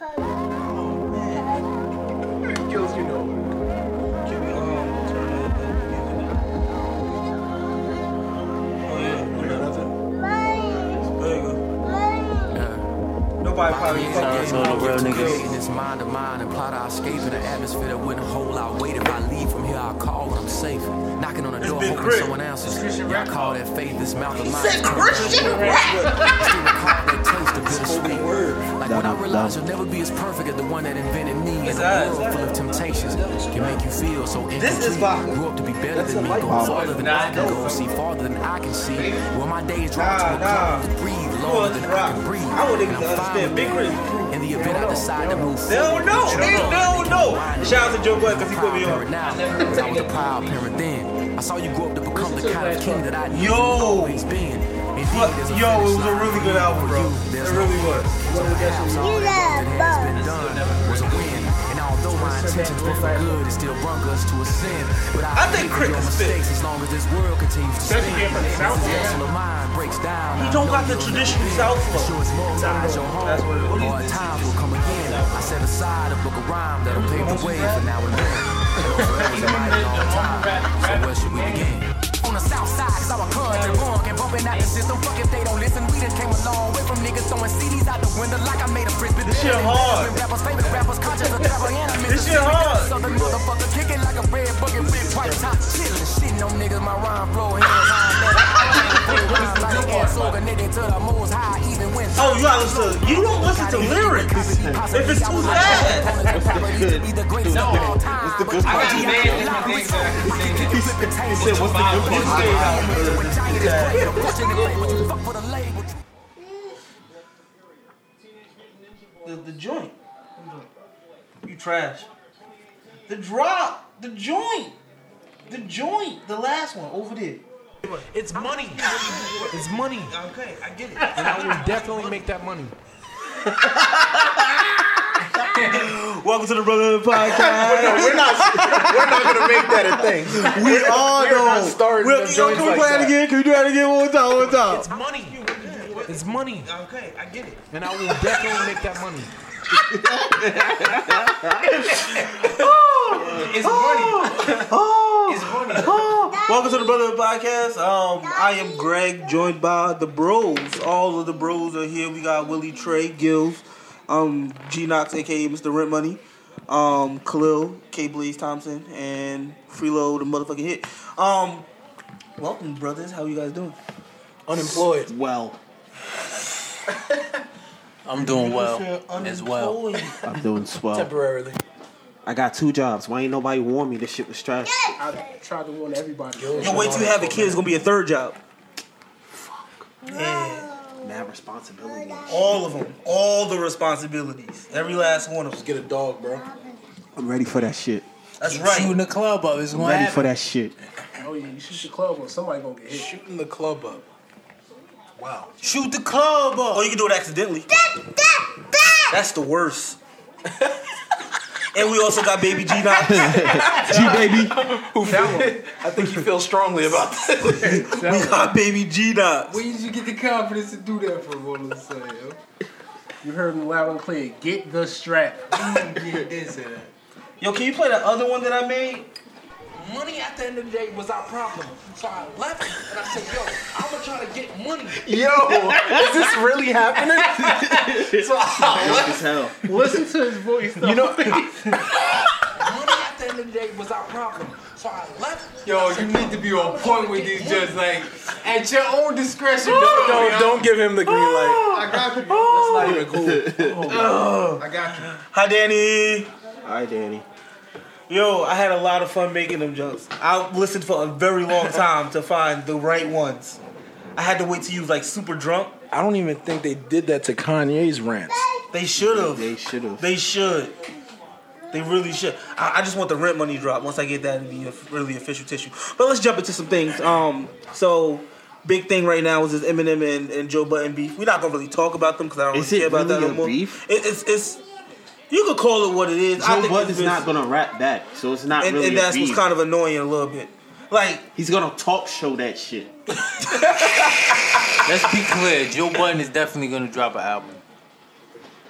Oh man. Hey, Gills, you know it. Can we um turn it up and get it? Oh yeah, we got nothing. Bagel. Nobody probably Million fucking dollars on the real niggas. In this mind of mine and plot I escape in the atmosphere that wouldn't hold out weight. If I leave from here, I call when I'm safe. Knocking on the door, been hoping Crit. someone answers. Christian Y'all rap. call that faith, this mouth of mine. Said Christian rap. Still recall that taste of bittersweet. spoken word. Like when I realized you'll never be as perfect as the one that invented me. And It's a us. world full of temptations can make you feel so incomplete. This is vodka. Grew up to be better That's a than me, light go bulb. farther than Nah, I can no. go, see farther than I can see. When my days Nah, draw to a nah. close, breathe Come on, longer this than rock. I can breathe. I don't even And I'm fine understand. with Big that. Red is In the event I decide to move They don't know. forward, They it's don't know. wrong. Shout out to Joe Budden because he put me Proud parent on. now, but I was a proud parent then. I saw you grow up to become the kind of king that I knew Yo. you've always been. Indeed, Fuck, there's a yo, finish it was a line really good album, for bro. you. It There's really no- was. so perhaps all that work that has been done was a win. And although my intentions were for good, it still brought us to a sin. But I, I think forgive your Cricket's fit. mistakes as long as this world continues to spin. Especially here from the This South, man. vessel of mine breaks down. He I don't know got the you'll never traditional be. South I'm flow. sure it's more times your home. That's what it- what is Hard this? times will come again. I set aside a book of rhyme that'll pave the way for now and then. Forever's a mighty long time. So where should we begin? On the south side, cause our cuz they wrong and bumping out the system. Fuck if they don't listen, we done came a long way from niggas throwing CDs out the window like I made a frisbee. This shit hard. Rappers, favorite rappers, conscious of trapper, and I'm in This the shit street. hard. Southern motherfucker kicking like a red bucket, red pipe top chillin'. Shitting on niggas, my rhyme flow hands high. Like an ass organ, nigga, to the most high, even when Oh, you gotta listen. You don't listen to lyrics if it's too sad. What's the good I got a man in my What's niggas that I can sing it. He said, "What's the good part?" the good part? The, the joint. You trash. The drop. The joint. The joint. The last one over there. It's money. It's money. Okay, I get it. And I will definitely make that money. Welcome to the Brotherhood Podcast. We're not. We're not gonna make that a thing. we all We're not know. starting We'll- them yo, joints Can we like play it that. again? Can we do that again one more time? One more It's time. money. It's money. Okay, I get it. And I will definitely make that money. It's money. Oh. It's money. Welcome to the Brotherhood Podcast. Um, I am Greg, joined by the Bros. All of the Bros are here. We got Willie Trey, Gills, um, G Knox, aka Mr. Rent Money, um, Khalil, K Blaze Thompson, and Freelo, the motherfucking hit. Um, welcome, brothers. How you guys doing? Unemployed. Well, I'm doing well as well. Unemployed. I'm doing swell. Temporarily. I got two jobs. Why ain't nobody warn me? This shit was trash. I tried to warn everybody. Yo, wait till you have a kid. It's gonna be a third job. Yeah, Mad responsibility. all of them, all the responsibilities, every last one of them. Get a dog, bro. I'm ready for that shit. That's Shooting right. the club up is I'm going ready happen. for that shit. Oh yeah, you shoot the club or somebody gonna get hit. Shooting the club up. Wow. Shoot the club up. Oh, you can do it accidentally. That's the worst. and we also got Baby G Knox. We G baby. I think you feel strongly about that. got Baby G Knox. Where did you get the confidence to do that from? All of a sudden, yo? You heard me loud and clear. Get the strap. Get this and that. Yo, can you play the other one that I made? Money at the end of the day was our problem. So I left and I said, yo, I'm gonna try to get money. Yo, is this really happening? so, As hell. Listen to his voice. Though. you know, Money at the end of the day was our problem. So I left. yo, you need to be on point with these. Just like at your own discretion. don't, Don't, don't, yo. don't give him the green light. I got you. That's not even cool. Oh. I got you. Hi, Danny. All right, Danny. Yo, I had a lot of fun making them jokes. I listened for a very long time to find the right ones. I had to wait till you was like super drunk. I don't even think they did that to Kanye's rants. They should have. They should have. They should. They really should. I, I just want the rent money drop. Once I get that, it'll be a really official tissue. But let's jump into some things. Um, so big thing right now is this Eminem and, and Joe Button beef. We're not gonna really talk about them because I don't Is really it care about that really no a more. beef? It, it's it's. You could call it what it is. I Joe think Bud it's is not business. gonna rap back, so it's not and, really and a that's what's beef. kind of annoying a little bit. Like He's gonna talk show that shit. Let's be clear. Joe Budden is definitely gonna drop an album.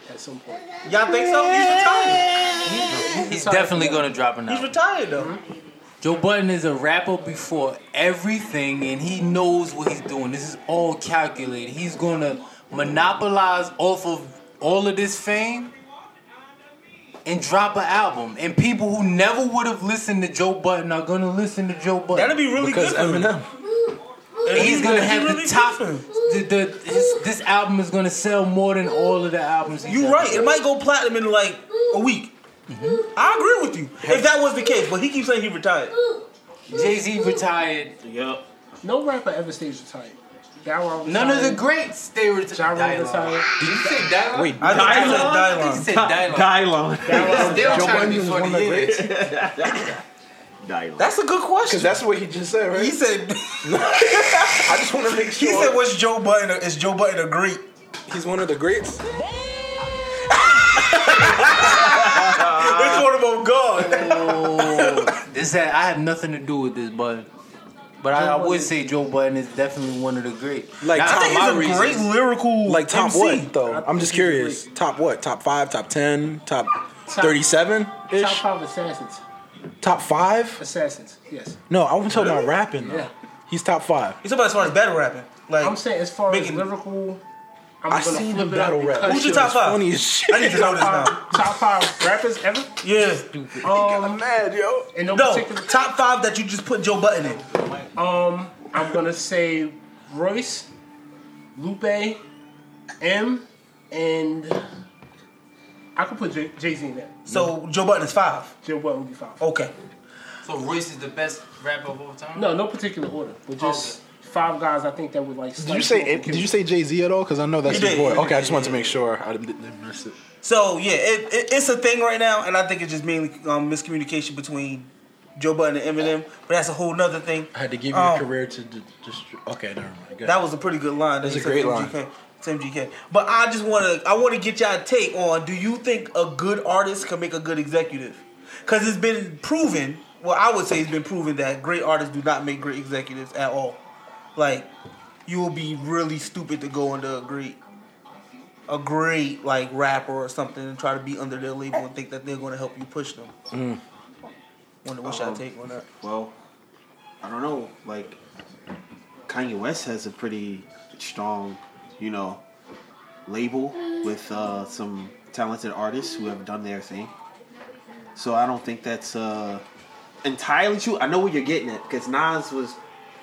at some point. Y'all think so? He's retired. He's definitely gonna drop an He's album. retired though. Mm-hmm. Joe Budden is a rapper before everything, and he knows what he's doing. This is all calculated. He's gonna monopolize off of all of this fame and drop an album. And people who never would have listened to Joe Budden are gonna listen to Joe Budden. That'd be really Because good. For him. Eminem. That'd be He's gonna really have good the for top. him. The, the, his, this album is gonna sell more than all of the albums. he's You ever right. It sold. might go platinum in like a week. Mm-hmm. I agree with you. If that was the case, but he keeps saying he retired. Jay Z retired. Yep. No rapper ever stays retired. Down None of the greats they retired. Gyro retired. Did you say dialogue? Wait, I think he said I think dialogue. he said dialogue. Dylon. Still Joe trying Budden to be is one funny. of the greats. Dylon. That's a good question. Because that's what he just said, right? He said I just want to make he sure said what's Joe Button is Joe Button a Greek? he's one of the greats. it's one of them God. This that I have nothing to do with this, but but I, I would say Joe Budden is definitely one of the great. Like Now, Tom I think he's a Lowry. He's a great lyrical Like top MC. what though? I'm just curious. Top what? Top five? Top ten? Top thirty-seven Top ish? five assassins. Top five? Assassins. Yes. No, I was talking about rapping though. Yeah. He's top five. He's about as far as battle rapping. Like I'm saying as far as Making- lyrical. I'm I gonna seen flip him it up battle rap. because- Who's your top five? Funny as I shit. need to know this now. Top top five rappers ever. Yeah. Um, Mad yo. in no, No, particular. top five that you just put Joe Button in. Um, I'm gonna say Royce, Lupe, M, and I could put Jay Z in there. So Joe Button is five. Joe Budden would be five. Okay. So Royce is the best rapper of all time. No, no particular order, but just five guys I think that would like. Did you say Did you say Jay Z at all? Because I know that's He your did, boy. he did, Okay, I just wanted to make sure I didn't, didn't miss it. So yeah, it, it, it's a thing right now, and I think it's just mainly um, miscommunication between Joe Budden and Eminem. But that's a whole nother thing. I had to give you Um, a career to d- just. Okay, never mind. Good. That was a pretty good line. That's that a he great said to MGK. Tim GK. But I just want to I want to get y'all take on do you think a good artist can make a good executive? Cuz it's been proven, well I would say it's been proven that great artists do not make great executives at all. Like you will be really stupid to go under a great a great like rapper or something and try to be under their label and think that they're going to help you push them. Mm. Wonder what y'all Um, take on that. Well, I don't know. Like, Kanye West has a pretty strong, you know, label with uh, some talented artists who have done their thing. So I don't think that's uh, entirely true. I know what you're getting at because Nas was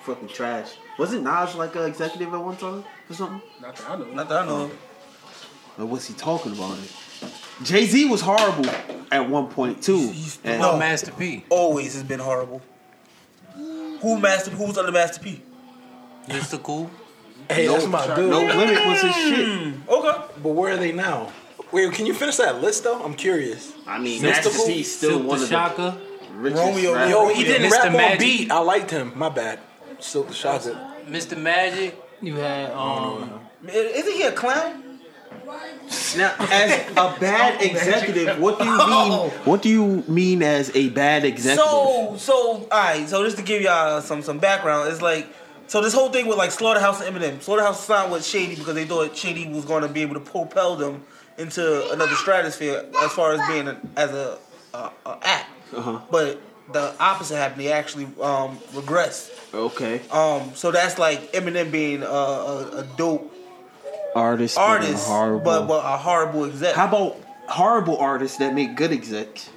fucking trash. Wasn't Nas like an executive at one time or something? Not that I know. Not that I know. of. Or was he talking about it? Jay Z was horrible at one point too. And- oh, No. Master P. always has been horrible. Who master? Who's under Master P? Mr. Cool. hey, that's my dude. No limit was his shit. Okay. But where are they now? Wait, can you finish that list though? I'm curious. I mean, Master Master P, P's still Silk one the of the Shocker. richest Romeo- rappers. Yo, he didn't Mr. rap on Magic. beat. I liked him. My bad. Silk the Shaka. Mr. Magic. You had um I- Isn't he a clown? Now, as Oh, a bad executive, what do you mean? What do you mean as a bad executive? So, so, all right. So, just to give y'all some some background, it's like, so this whole thing with like Slaughterhouse and Eminem. Slaughterhouse signed with Shady because they thought Shady was going to be able to propel them into another stratosphere as far as being an, as a, a, a act. Uh-huh. But the opposite happened. They actually um, regressed. okay, Um, so that's like Eminem being a, a, a dope artist, artists, artists, horrible. but but a horrible exec. how about horrible artists that make good execs?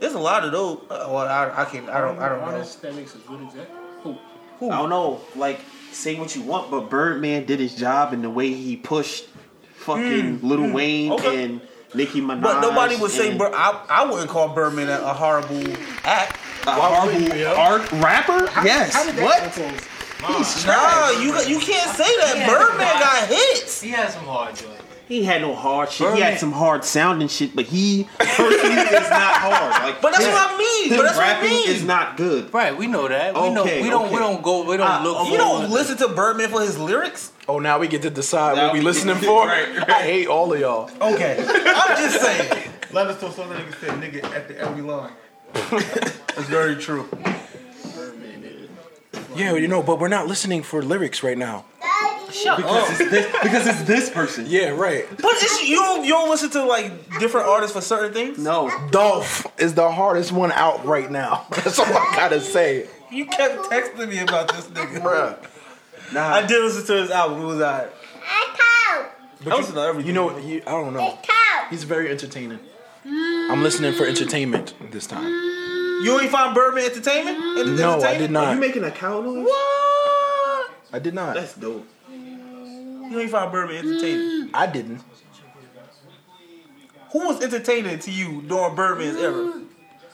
There's a lot of those. uh, Well, I, I can. I don't. I don't know. Artist that makes a good exec. Who? I don't know. Like, say what you want, but Birdman did his job in the way he pushed fucking Little Wayne Hmm, okay. and Nicki Minaj. But nobody would say. and Bur- I, I wouldn't call Birdman a, a horrible act. a horrible art rapper. yes. How did that what? influence? He's Nah, trash. you you can't say that. Birdman got hits. He has some hard joints. He had no hard shit. He Birdman. had some hard sounding shit, but he personally is not hard. Like, But that's him- what I mean. him But that's what I rapping mean. is not good. Right, we know that. We know Okay, we don't okay. we don't go we don't Uh, look you for- don't listen to Birdman for his lyrics. Oh, now we get to decide Now what we we- listening for. Right. I hate all of y'all. Okay, I'm just saying. Let us know some niggas said nigga at the every line. It's very true. Yeah, you know, but we're not listening for lyrics right now. Shut because up. It's this, because it's this person. Yeah, right. But it's, you don't you don't listen to like different artists for certain things. No, Dolph is the hardest one out right now. That's all I gotta say. you kept texting me about this nigga, Bruh. Nah. I did listen to his album. It was alright. I listen to everything. You know, you, I don't know. He's very entertaining. I'm listening for entertainment this Mm. time. You ain't find Birdman Entertainment? Ent- No, I entertainment? Are did you not. making a cow noise? I did not. That's dope. You ain't find Birdman Entertainment. I didn't. Who was entertaining to you during Birdman's era?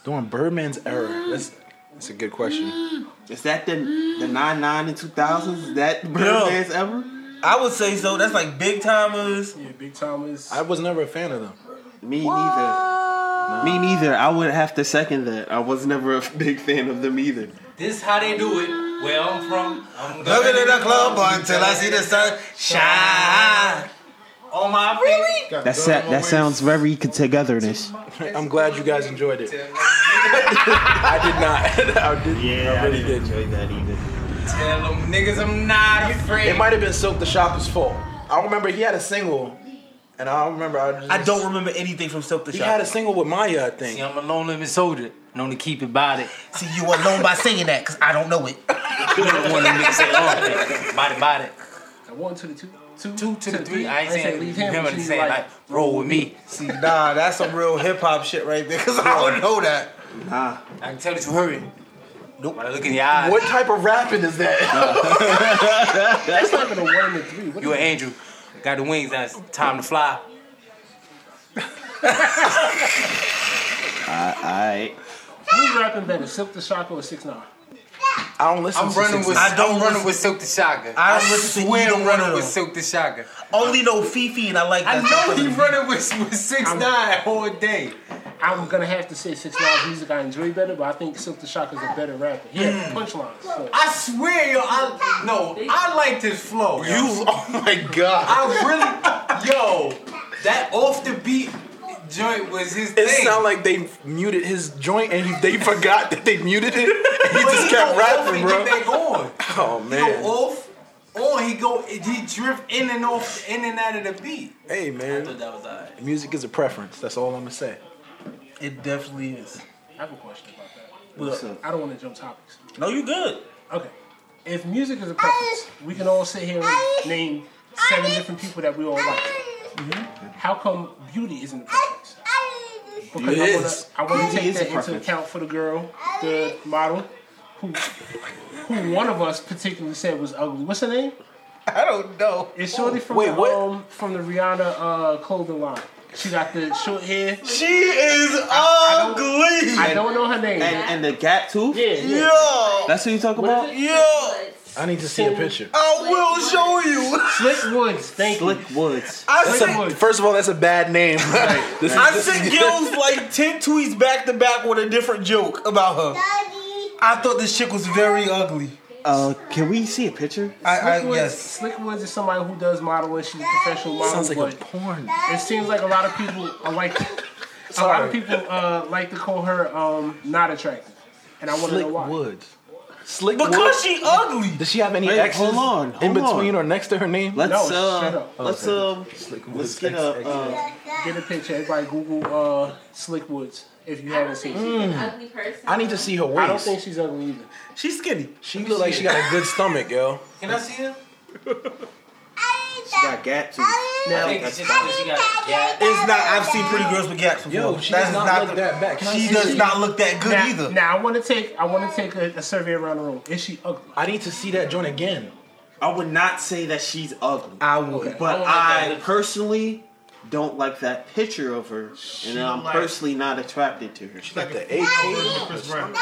Doing Birdman's error. That's that's a good question. Is that the the nine nine and two thousands? Is that Birdman's ever? I would say so. That's like big timers. Yeah, Big Thomas. I was never a fan of them. Me neither. Me neither. I would have to second that. I was never a big fan of them either. This how they do it. Where I'm from, I'm Looking in the club until I see the sun shine. on my really. That's that. That sounds very togetherness. I'm glad you guys enjoyed it. I did not. I did. I really did. that either. Tell them niggas I'm not It afraid. might have been Silk the Shopper's fault. I remember he had a single, and I don't remember. I, just, I don't remember anything from Silk the He had Shop. a single with Maya, I think. See, I'm a lone limit soldier. Known to keep it body. See, you alone by saying that because I don't know it. You don't want to mix it up. Body, body. I one to the two. Two, Two to the three. I ain't saying leave him. but I'm you just saying like roll with me. See, nah, that's some real hip hop shit right there because I don't know that. Nah. I can tell that you hurry. Nope. When I look in your eyes, What type of rapping is that? that's not even a one to three. What you an angel. Got the wings. Now it's time to fly. All right. the- who's rapping better, Silk the Shocker or Six Nine? I don't listen I'm to running 60. with. I don't I'm running listen- with Silk the Shaka. I don't listen to swear either I'm one of running with them. Silk the Shaka. Only know Fifi and I like I that. know he running with with six I'm- nine all day. I'm gonna have to say Six Nine's music I enjoy better, but I think Silk the Shocker's a better rapper. He has punchlines. So. I swear, yo, I no, I liked his flow. You, oh my god. I really, yo, that off the beat joint was his It thing. sound like they muted his joint and he, they forgot that they muted it. And he But just he kept go off rapping, and bro. Get that going. Oh He go man. off, on he go, he drift in and off, in and out of the beat. Hey man. That was alright. Music is a preference. That's all I'm gonna say. It definitely is. I have a question about that. What's up? I don't want to jump topics. No, you good. Okay. If music is a preference, we can all sit here and name seven different people that we all like. How come beauty isn't a preference? Because It I wanna, is. I want to take is a that into preference. account for the girl, the model, who who one of us particularly said was ugly. What's her name? I don't know. It's shorty from Wait, the what? um, from the Rihanna uh, clothing line. She got the short hair. She is I ugly. don't know her name. And and the gap tooth. yeah, yeah. Yo, That's who you talk about. yo, I need to see a picture. I will show you. Slick Woods. Thank you. Slick Woods. I That's sent, a, first of all, that's a bad name. This is- I sent Gills like ten tweets back to back with a different joke about her. I thought this chick was very ugly. Uh, can we see a picture? I, I Slick Woods, yes. Slick Woods is somebody who does modeling. She's a professional model. sounds like but a porn. it seems like a lot of people are like a lot of people uh, like to call her um, not attractive, and I want to know Slick why. Woods. Slick Because Woods. she ugly. Does she have any Wait, X's hold on, in hold on. between or next to her name? Let's No, uh, shut up. let's um, let's get a uh, Get a picture. Everybody Google uh, Slick Woods if you haven't seen. her. I need to see her waist. I don't think she's ugly either. She's skinny. she look like she got a good stomach, yo. Can I see her? she got gap tooth. I Now, think it's just that she got a gap. It's not. I've seen pretty girls with gaps before. Yo, she That's does not, look that bad. Can I She see does that? not look that good now, either. now I want to take I want to take a, a survey around the room. Is she ugly? I need to see that joint again. I would not say that she's ugly, I would. but I don't like I, that. personally don't like that picture of her, and I'm like- personally not attracted to her. Like the AK. Chris Brown.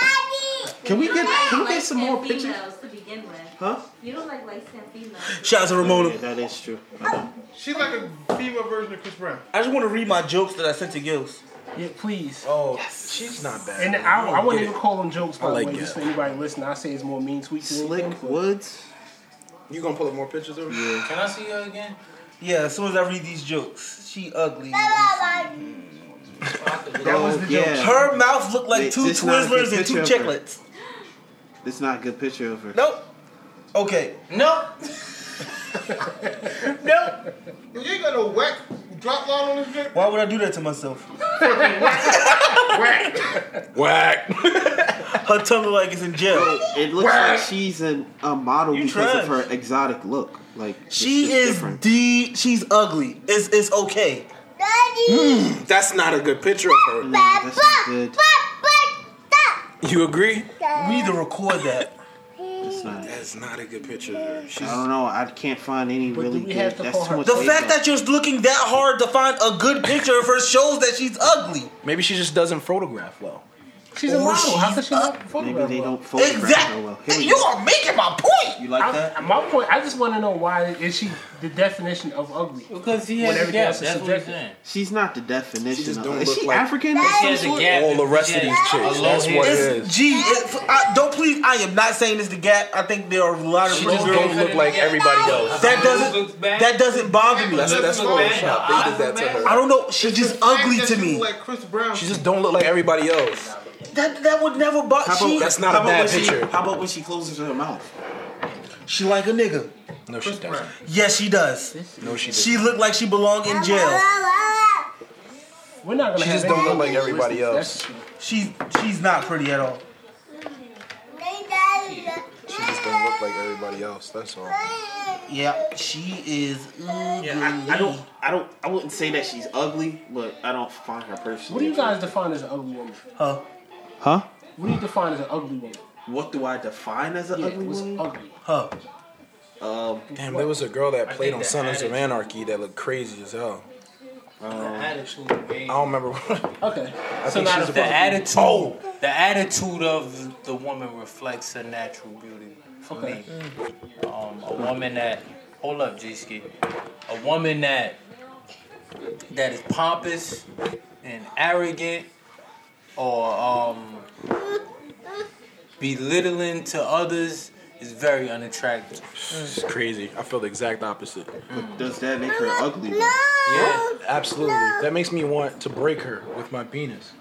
Can we get can we light get some more skinned pictures? females to begin with. Huh? You don't like light skinned females. Shout out to Yeah, Ramona. that is true. I don't- She's like a female version of Chris Brown. I just want to read my jokes that I sent to Gills. Yeah, please. Oh, she's not bad. And I, I wouldn't even call them jokes, by I the like way, it. just for anybody listening. I say it's more mean tweets than Slick anything, but- Woods. You gonna pull up more pictures of her? Can I see her again? Yeah, as soon as I read these jokes, she ugly. That was Oh, the joke. yeah. Her mouth looked like Wait, two this not a good Twizzlers and two picture of her. chiclets. This is not a good picture of her. Nope. Okay. No. nope. You ain't got no whack drop line on this bitch. Why would I do that to myself? Whack. Whack. Her tongue look like it's in jail. It looks like she's an, a model You because of trash. her exotic look. Like it's she just is different. the she's ugly. It's it's okay. Mm, that's not a good picture of her. You agree? We need to record that. It's not. That's not a good picture of her. She's, I don't know. I can't find any really good. That's too much. The fact that you're looking that hard to find a good picture of her shows that she's ugly. Maybe she just doesn't photograph well. She's a model. How could she not photograph they don't photograph Exactly. well. Oh, Here we You go. are making my point. You like I, that? My point. I just want to know why is she the definition of ugly? Because he has a gap, that's what subjective. She's not the definition. just of, don't is look she like- African? She has a gap. All the rest of these chicks. That's what it It's- is. Gee, it, I, don't please. I am not saying it's the gap. I think there are a lot of She pretty just girls don't look like everybody else. That doesn't that doesn't bother me. That's- that's Photoshop. They did that to her. I don't know. She's just ugly to me. She just don't look like everybody else. That that would never bother. How about- she, that's not a how about bad when she- picture. how about when she closes her mouth? She like a nigga. No, she doesn't. Yes, she does. No, she doesn't. She look like she belong in jail. We're not She just don't look like everybody else. She's she's not pretty at all. She just don't look like everybody else. That's all. Yeah, she is. Yeah, I, I don't. I don't. I wouldn't say that she's ugly, but I don't find her personally. What do you guys define as an ugly woman? Huh? Huh? What do you define as an ugly woman? What do I define as an Yeah, ugly what's woman? ugly? Huh? Um, Damn, there was a girl that I played think on the Sons of attitude- Anarchy that looked crazy as hell. Um, I attitude. don't remember. What, Okay. I so think now she's the about- attitude, Oh! the attitude of the woman reflects her natural beauty. For Okay. me, um, a woman that hold up, J Ski, a woman that that is pompous and arrogant, or um, belittling to others is very unattractive. She's crazy. I feel the exact opposite. Does that make her ugly? Yeah, absolutely. That makes me want to break her with my penis.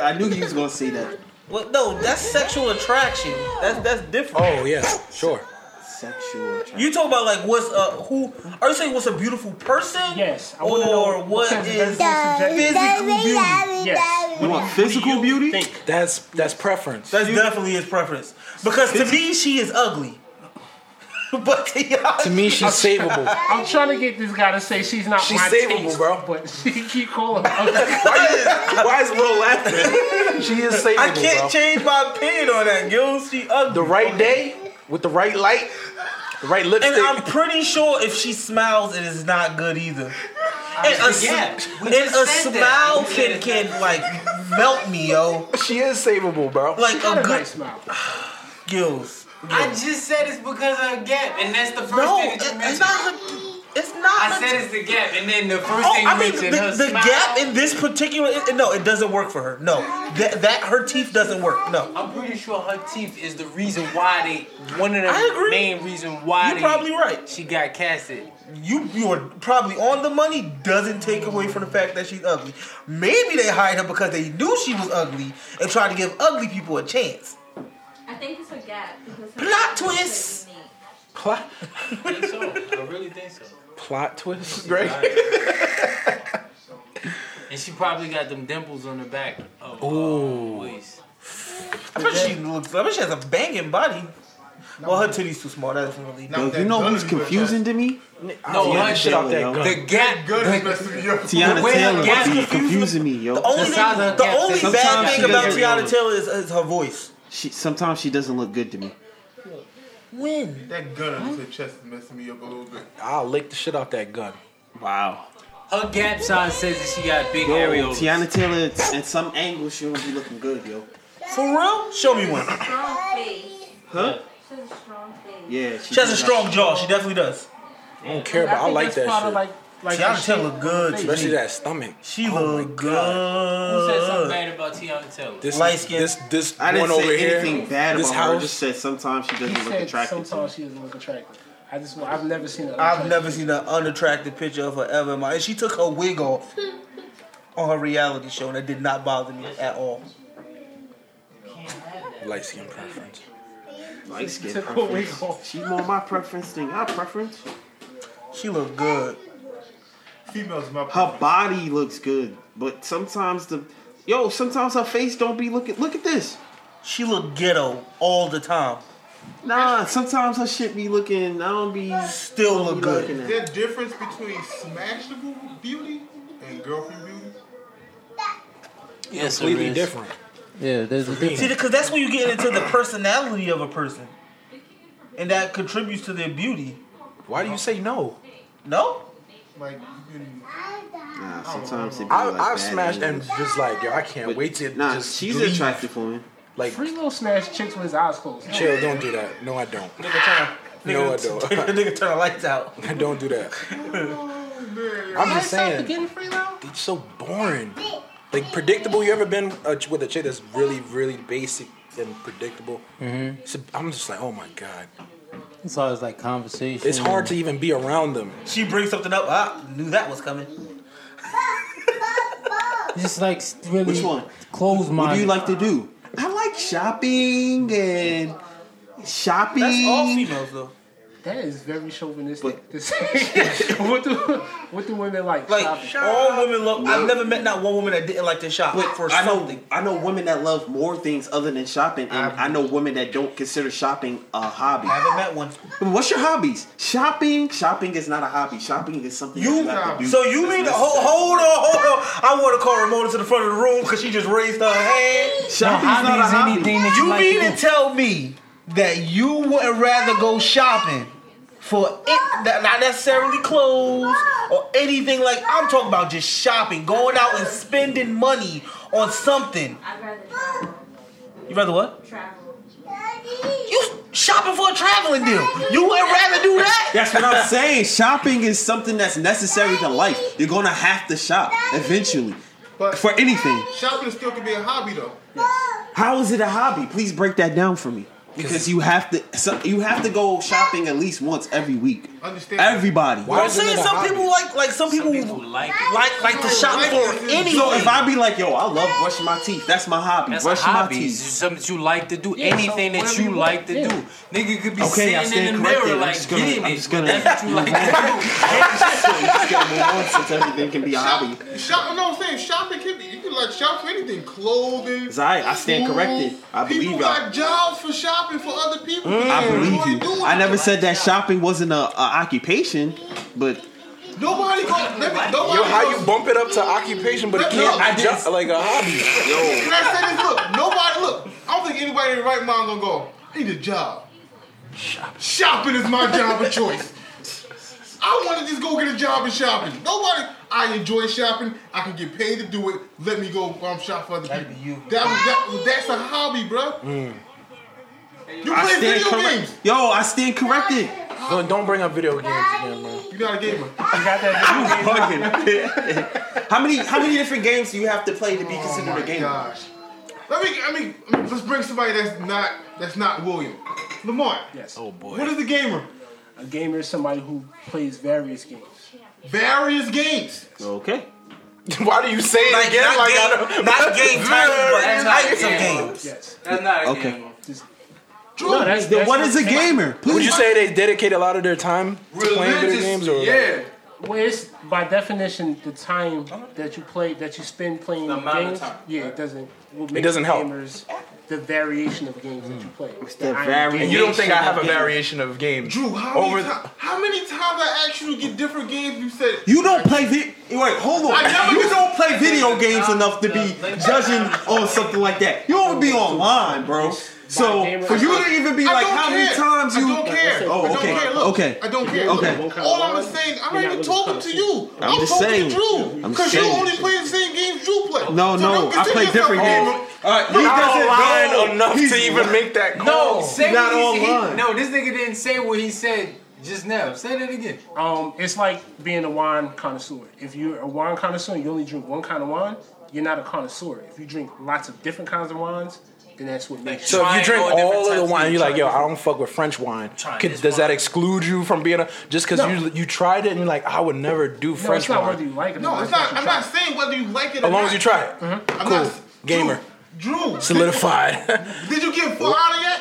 I knew he was gonna say that. Well, no, that's sexual attraction. That's that's different. Oh yeah, sure. Sexual. You talk about like what's uh who are you saying what's a beautiful person? Yes. I wanna know or what because is that's all subjective. physical beauty? Yes. You want physical beauty? That's that's preference. That's definitely his preference. Because to me she is ugly. but to, y'all- To me, she's savable. I'm trying to get this guy to say she's not She's my savable, taste, bro. But she keep calling her ugly. Why is Will laughing? she is savable, I can't bro. change my opinion on that, Gil. She ugly. The right day, with the right light, the right lipstick. And uh, I'm pretty sure if she smiles, it is not good either. And a, was- sm- yeah, we and just a said that. smile We can, said can like melt me, yo. She is savable, bro. Like She got a a good nice smile. Gills. I just said it's because of a gap, and that's the first No, thing that you mentioned. it's not. her- It's not. I her- said it's the gap, and then the first Oh, thing you I mean, mentioned, her the, the smile. gap in this particular it- no, it doesn't work for her. No, that that her teeth doesn't work. No, I'm pretty sure her teeth is the reason why they one of I the agree. main reason why You're they, probably right. She got casted. you you are probably on the money. Doesn't take away from the fact that she's ugly. Maybe they hired her because they knew she was ugly and tried to give ugly people a chance. I think it's a gap because her Plot twist. Plot I think so. I really think so. plot twist, Greg. And she probably got them dimples on the back. Oh, Of, Ooh. I bet she looks. I bet she has a banging body. Well, her titties too small. That's really. Yo, you know who's confusing to me? No, Tiana her shit off that Taylor, yo. gun. The gap. Tiana way her Taylor gas be confused- confusing me, yo. The only thing, the only bad Sometimes she thing about doesn't- Tiana Taylor is, is her voice. She sometimes she doesn't look good to me. When? That gun up to the chest is messing me up a little bit. I'll lick the shit off that gun. Wow. Her gap size says that she got big Yo, areolas. Tiana Taylor at some angle she don't be looking good, yo. For real? Show me one. strong face. Huh? She has a strong face. Yeah. She has a strong jaw. She definitely does. I don't care, but I, think like that's that part shit. of like, like Tiana Taylor the shape look of good her to face. Especially that stomach. She look Oh Who said something good. bad about Tiana Taylor? This Light skin. this this I didn't one over say here. anything bad this about her. I house. just said sometimes she doesn't He look said attractive. sometimes she doesn't look attractive. I just I've never seen her. I've never seen an unattractive picture of her ever in my. And she took her wig off on her reality show, and it did not bother me at all. Light skin preference. Light skin Took her wig preference. She more my preference than our preference. She looked good. Females, my her body looks good, but sometimes the yo, sometimes her face don't be looking. Look at this. She look ghetto all the time. Nah, sometimes her shit be looking. I don't be still look good. The difference between smashable beauty and girlfriend beauty. Yes, Completely different. Yeah, there's a difference. See, because that's when you get into the personality of a person, and that contributes to their beauty. Why do you say no? No. Like, you Nah, sometimes it be I, like I've that smashed and anyways. just like yo, I can't wait to Nah, just she's leave. attractive for me. Like, Free little snatch chicks with his eyes closed. chill, don't do that. No, I don't. Nigga, turn. No, I don't. nigga, turn the lights out. don't do that. I'm just saying. Getting free though? It's so boring. Like predictable. You ever been uh, with a chick that's really, really basic and predictable? Mm-hmm. It's- I'm just like, oh my god. It's always like conversation. It's hard to even be around them. She brings something up. I knew that was coming. Just like s- really. Which one? Close minded. What do you like to do? I like shopping and shopping. That's all females though. That is very chauvinistic. to say. what do what do women like? Like Shopping. all women love. I've never met not one woman that didn't like to shop for I know, something. I know women that love more things other than shopping, and i know women that don't consider shopping a hobby. I haven't met one. What's your hobbies? Shopping. Shopping is not a hobby. Shopping is something you, You have to do. so you mean to hold, hold on, hold on? I want to call Ramona to the front of the room because she just raised her hand. Shopping's not a hobby's hobby. anything that you you like mean to to tell me that you would rather go shopping for it, that- not necessarily clothes or anything like? I'm talking about just shopping, going out and spending money on something. I'd rather travel. You rather what? Travel. You shopping for a traveling deal? You would rather do that? That's what I'm saying. Shopping is something that's necessary to life. You're gonna have to shop eventually for anything. Shopping still could be a hobby though. How is it a hobby? Please break that down for me. Because you have to, so you have to go shopping at least once every week. Understand? Everybody. But I'm saying some people like like some people, like like like to shop for anything. So if I be like, yo, I love brushing my teeth. That's my hobby. That's a brushing hobby. my It's teeth. just something that you like to do. Yeah, so Anything that whatever you you like want. to Yeah. do. Nigga could be Okay, I sitting in stand the mirror corrected. I'm like just gonna- getting I'm it. just gonna- That's what you like to do. Just gotta move on since everything can be a hobby. Shop, no, I'm saying shopping can be. You can like shop for anything, clothing. It's all right. I stand food. corrected. I believe People y'all. got jobs for shopping for other people. I believe Nobody you. do I it. never said that shopping wasn't a, a occupation, but Nobody go. Let me, nobody Yo, how go- you bump it up to occupation, but it No, can't I be just- ju- like a hobby. Can I say this? Look, nobody. Look, I don't think anybody in their right mind gonna go. I need a job. Shopping. is my job of choice. I want to just go get a job in shopping. Nobody. I enjoy shopping. I can get paid to do it. Let me go um, shop for other people. That, that, that's a hobby, bro. Mm. You I play stand video correct- games. Yo, I stand corrected. Don't, don't bring up video games again, man. You not a gamer. You got that How many how many different games do you have to play to be considered a gamer? Let me. I mean, let's bring somebody that's not that's not William. Lamont. Yes. Oh boy. What is a gamer? A gamer is somebody who plays various games. Various games. Okay. Why do you say it again? not like I game- don't, not game type, but Various types of games. Yes. That's not a Okay. game. No, that's- Then that's what is a what I'm saying. gamer? Would you Please. say they dedicate a lot of their time to playing video Religious, games, or yeah. Well, it's by definition the time that you play that you spend playing amount of games. time. Yeah, it doesn't. will It make doesn't help. Gamers, the variation of games that you play. It's the variation And you don't think I have a of games. variation of games. Drew, how Over many the- times? How many times I asked you to get different games? You said You don't play video. Wait, hold I on. never You did- don't play video games enough to be judging on something like that. You don't be online, bro. So for you to even be I like, don't how many care. times you? I don't care. I Oh, don't okay, care. Look, okay, I don't care. Okay. Look, all I'm saying, I'm not even talking to you. I'm just talking saying. to Drew. I'm Because you saying. only play the same games Drew play. No, So no, don't I consider play yourself different a games. gamer. All right, Not he doesn't online know. enough to He's even make that No, say not what he, online. He, no, this nigga didn't say what he said just now. Say that again. Um, it's like being a wine connoisseur. If you're a wine connoisseur and you only drink one kind of wine, you're not a connoisseur. If you drink lots of different kinds of wines, then that's what makes So if you drink different all of the types of wine, you're like, yo, wine. I don't fuck with French wine. Trying Could, this does that exclude you from being a just because No. you you tried it and you're like, I would never do it's French not wine? whether you No, it's not. I'm not saying whether you like it or As long not. as you try it. I'm Cool. not- Gamer. Mm-hmm. Drew. Solidified. Did you get full honor yet?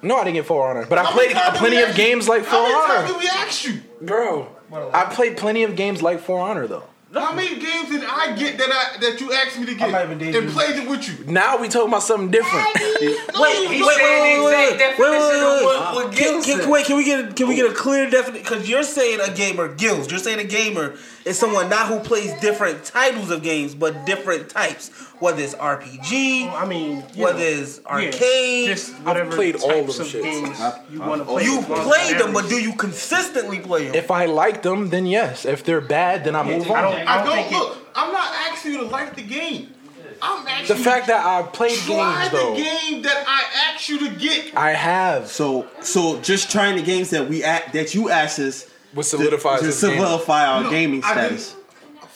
no, I didn't get Full Honor, but I How played many times plenty did we of ask you- games like Full How many Honor. times did we ask you? Bro. I played plenty of games like For Honor though. How many games did I get that I that you asked me to get and played it with you? Now we talking about something different. Wait, wait, wait, wait, wait, wait, wait, wait, wait. Can, can, wait, can we get a, can we get a clear definition? Because you're saying a gamer guilds. You're saying a gamer is someone not who plays different titles of games, but different types. Whether it's RPG, I mean, you whether know, it's yeah, arcade, just I've whatever played all types them of shits. games I've- you I've- wanna play You as long as played them, average. but do you consistently play them? If I like them, then yes. If they're bad, then I move on. I don't, look. I'm not asking you to like the game. I'm the asking fact that I've you played to try games though. the game that I asked you to get. I have. So so just trying the games that we act that you asked us would solidifies to, this game. solidify our No, gaming I didn't- status.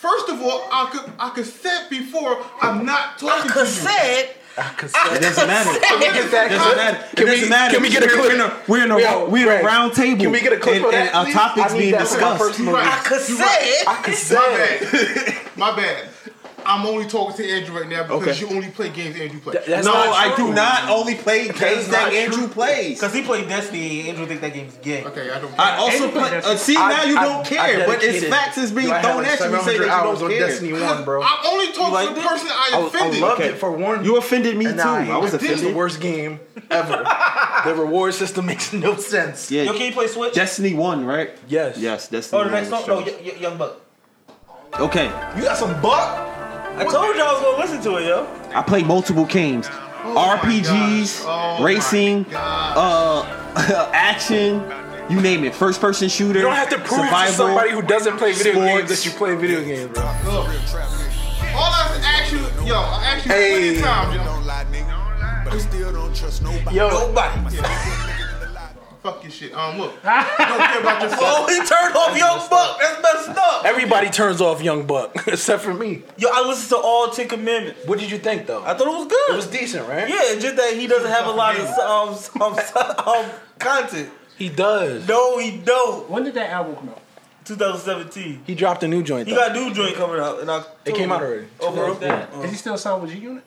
First of all, I could I could said before I'm not talking to you. Said. It doesn't matter. It Can we get that doesn't clip? matter. It Can we- doesn't matter. can we get a We're clip? in a- We're in a Yo, we're in a Greg, round table. can we get a clip and, of that, and please? a topic's I need being that for my discussed. personal use. I could You say it. I could say My it. bad. My bad. I'm only talking to Andrew right now because Okay. you only play games Andrew plays. Th- that's No, not I true. do not only play That games is not that Andrew true. plays. Because he played Destiny, and Andrew think that game's gay. Okay, I don't. I also play. Uh, see I- now you I- don't I care, but it's dedicated- facts is being Yo, I had thrown like at you. You say that 700 you hours don't on care. Destiny 1, bro. I only talk to the person I offended. loved Okay. it for one. You offended me and now too. hate I was it. It's offended. the worst game ever. the reward system makes no sense. Yeah. Yo, can you play Switch? Destiny one, right? Yes. Yes. Destiny Oh, the one. next song? was No, trash. y- y- Young Buck. Okay. You got some Buck? I told you I was gonna listen to it, yo. I play multiple games. Oh RPGs, racing, uh, action, you name it. First person shooter. You don't have to prove survival, to somebody who doesn't play video games sports. that you play video games, bro. All I asked you, yo, I asked you hey. Hey. times, yo. Don't lie, nigga. But I still don't trust nobody. Yo. Nobody. Fuck your shit. Um, look. Don't care about yourself. Oh, he turned off Young Buck. That's messed up. Everybody turns off Young Buck except for me. Yo, I listened to all Ten Commandments. What did you think though? I thought it was good. It was decent, right? Yeah, it's just that he doesn't have a lot of um, um, um, content. He does. No, he don't. When did that album come out? 2017. He dropped a new joint. He Though. got a new joint coming out, and I It came out already. Oh, for real? Yeah. Oh. Is he still signed with G Unit?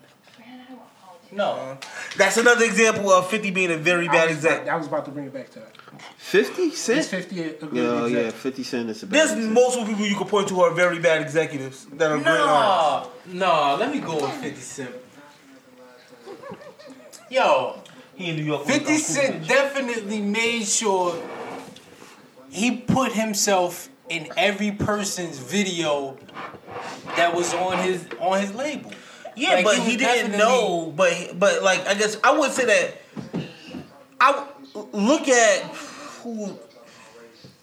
No. That's another example of 50 being a very bad example. I was about to bring it back to that. 50 Cent? Is 50 a good Yeah, example? yeah, 50 Cent is a bad There's multiple people you can point to who are very bad executives that are great artists. No, no, let me go with 50 Cent. Yo, he in New York. 50 Cent definitely made sure he put himself in every person's video that was on his on his label. Yeah, Like, but was he didn't definitely- know. But but like I guess I would say that I w- look at who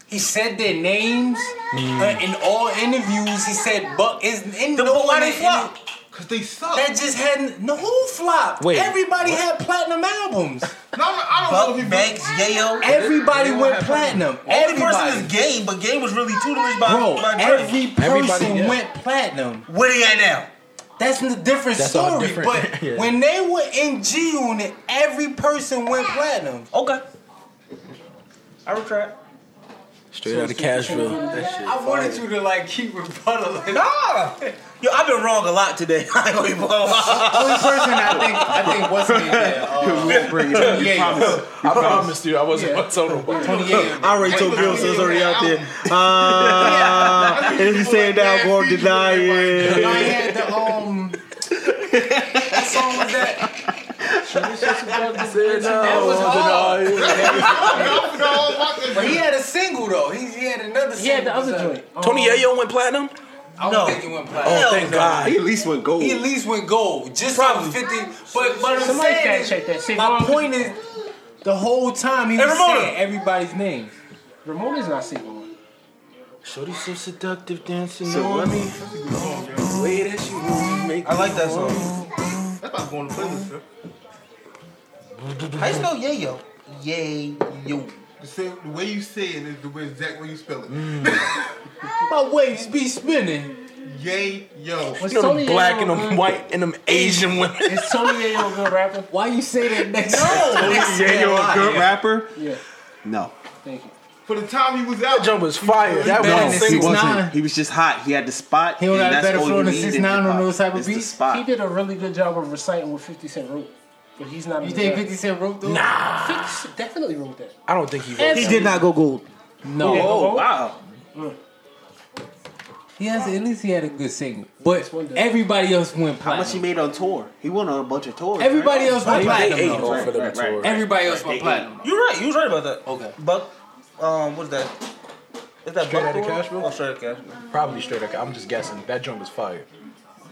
He said their names uh, in all interviews. He said Buck is in the why they flop? Cause they suck. That just had no who flopped. Wait, everybody what? had platinum albums. No, I Buck Banks, Yayo. Everybody went platinum. Only person Everybody. is Game, but Game was really tutelaged by, Bro, by Drake. every person went platinum. Where they at now? That's a different That's all story. different. But Yeah. when they were in G Unit, every person went platinum. Okay. I retract. Straight out of Cashville. I wanted you to like keep rebuttaling. Nah. Yo, I've been wrong a lot today. I ain't gonna be wrong. Only person I think I think was in there. Uh, won't bring it up. You promise. You I promise. promised you I wasn't going to tell nobody. I already told Bill, so it's already out there. Uh, and if you say it now, go on, deny I it. had the um. That song was that. that was hard. But he had a single though. He, he had another. He had the other joint. Oh. Tony Yayo went platinum? I don't No. think he went platinum. Oh, thank God. He at least went gold. He at least went gold. Just Probably. fifty. But but I'm Um, Somebody saying fact is- check that shit. my point is the whole time he Hey, was Ramona. saying everybody's name. Ramona's not single. one. Shorty so seductive dancing So on what? me. The way that she moves make I like that me song. That's not going to playlist, bro. How you spell yayo? Yay yo. The, same, the way you say it is the way exact way you spell it. Mm. My waves be spinning. Yay yo. You know them black and them white and them Asian women. Is Tony Yayo a good rapper? Why you say that next? Tony Yayo a good rapper? Yeah. No. Thank you. For the time he was out, that jump was fire. No, That was he single. wasn't. He was just hot. He had the spot. He don't and got a that's better all flow you than need in 6ix9ine on hip-hop. those type of It's the beats. spot. He did a really good job of reciting what 50 Cent wrote, but he's not. a You good think rapper. 50 Cent wrote those? Nah, 50 Cent definitely wrote that. I don't think he He did not go gold. He didn't go gold? wow. He has at least he had a good single, but everybody else went platinum. How much he made on tour? He went on a bunch of tours. Everybody else went platinum. They though. ate for the tour. Everybody else Right, went they platinum. You're right. You was right about that. Okay. But um, what is that? Is that Straight Buck Outta Roll? Cashville? Oh, straight out Cashville. Probably straight up. I'm just guessing. That joint was fire.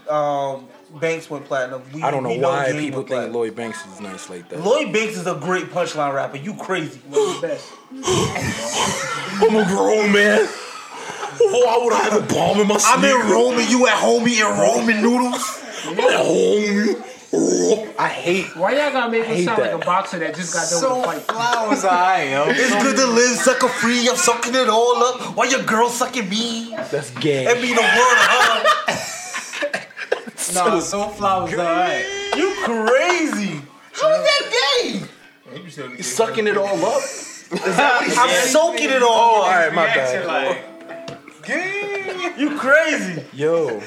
Um, Banks went platinum. We, I don't know we why Jay people went think Lloyd Banks is nice like that. platinum. Lloyd Banks is a great punchline rapper. You crazy? I'm a grown man. Oh, I would have a bomb in my I'm in Roman. You at home eating Roman noodles? I hate. Why y'all gotta make I me hate sound like that. a boxer that just got done with a fight? flowers I am. It's good to live sucker free. I'm sucking it all up while your girl sucking me. That's gay. That mean the world huh? Nah, so flowers alright. You crazy? How is that gay? He's sucking it all up. I'm soaking it all. Oh, all right, my Reaction bad. You crazy? Yo.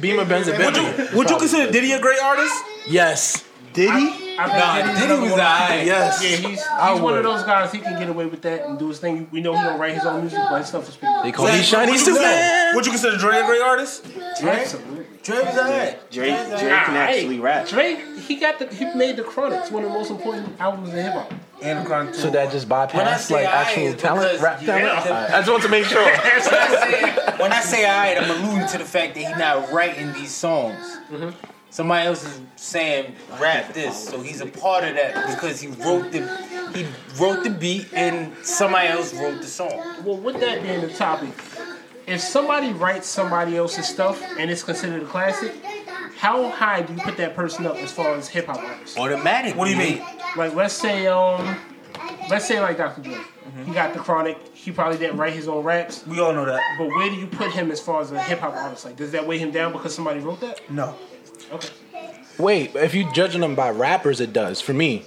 Beamer Benz and Would Bentley. you would you consider Diddy a great artist? Yes. Diddy? I Nah, think Diddy was another one of those aight. people- Yes. Yeah, he's, he's I one would. of those guys. He can get away with that and do his thing. We know he don't write his own music, but his stuff is pretty. They call me Shiny Would you Superman. consider- Would you consider Dre a great artist? Absolutely. Dre was alright. Drake, Drake can actually rap. Drake, he got the he made the Chronics one of the most important albums in hip hop. And Chronic So that just When I bypassed say like I, actual it's talent, because rap you- talent. Yeah. Alright, I just want to make sure. when I say when I say alright, I'm alluding to the fact that he's not writing these songs. Mm-hmm. Somebody else is saying rap this, so he's a part of that because he wrote the he wrote the beat and somebody else wrote the song. Well, with that being the topic, if somebody writes somebody else's stuff and it's considered a classic, how high do you put that person up as far as hip hop artists? Automatic. What do you mean? Like, let's say um, let's say like Dr. Dre, he got the Chronic. He probably didn't write his own raps. We all know that. But where do you put him as far as a hip hop artist? Like, does that weigh him down because somebody wrote that? No. Okay. Wait, if you judging them by rappers, it does for me.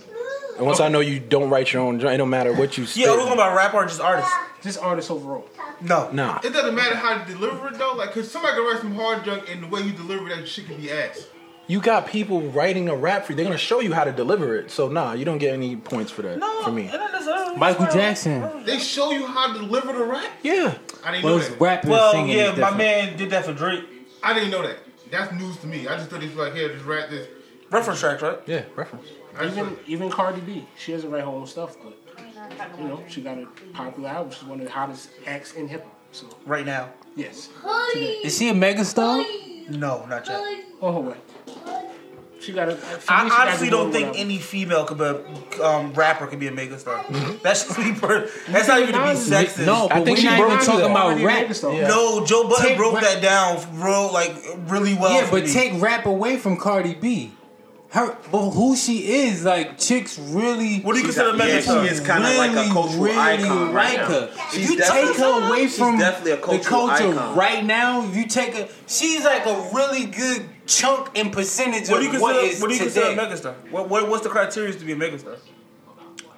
And once I know you don't write your own, joint, it don't matter what you say. Yeah, we're talking about rap or just artists. Just artists overall. No. nah. It doesn't matter how to deliver it though, like, cause somebody can write some hard junk and the way you deliver that shit can be ass. You got people writing a rap for you. They're gonna show you how to deliver it. So nah, you don't get any points for that. for me, Oh, Michael Jackson They show you how to deliver the rap. yeah. I didn't know was that. rapping and Well, singing. yeah, is my different. man did that for Drake. I didn't know that. That's news to me. I just thought they was like, here, just rap this. Reference tracks, right? Yeah, reference. I just Even even Cardi B, she doesn't write her own stuff, but you know she got a popular album. She's one of the hottest acts in hip hop. So Right now. yes, Is she a megastar? No, not yet. on her way. She got a. for me, she I got honestly the don't number think one album. any female could be a um, rapper could be a megastar. That's just me. Per- that's not even to be sexist. Mm-hmm. No, but I think we're she not broke even into talking that. about Already rap. megastar. Yeah. no, Joe Button Take broke rap- that down real, like really well. Yeah, for but me. take rap away from Cardi B. Her, but who she is, like chicks really. What do you She's consider yeah, megastar? she is kinda like a cultural icon right now. her. If She's you definitely- take her away she's from definitely a the cultural culture icon. right now, if you take her, she's like a really good chunk and percentage What do you of consider? what is What, do you consider a today. megastar? What, what what's the criteria to be a megastar?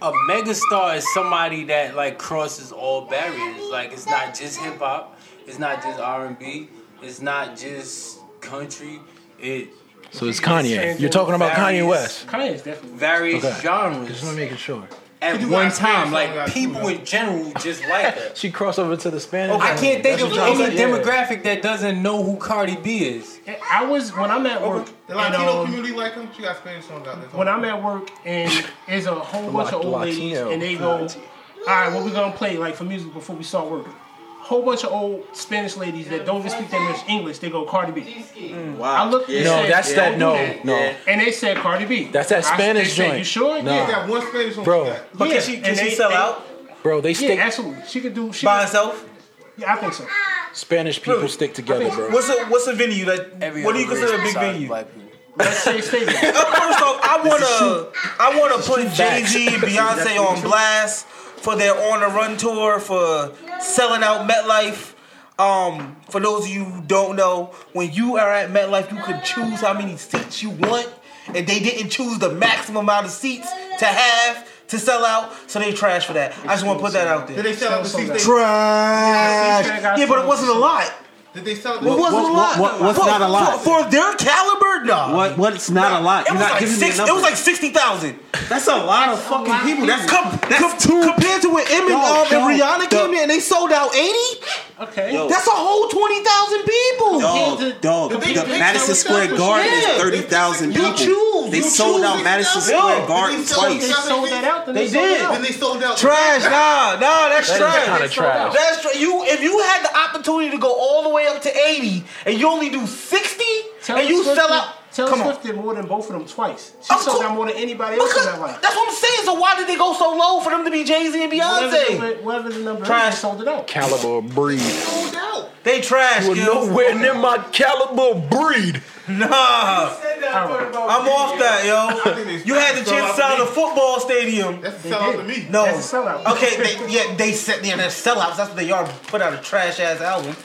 a megastar is somebody that like crosses all barriers. Like it's not just hip hop, it's not just R and B, it's not just country. It So it's Kanye. You're talking about Kanye Various- West. Kanye's definitely. various Okay. Just want genres to make sure. at do one got Spanish time. song Like got people two, in general just like her. She crossed over to the Spanish. I can't think of That's what y'all said, any yeah. demographic that doesn't know who Cardi B is. I was when I'm at work. The and, Latino um, community like them. She got Spanish songs out there. when I'm at work and there's a whole bunch of old ladies Latino. and they go, all right, what we gonna play like for music before we start work? Whole bunch of old Spanish ladies that don't even speak that much English. They go Cardi B. Wow. I looked. Yeah. and Mm. No, said, that's "Don't that. do No, that." no. And they said Cardi B. That's that I- they Spanish said, joint. You sure? Nah. She got one Spanish song. Bro. she got. But Yeah, can she can and she they- sell they- out Bro, they Yeah, stick. absolutely. She could do. She by could, herself? yeah, I think so. Spanish people Bro, stick together, bro. What's a what's a venue that? Every what do you other consider a race big besides venue? Black people. Let's say stadium. First off, I wanna I wanna put Jay Z and Beyonce on blast for their on the run tour for selling out MetLife. Um, for those of you who don't know, when you are at MetLife, you can choose how many seats you want, and they didn't choose the maximum amount of seats to have to sell out, so they trash for that. I just want to put that out Did there. they sell out the seats? They, Trash. Yeah, but it wasn't a lot. did they sell out It the wasn't a lot. what- what- what's For- not a lot? for, for their caliber? No. What? What's not a lot? It was, You're not like giving me a six, it number. was like sixty thousand. That's a lot of fucking people. That's Com- that's com- compared to when Eminem Yo, um, and yo, Rihanna came in and they sold out eighty. Okay, Yo. that's a whole twenty thousand people. Dog, dog. The, Madison Square Garden Yeah. is thirty thousand people. choose, they you sold choose. out Madison Yo, Square they Garden sold- twice. they sold that out, then they They sold did. it out. Then they sold out. Trash, nah, nah, that's That is trash. kinda trash. That's trash. You, if you had the opportunity to go all the way up to eighty and you only do sixty and you Swift sell did- out, Taylor come on. Swift did more than both of them twice. She sold out more than anybody else in that life. That's what I'm saying. So why did they go so low for them to be Jay Z and Whatever Beyonce? the, number- whatever the number Trash. is, they sold it out. Caliber breed. They trash. You are nowhere near my caliber breed. Nah. I'm off that, yo. think they You had the sell chance out to sell to the football stadium. That's a sellout to me. No. That's a sellout. Okay, they, yeah, they set there. They're sellouts. That's what they are. Put out a trash ass album.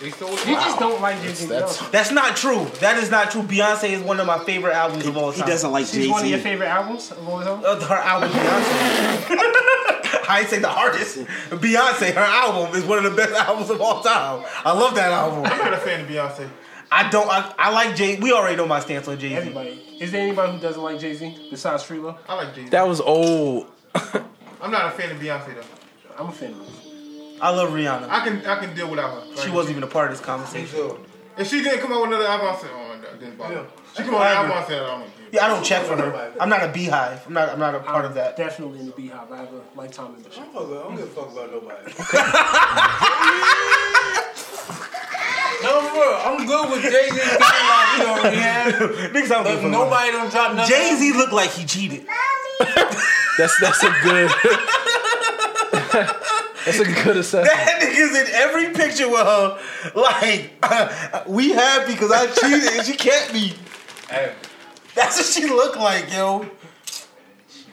They sold You just don't like Jay Z. That's, not true. That is not true. Beyonce is one of my favorite albums of all time. doesn't like She's one of your favorite albums of all time. Uh, her album, Beyonce. I ain't say the hardest. Beyonce, her album is one of the best albums of all time. I love that album. I'm not a fan of Beyonce. I don't. I, I like Jay. We already know my stance on Jay Z. Everybody. Is there anybody who doesn't like Jay Z besides Freelo? I like Jay Z. That was old. I'm not a fan of Beyonce though. I'm a fan. of I love Rihanna. I can I can deal without her. She wasn't even a part of this conversation. If she didn't come out with another album, I said, oh, that didn't bother. me. She come out with I an agree. album, I said, I don't. Yeah, I don't check for her. I'm not a beehive. I'm not. I'm not a part of that. Definitely in the Beehive. I have a lifetime membership. I don't give a fuck about nobody. No, bro, I'm good with Jay Z. Niggas, nobody don't drop nothing. Jay Z looked like he cheated. That's that's a good. that's a good assessment. That nigga's in every picture with her. Like, we happy because I cheated and she can't be. That's what she looked like, yo.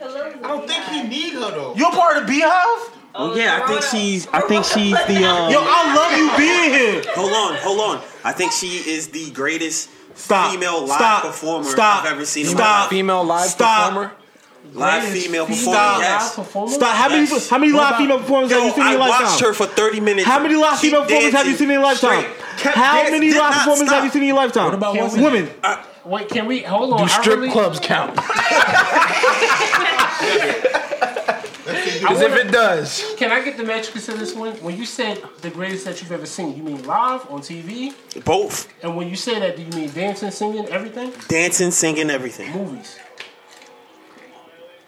I don't think he need her though. You're part of Beehive? Well, yeah, I think she's. I think she's the. Um, Yo, I love you being here. Hold on, hold on. I think she is the greatest Stop. female live Stop. performer Stop. I've ever seen. in my Stop. life. Female live Stop. performer. Live female performer. Stop. Yes. Stop. How many how many live female performers have you seen in I your lifetime? watched her for thirty minutes. How many live She female performers have you dancing seen in your lifetime? straight. Kept How dancing, many did live not performers stop. have you seen in your lifetime? What about women? women? Wait, can we hold on? Do I strip really- clubs count? Because I if wanna- it does, Can I get the metrics of this one? When you said the greatest that you've ever seen, you mean live on TV? Both And when you say that, do you mean dancing, singing, everything? dancing, singing, everything. Movies.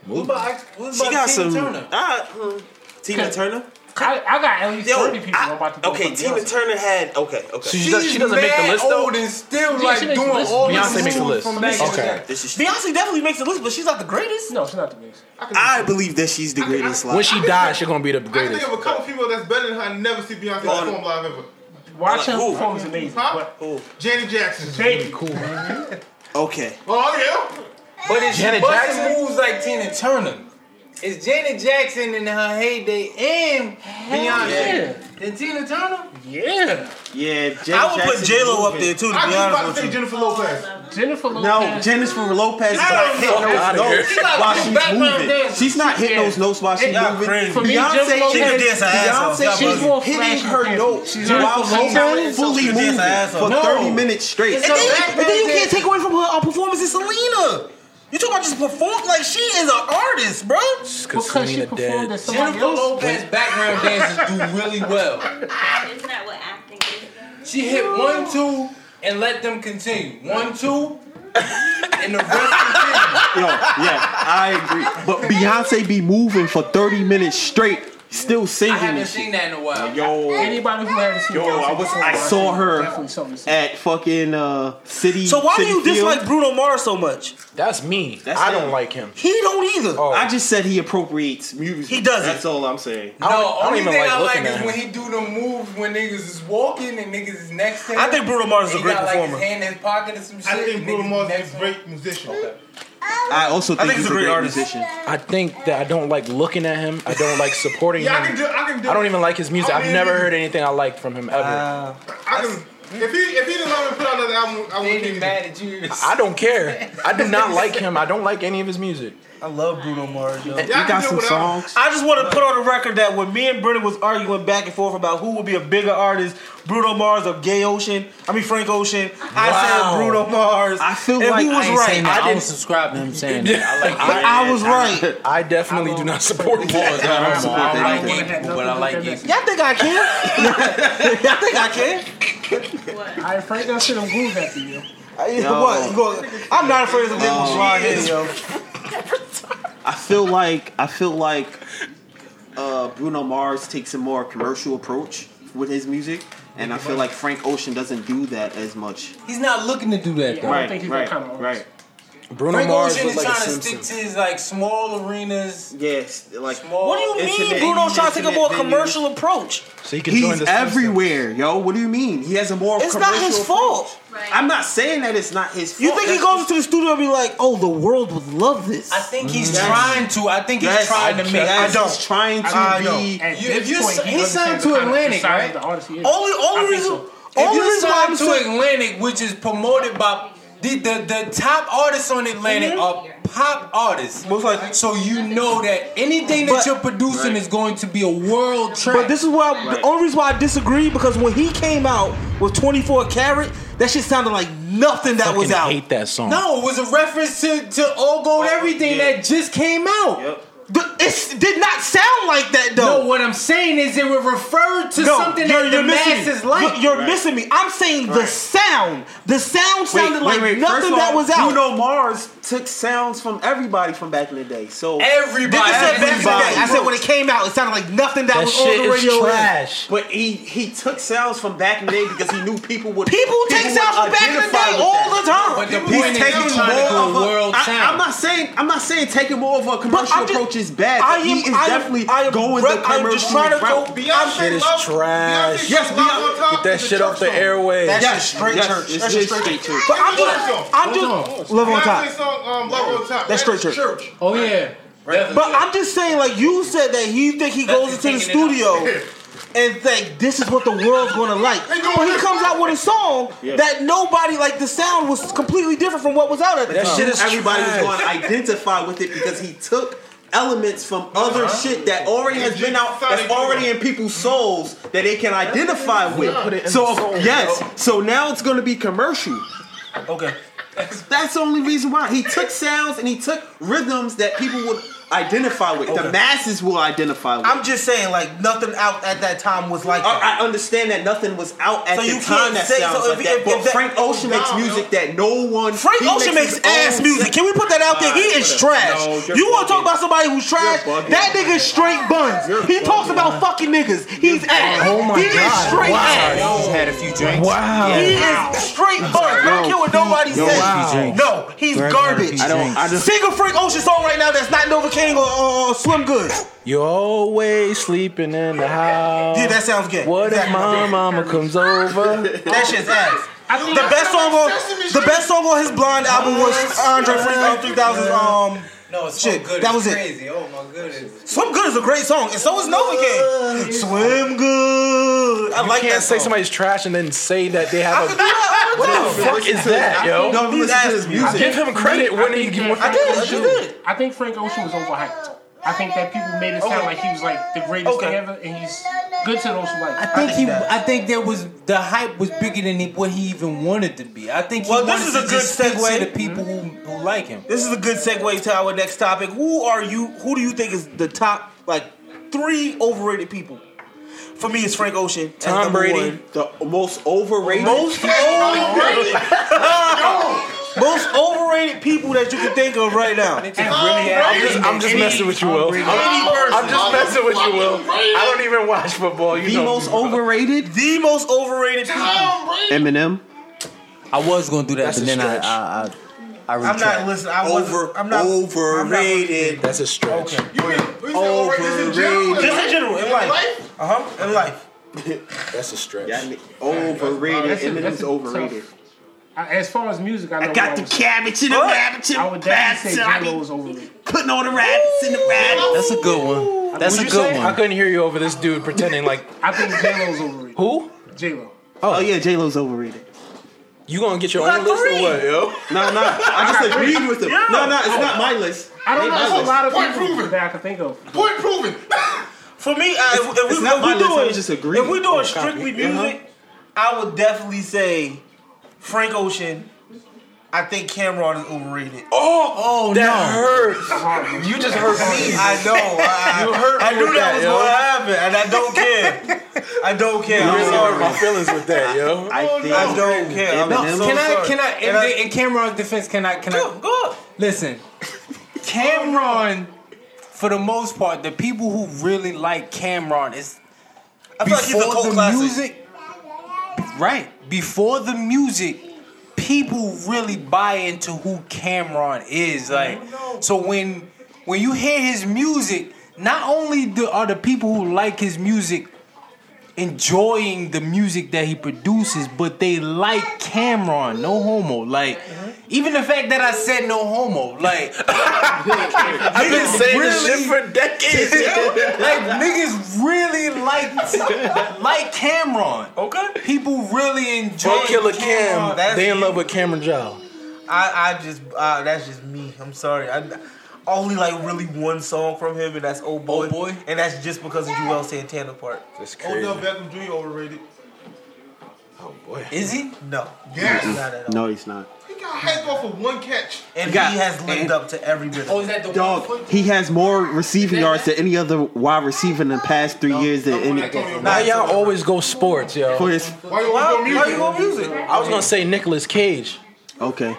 Movies. what She about got Tina some. Turner? Ah, mm, Tina Turner. I, I got at least Yo, 30 people I'm about to throw Okay, for Tina Beyonce. Turner had. Okay, okay. She does- she doesn't make the list, though? old and still Yeah, like, she makes doing the list. all Beyonce makes the list. Okay. This is. Beyonce definitely makes the list, but she's not the greatest. No, she's not the greatest. I believe that she's the greatest. When she dies, she's gonna be the I can greatest. think of a couple people that's better than her. I never see Beyonce On- perform live ever. Watch her perform is amazing. Huh? Janet Jackson. Baby. Cool. Okay. Oh yeah. But it's Janet Janet Jackson Jackson? moves like Tina Turner. It's Janet Jackson in her heyday and Beyonce. Then Tina Turner? Yeah. Yeah, Janet I would put J Lo up there too. To I be was about to honest say with you. Jennifer Lopez. Jennifer No, Lopez. Jennifer Lopez I is not don't know. hitting those Outta here. notes She like while this she's background moving. dancer. She's not hitting those notes while she's Y'all moving. crazy. For me, Jennifer Beyonce Lopez- is She can dance her ass off. Y'all Beyonce bugging. is She's more hitting flashy her dancing. notes She's while not she's fully fully dancing. moving She can dance her ass for off. thirty No. minutes straight. And then, you- but then you can't take away from her uh, performance in Selena. You talking about just perform like she is an artist, bro? Because Selena dead. Jennifer Lopez background dancers do really well. Isn't that what acting is? She hit one, two, and let them continue. One, two, and the rest Yo, yeah, I agree. But Beyonce be moving for thirty minutes straight, still I singing. haven't and shit. seen that in a while. Yo, Anybody who hasn't seen Yo, Beyonce I was- perform I live, saw her Definitely something to see. at fucking uh, city. So why do City you Field. dislike Bruno Mars so much? That's me. That's I him. don't like him. He don't either. I just said he appropriates music. He doesn't. That's all I'm saying. I No, don't, I don't only even thing like I like looking is at him. when he do the moves when niggas is walking and niggas is next to him. I think Bruno Mars is He a great got, performer. Like, his hand in his pocket or some shit. I think Bruno niggas Mars next is to a him. great musician. I also think, I think he's he's a a great great, artist. musician. I think that I don't like looking at him. I don't like supporting Yeah, I him. can do. I can do. I don't even like his music. I I've mean- Uh, never heard anything I like from him ever. I can. If he if he didn't let him put out another album, I wouldn't be mad at you. I don't care. I do not like him. I don't like any of his music. I love Bruno Mars. Though. You got some songs. I just want to put on the record that when me and Brennan was arguing back and forth about who would be a bigger artist, Bruno Mars or Gay Ocean, I mean Frank Ocean, I Wow. said Bruno Mars. I feel and who was I ain't right. saying that. I, didn't- don't subscribe to him saying that. I like I- I was right. I definitely do not support Mars. I don't support I that like gay people, but I like gay people. Y'all think I can? Y'all think I can? I Frank got shit on groove after you. Yo. What? You gonna- I'm not afraid of the Oh, oh, wrong here, Jesus. yo. I feel like I feel like uh, Bruno Mars takes a more commercial approach with his music, and I feel like Frank Ocean doesn't do that as much. He's not looking to do that though. Right, right, right. Bruno Frank Mars Ocean was is like a trying to Simpson. stick to his like small arenas. Yes, like small. What do you mean Bruno's trying to take a more commercial approach? So He's everywhere, yo. What do you mean? He has a more. It's not commercial his approach. fault. I'm not saying that it's not his fault. You think he That's- goes into the studio and be like, "Oh, the world would love this"? I think he's trying to. I think he's trying to make. I don't. He's trying to be- At You, this you, point, he, he signed signed to to Atlantic, Atlantic, right? right? Only, only reason, If only you reason why I'm sign to saying, Atlantic, which is promoted by the the, the top artists on Atlantic are pop artists. so you know that anything that you're producing is going to be a world track. but this is why the only reason why I disagree because when he came out with 24 Karat, that shit sounded like nothing that was Fucking out. hate that song. No, it was a reference to, to All Gold Everything that just came out. It did not sound like that though. No, what I'm saying is it referred to No, something you're- that you're the missing masses me. like. You're- You're missing me. I'm saying the Right. sound. The sound Wait, sounded like wait, wait. First nothing of that all, was out. Bruno Mars took sounds from everybody from back in the day. So Didn't say back in the day. I said when it came out, it sounded like nothing that, was on the radio. But he he took sounds from back in the day because he knew people would People take sounds from would back in the identify day with all the time. But the point is he's trying to go of world I, sound. I'm not saying I'm not saying taking more of a commercial I'm just- approach is bad. I he am- is I am- definitely I am going re- the I am commercial just trying to go route. Beyonce Shit is love- trash. Yes, Beyonce- Get that shit off the airway. That's just straight church. That's just straight church. But I'm just, I'm just love on Beyonce's top. song, um, Love on Top. That's That is straight church. Oh yeah. But I'm just saying, like you said that he think he goes into the studio and think this is what the world's gonna like. But he comes out with a song Yeah. that nobody like the sound was completely different from what was out at the time. everybody was going to identify with it because he took elements from other shit that already has been out, that's already in people's souls that they can identify with. Put it in So the soul, yes, bro. so now it's going to be commercial. Okay. That's the only reason why he took sounds and he took rhythms that people would identify with. The Okay. masses will identify with. I'm just saying, like nothing out at that time was like. that. I I understand that nothing was out at So the you time can't that say- sounds so like if- that. if- but if that- Frank Ocean makes Nah, music that no one. Frank he Ocean makes his ass own music. Can we put that out there? He is Alright, trash. no, you're you want to talk about somebody who's trash? bugging. That nigga's straight buns. he talks about fucking niggas. He's ass. Oh my he God. is straight Wow. ass. He's had a few drinks. Wow. He is straight buns. I don't care what nobody yo, says. wow. He drinks. No, he's Greg garbage. Murphy I don't- I just- Sing a Frank Ocean song right now that's not Novocaine or, or, or Slim Good. You're always sleeping in the house. Yeah, that sounds gay. What if my mama comes over? That shit's ass. The best song on the best song on his blonde album was Andre Frank 3000's um No, it's shit. so good. That was it's it. crazy. Oh my goodness. Swim Good is a great song, and so is Novocaine. Swim Good. I you like can't that say song. somebody's trash and then say that they have I a. could do that all the What the time. fuck is that, yo? Don't He's listen to his ass- music. Give him credit when he. when I did, I just did. I think Frank Ocean was overhyped. I think that people made it sound like he was like the greatest thing ever, and he's good to those who like. I think he. I think there was the hype was bigger than he, what he even wanted to be. I think. He Well, this wanted is to a good just speak segue. to the people who, who like him. This is a good segue to our next topic. Who are you? Who do you think is the top like three overrated people? For me, it's Frank Ocean. as Tom number Brady, one. the most overrated. Most overrated. most overrated people that you can think of right now. Oh, I'm just, I'm just messing with you, Will. I'm, I'm just messing with you, Will. I don't even watch football. You The know most me, bro. overrated. The most overrated people. Eminem. I was gonna do that, but then I, I, I, I I'm not listening. I wasn't. Over- I'm not overrated. That's a stretch. Just in general, in life. Uh huh. In life. That's a stretch. That ni- Overrated. That's a- that's Eminem's a overrated. I, as far as music, I, know got what the was- cabbage and the rabbit and I would the definitely say rabbit. J Lo was overrated. Putting all the rabbits in the rabbit. That's a good one. That's a What'd good you say? I one. couldn't hear you over this dude pretending like I think J Lo was overrated. who? J Lo. Oh, yeah, J Lo's overrated. You gonna get your own list or what, yo? No, no. I just agreed with him. Yeah. No, no, it's not my list. I don't Ain't know. my There's a list. lot of Point people that I can think of. Point proven. For me, I, if, if it's we, not if my we list, I doing was just agreeing. if we doing Oh, copy. strictly Uh-huh. music, I would definitely say Frank Ocean. I think Cameron is overrated. Oh, oh, that hurt. You just hurt me. I know. I, You hurt I me knew with that, that, was yo. going to happen, and I don't care. I don't care. You I'm really sorry. hurt my feelings with that, yo. I, think- I don't care. I'm No, so can I? sorry. Can I? In, And I- the, in Cameron's defense, can I? Can I? Go Listen, Cameron. For the most part, the people who really like Cameron is I feel like he's a cult the classic. music. Right before the music, people really buy into who Cameron is. Like, so when when you hear his music, not only do, are the people who like his music enjoying the music that he produces, but they like Cameron. No homo. Like, Mm-hmm. even the fact that I said no homo, like, I've been niggas saying this shit for decades, yo. like niggas really like like Cameron. Okay. People really enjoy Drug Killer Cameron. Cam, That's they in you. love with Cameron Jow. I, I just uh, that's just me. I'm sorry. I I only like really one song from him, and that's Old Boy. boy. And that's just because of Joel Santana part. That's Odell Beckham Jr. overrated. boy. Is he? No. Yes. Not at all. No, he's not. He got hacked off of one catch. And Got- he has lived and- up to every bit. Oh, is that the Dog, he has more receiving yards than any other wide receiver in the past three years than any. Why y'all always go sports, yo? For his- Why you Why- why you go music? I was gonna say Nicolas Cage. Okay.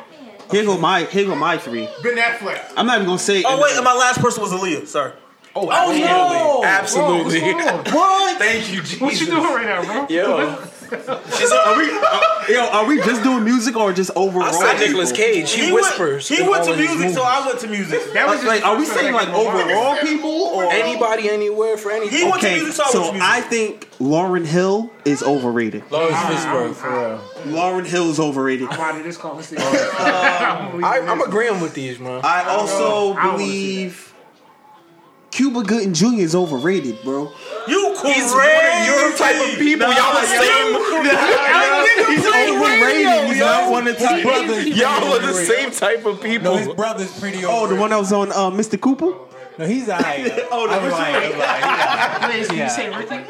Here go my here go my three. Ben Affleck. I'm not even gonna say. Oh wait, and my last person was Aaliyah. Sorry. Oh, no! absolutely. Bro, what's Absolutely. What? Thank you, Jesus. What you doing right now, bro? Yo, are we uh, yo, are we just doing music or just overall? I said Nicolas people? Cage. He, whispers. Went, he in went all to of his music, so movies. I went to music. That was Like, like, are we saying like overall people? or- anybody, anywhere, for anything? Okay, so I think Lauren Hill is overrated. Lawrence Fishburne, for real. Lauren Hill is overrated. I'm out of this conversation. I, I'm agreeing with these, man. Uh, I don't also know. I don't wanna see believe Cuba Gooding Jr. is overrated, bro. You crazy? He's one of your type of people. y'all the same. He's overrated. He's not one of the top brothers. Y'all are the same type of people. his brother's pretty old. Oh, the one that was on uh, Mr. Cooper? No, he's alright. Oh, the I'm Richard lying. I'm lying. Please, can you say Ricky?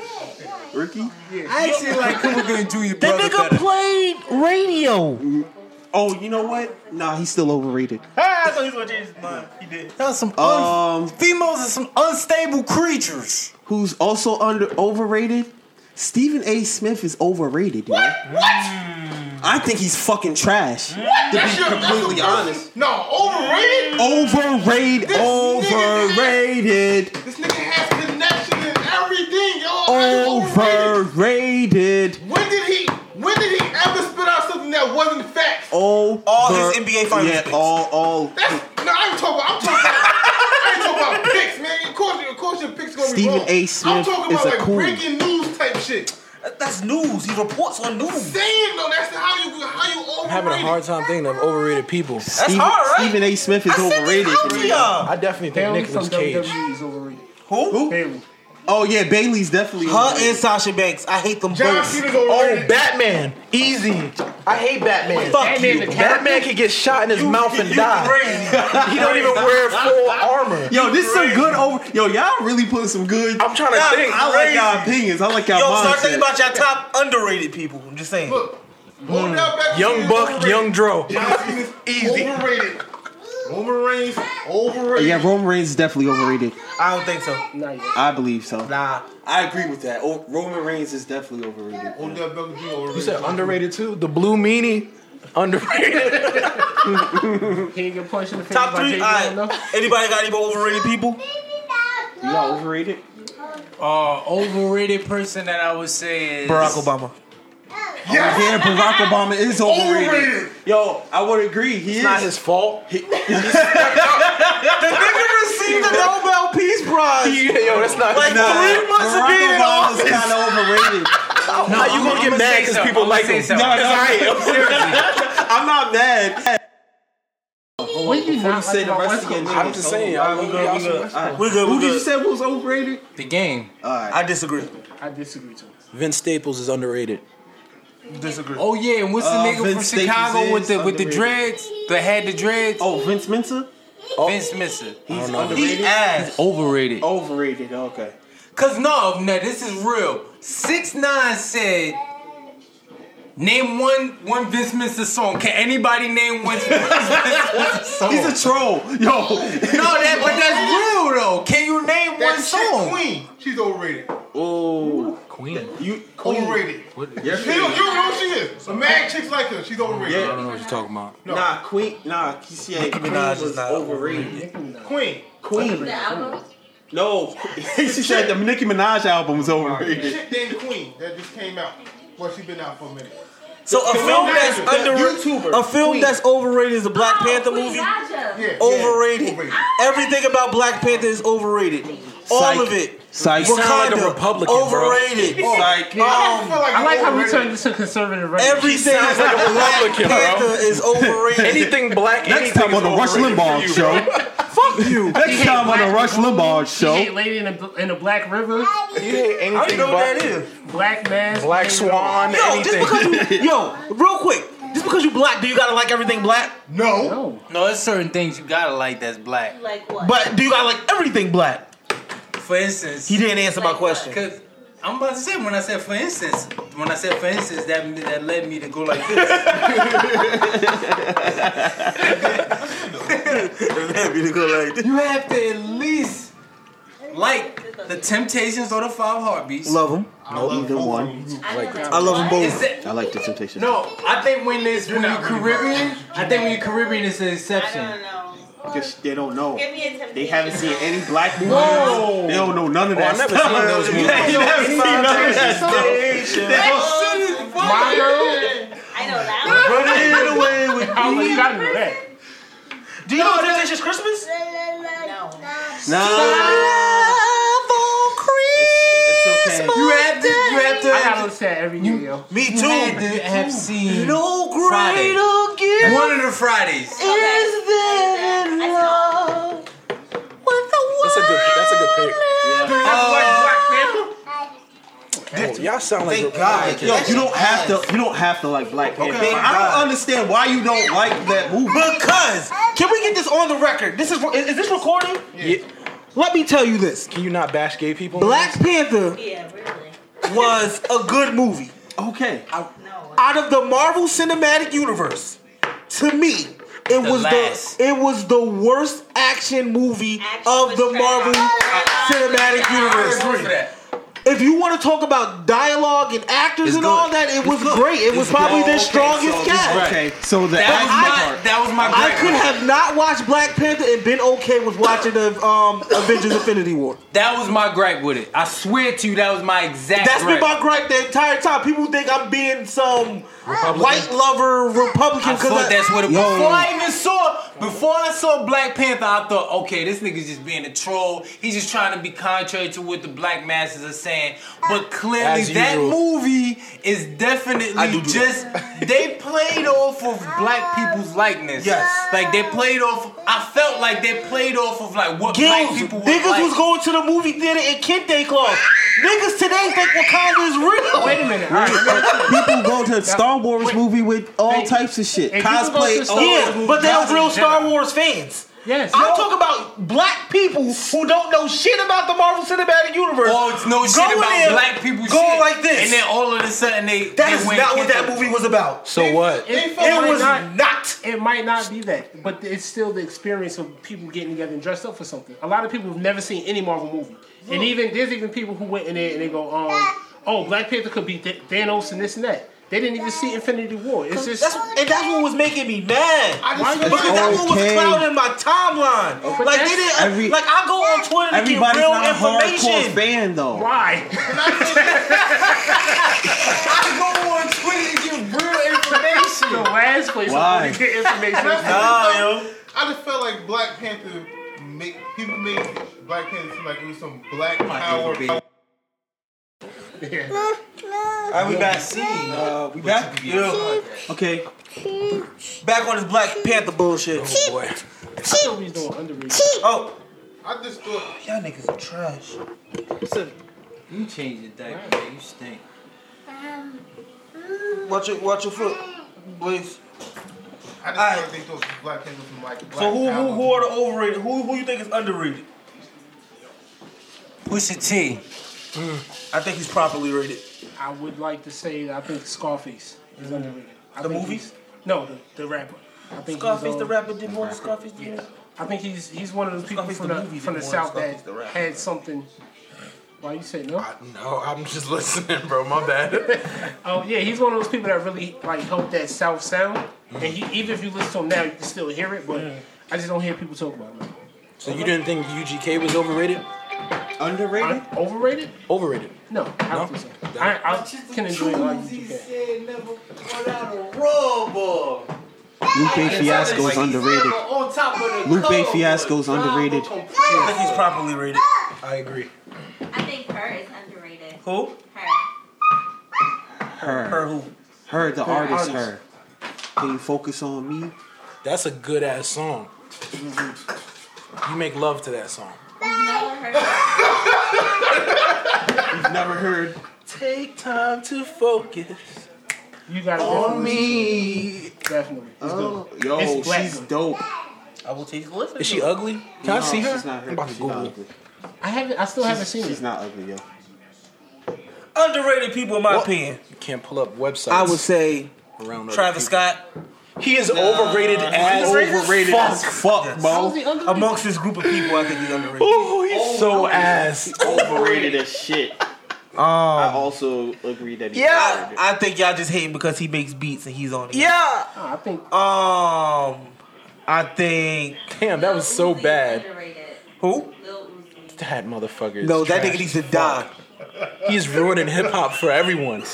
Ricky? I actually like Cooper Gooding Jr. brother better. played radio. Oh, you know what? Nah, he's still overrated. Ah, I thought he was gonna change his mind. He did. That was some un- Um, females are some unstable creatures. who's also under overrated? Stephen A. Smith is overrated. What? What? I think he's fucking trash. To That's be your- that's completely the honest. No, overrated. Overrated, This nigga- overrated, This nigga has connections and everything, yo. Overrated. overrated, When did he? When did he ever spit out something that wasn't facts? over. All his NBA finals Yeah, picks. all, all. That's no. I ain't talking about. I'm talking about. I ain't talking about picks, man. Of course, of course, your picks gonna Stephen be wrong. A. Smith I'm talking is about a like coon. breaking news type shit. That- That's news. He reports on news. Saying though, that's how you how you overrated. I'm having a hard time thinking of overrated people. Stephen, hard, right? Stephen A. Smith is I said overrated. this out to y'all. I definitely think Bailey from Nicolas Cage. WWE is overrated. Who? Bailey. Oh yeah, Bailey's definitely. Her overrated. and Sasha Banks. I hate them John both. Cena's Oh, overrated. Batman. Easy. I hate Batman. Fuck Batman you. the character. Batman could get shot in his mouth and You die. crazy. He don't even wear full armor. Yo, this is some good over. Yo, y'all really put some good. I'm trying Nah, to think. I like y'all opinions. I like y'all Yo, mindset. start thinking about your top underrated people. I'm just saying. Look, Odell Beckham Jr. Hmm. Young is Buck, overrated. Young Dro. John Cena's Easy. Overrated. Roman Reigns overrated. yeah, Roman Reigns is definitely overrated. I don't think so. Not yet. I believe so. Nah. I agree with that. Oh, O- Roman Reigns is definitely overrated. Odell Beckham Jr. You overrated. said underrated too? The Blue Meanie? Underrated. Can you get punched in the face Top by three. Jay-Z All enough? right. Anybody got any more overrated people? You not overrated? Uh, overrated person that I would say is Barack Obama. Yes. Yeah, Barack Obama is overrated. Overrated. Yo, I would agree. He It's is. not his fault. The nigga received the Nobel Peace Prize. Yo, that's not Like his fault. three months of being in Barack Obama's office. kind of overrated. How you gonna get mad because people like him? No, no. I I'm not mad. When you not Say like the about rest West of your Coast? niggas. am just saying. I love y'all so much. We good. Who We did you good. say was overrated? the game. All right. I disagree. I disagree too. Vince Staples is underrated. Disagree. Oh yeah, and what's the Uh, nigga from Vince Staples Chicago with is the with the underrated. dreads that had the dreads? Oh, Vince Mensa. Vince Mensa. He's He ass. overrated. Overrated. Okay. Cause no, no, this is real. Six nine said, name one one Vince Mensa song. Can anybody name one Vince Mensa song? He's a troll, yo. No, that but that's real though. Can you name one song? Queen, she's overrated. Oh, Queen. You Overrated. What? You don't, you don't know who she is. The mad chicks like her. She's overrated. Yeah. I don't know what you're talking about. Nah, Queen. Nah, yeah, Nicki Minaj is not overrated. Queen. Queen. The album? No, she said the Nicki Minaj album was overrated. Shit, then Queen that just came out. Well, she's been out for a minute. So a The film that's Naja, the underrated, YouTuber, a film Queen. that's overrated is a Oh, Black Oh, Panther movie. Yeah. Overrated. Everything about Black Panther is overrated. All Psych. of it. Psych. You sound like a Republican, bro. Overrated. Psych. Um, I like how we turned this to conservative. Right? Everything is like a Republican, Black Panther is overrated. Anything black, Next anything time on the is Rush overrated Limbaugh for you, show. bro. Fuck you. Next time on the Rush Limbaugh She hate show. lady in a, in a black river. You hate anything I don't know black, what that is. Black man. black swan, Yo, anything. just because you, yo, real quick, just because you black, do you gotta like everything black? No. No. No, there's certain things you gotta like that's black. Like what? But do you gotta like everything black? For instance, He didn't answer my question. because I'm about to say when I said for instance, when I said for instance, that that led me to go like this. you have to at least like the Temptations or the Five Heartbeats. Love him. No, either one. I know uh, that. I love them Is both. that- I like the Temptations. no, I think when it's when you're Caribbean, I think when you're Caribbean, it's an exception. I don't know. Just they don't know. Give me a temptation. They haven't seen any black movies. No. They don't know none of that. I never stuff. seen those movies. They never seen none of that stuff. My girl. I know that Running away with How you gotta know that? Do you know Temptations Christmas? one. No. It's okay. You have to, you have I to, gotta listen to every year, yo. Me you had too. to have seen No Friday. greater gift one of the Fridays. Okay. is there in I love with the world. That's a good. That's a good pick. Oh, y'all sound like Republicans. Yo, you don't have to. You don't have to like Black Panther. Thank I God. don't understand why you don't like that movie. Because can we get this on the record? This is is, is this recording? Yeah. Let me tell you this. Can you not bash gay people? Black Panther Yeah, really. was a good movie. Okay, No. Out of the Marvel Cinematic Universe, to me, it was last. the it was the worst action movie Action of was the trash. Marvel Cinematic Universe. If you want to talk about dialogue and actors and all that, it was great. It was probably the strongest cast. okay. So the That was action my, part. that was my. I gripe. could have not watched Black Panther and been okay with watching the um, Avengers Infinity War. That was my gripe with it. I swear to you, that was my exact. That's gripe. been my gripe the entire time. People think I'm being some white lover Republican I because thought that's what it was. Yo. Before I even saw, before I saw Black Panther, I thought, okay, this nigga's just being a troll. He's just trying to be contrary to what the black masses are saying. But clearly, As that usual. movie is definitely just they played off of black people's likeness. Yes. like they played off. I felt like they played off of like what black Gills, people were niggas like. was going to the movie theater in kente cloth. niggas today think Wakanda is real. Wait a minute. All right. People go to Star Wars movie with all Hey, types of shit. hey, people go to Cosplay. Star all- Wars Yeah, but they're real Star Wars fans. Yes. I'm talking about black people who don't know shit about the Marvel Cinematic Universe. Oh, it's no shit Going about in, black people going shit. like this. And then all of a sudden they That they is went not what that kente. movie was about. So what? It, It was not. not. It might not be that, but it's still the experience of people getting together and dressed up for something. A lot of people have never seen any Marvel movie, and even there's even people who went in there and they go, um, "Oh, Black Panther could be Th- Thanos and this and that." They didn't even see Infinity War. It's just That's, and that's what was making me mad. I Why just you feel Because that one was Okay. clouding my timeline. Like they that's- didn't. Every- like I go on Twitter to get Everybody's real not a hardcore information. fan though. why. I go on Twitter to get real information. the last place Why? I'm to get information. That's- is- I just felt like Black Panther make people made Black Panther seem like it was some black power. Alright, we back. Uh, we back. Yeah. Okay. Back on this Black Panther bullshit. Boy. Nobody's doing underrated. Oh, I just thought y'all niggas are trash. You changed the diaper, man. You stink. Watch your watch your foot, please. I just right. think those Black Panther from like Black So who who Power. who are the overrated? Who who you think is underrated? Pusha T. I think he's properly rated. I would like to say that I think Scarface is underrated. I The think movies? he's- No, the, the rapper. I think Scarface the rapper did more than Scarface the yeah. I think he's he's one of those people Scarface from the the, movie from did the more than south Scarface that the rapper. had something. Why you say no? No, I'm just listening, bro. My bad. Oh yeah, he's one of those people that really like helped that South sound, and he, even if you listen to him now, you can still hear it. But I just don't hear people talk about him. So you didn't think UGK was overrated? Underrated? overrated? Overrated. No, I don't think so. I, I can enjoy a lot of UGK. said never without a raw boy. Lupe Fiasco is underrated. On top of the Lupe cold. Fiasco is underrated. I think he's properly rated. I agree. I think her is underrated. Who? Her. Her. Her who? Her, the Her artist, artist. her. Can you focus on me? That's a good ass song. You make love to that song. You've never heard. Take time to focus. You gotta On definitely me. listen to it. Definitely. Oh, yo, It's black she's girl. dope. I will take a listen. Is she ugly? Can I No, see her? She's not her. I'm about to She's not Google. ugly. I haven't. I still She's- haven't seen She's it. not ugly, yo. Underrated people, in my opinion. You can't pull up websites. I would say around Travis Scott. He is overrated as Overrated fuck. as fuck, bro. he underrated? Amongst this group of people, I think he's underrated. Ooh, he's Oh, so ass. Overrated as shit. Oh. I also agree that he's Yeah, overrated. I think y'all just hate him because he makes beats and he's on it. Yeah. Oh, I think Uh, Um, I think Damn, that was so bad. Underrated. who? Lil Uzi. That motherfucker. Is No, that trash nigga needs as to die. fuck. He's ruining hip hop for everyone.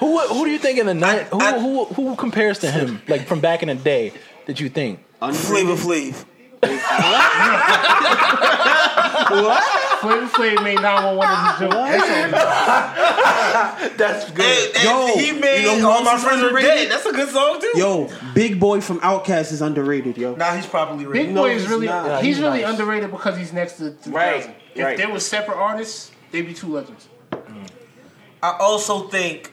Who who do you think in the night? Who, who who compares to him? Like from back in the day? Did you think? Flavor Flav. Flavor Flav made 911 his joke. That's Hey, hey, Yo, he made you know who all else my is friends are underrated? dead. That's a good song too. Yo, Big Boy from Outkast is underrated, yo. Nah, he's probably rated. Big No, Boy is he's really not. Yeah, he's, he's really nice. underrated because he's next to 3000. Right, If right. they were separate artists, they'd be two legends. I also think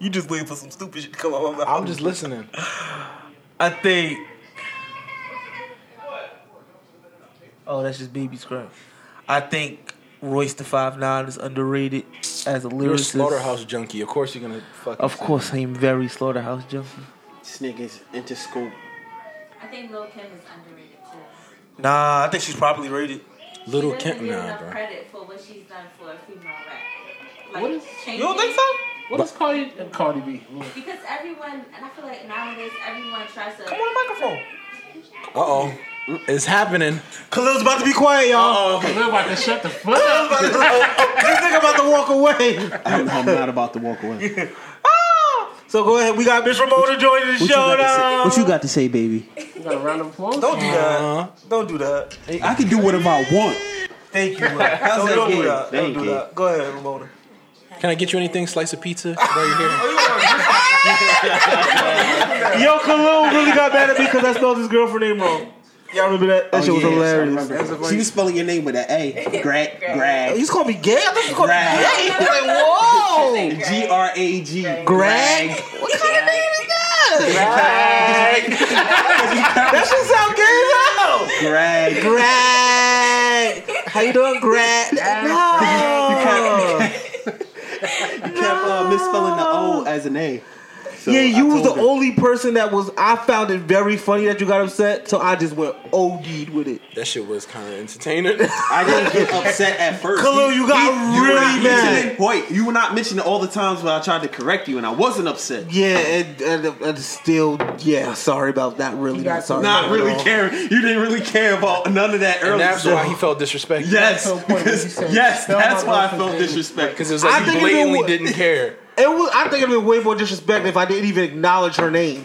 you just waiting for some stupid shit to come out of my mouth. I'm just listening. I think. Oh, that's just baby scrap. I think Royce the Five Nine is underrated as a You're a lyricist. slaughterhouse junkie. Of course you're gonna fuck. Of course, I am very slaughterhouse junkie. This nigga's Interscope. I think Lil Kim is underrated too. Nah, I think she's probably rated. Little She doesn't Kim, get nah, enough bro. credit for what she's done for a female rapper. Like, What is- changing- You don't think so? What is Cardi uh, Cardi B? Because everyone, and I feel like nowadays everyone tries to. Come on, the microphone. Uh oh, it's happening. Khalil's about to be quiet, y'all. Oh, We're about to shut the fuck up. this nigga about to walk away. I'm, I'm not about to walk away. So go ahead. We got Miss Ramona joining the What you, show got to now. say, what you got to say, baby? We got a round of applause. Don't do that. Uh-huh. Don't do that. I can do whatever I want. Thank you. Ray. Don't, don't do that. Don't Thank do you. that. Go ahead, Ramona. can I get you anything? Slice of pizza right here. Oh, Yo, Khalil really got mad at me because I spelled his girlfriend name wrong. Y'all remember that? That Oh, shit was yeah, hilarious. I That's a remember. funny- She was spelling your name with an A. Greg. You Greg. just call me gay? I thought you called Greg. me gay. Like, whoa. G R A G. Greg? What kind of name is that? that should sound gay as hell. Greg. Greg. Greg. How you doing, Greg? No. Kept uh, misspelling the O as an A. So yeah, you I was the told her. only person that was. I found it very funny that you got upset, so I just went OD'd with it. That shit was kind of entertaining. I didn't get upset at first. Khalil, you got were really not mad. mentioning- Wait, you were not mentioning all the times when I tried to correct you and I wasn't upset. Yeah, and, and, and still, yeah. Sorry about that. Really, got not sorry. Not about it really all. caring. You didn't really care about none of that earlier. and that's stuff. why he felt disrespected. Yes, Until the point where because- he said, yes, "Spell that's my why I girlfriend's felt name." disrespect. Because it was like he I think if it blatantly wa- didn't care. It was. I think it'd be way more disrespectful if I didn't even acknowledge her name.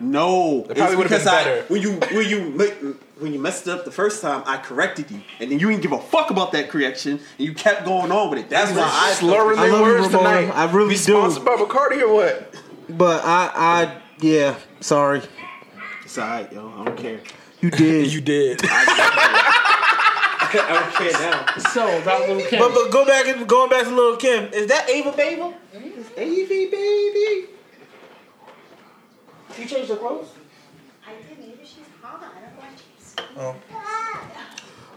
No, It probably it's would've been because I- better. when you when you ma- when you messed it up the first time, I corrected you, and then you didn't give a fuck about that correction, and you kept going on with it. That's why I felt slurring I their love you, words Ramona. tonight. I really Be do. sponsored by Bacardi or what? But I, I, yeah. Sorry, It's alright, yo. I don't care. you did. You did. okay, now. So about little Kim. But but go back and going back to little Kim. Is that Ava Bava? Ava baby. You changed the clothes. I did. Maybe she's hot. I don't know why she's. Oh.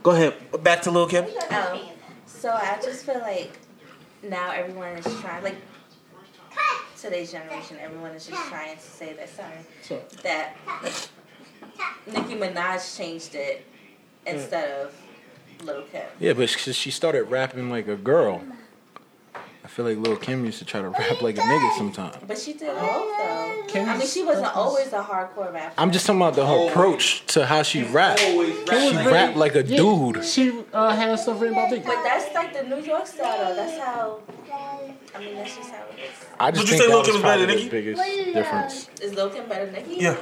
Go ahead. Back to little Kim. Um, so I just feel like now everyone is trying, like today's generation, everyone is just trying to say that Sure. something that Nicki Minaj changed it instead of Lil Kim. Yeah, but she, she started rapping like a girl. I feel like Lil Kim used to try to rap like a nigga sometimes. But she Oh. did both though. Can I you mean, she wasn't stop always a hardcore rapper. I'm just talking about the Oh. her approach to how she rapped. Always She rap like- rapped like a Yeah, dude. She uh, has stuff written about But Biggie. that's like the New York style though. That's how. I mean, that's just how it is. I just Would you think say that Lil was Kim's better probably than the biggest difference. Is Lil Kim better than Nicki? Yeah.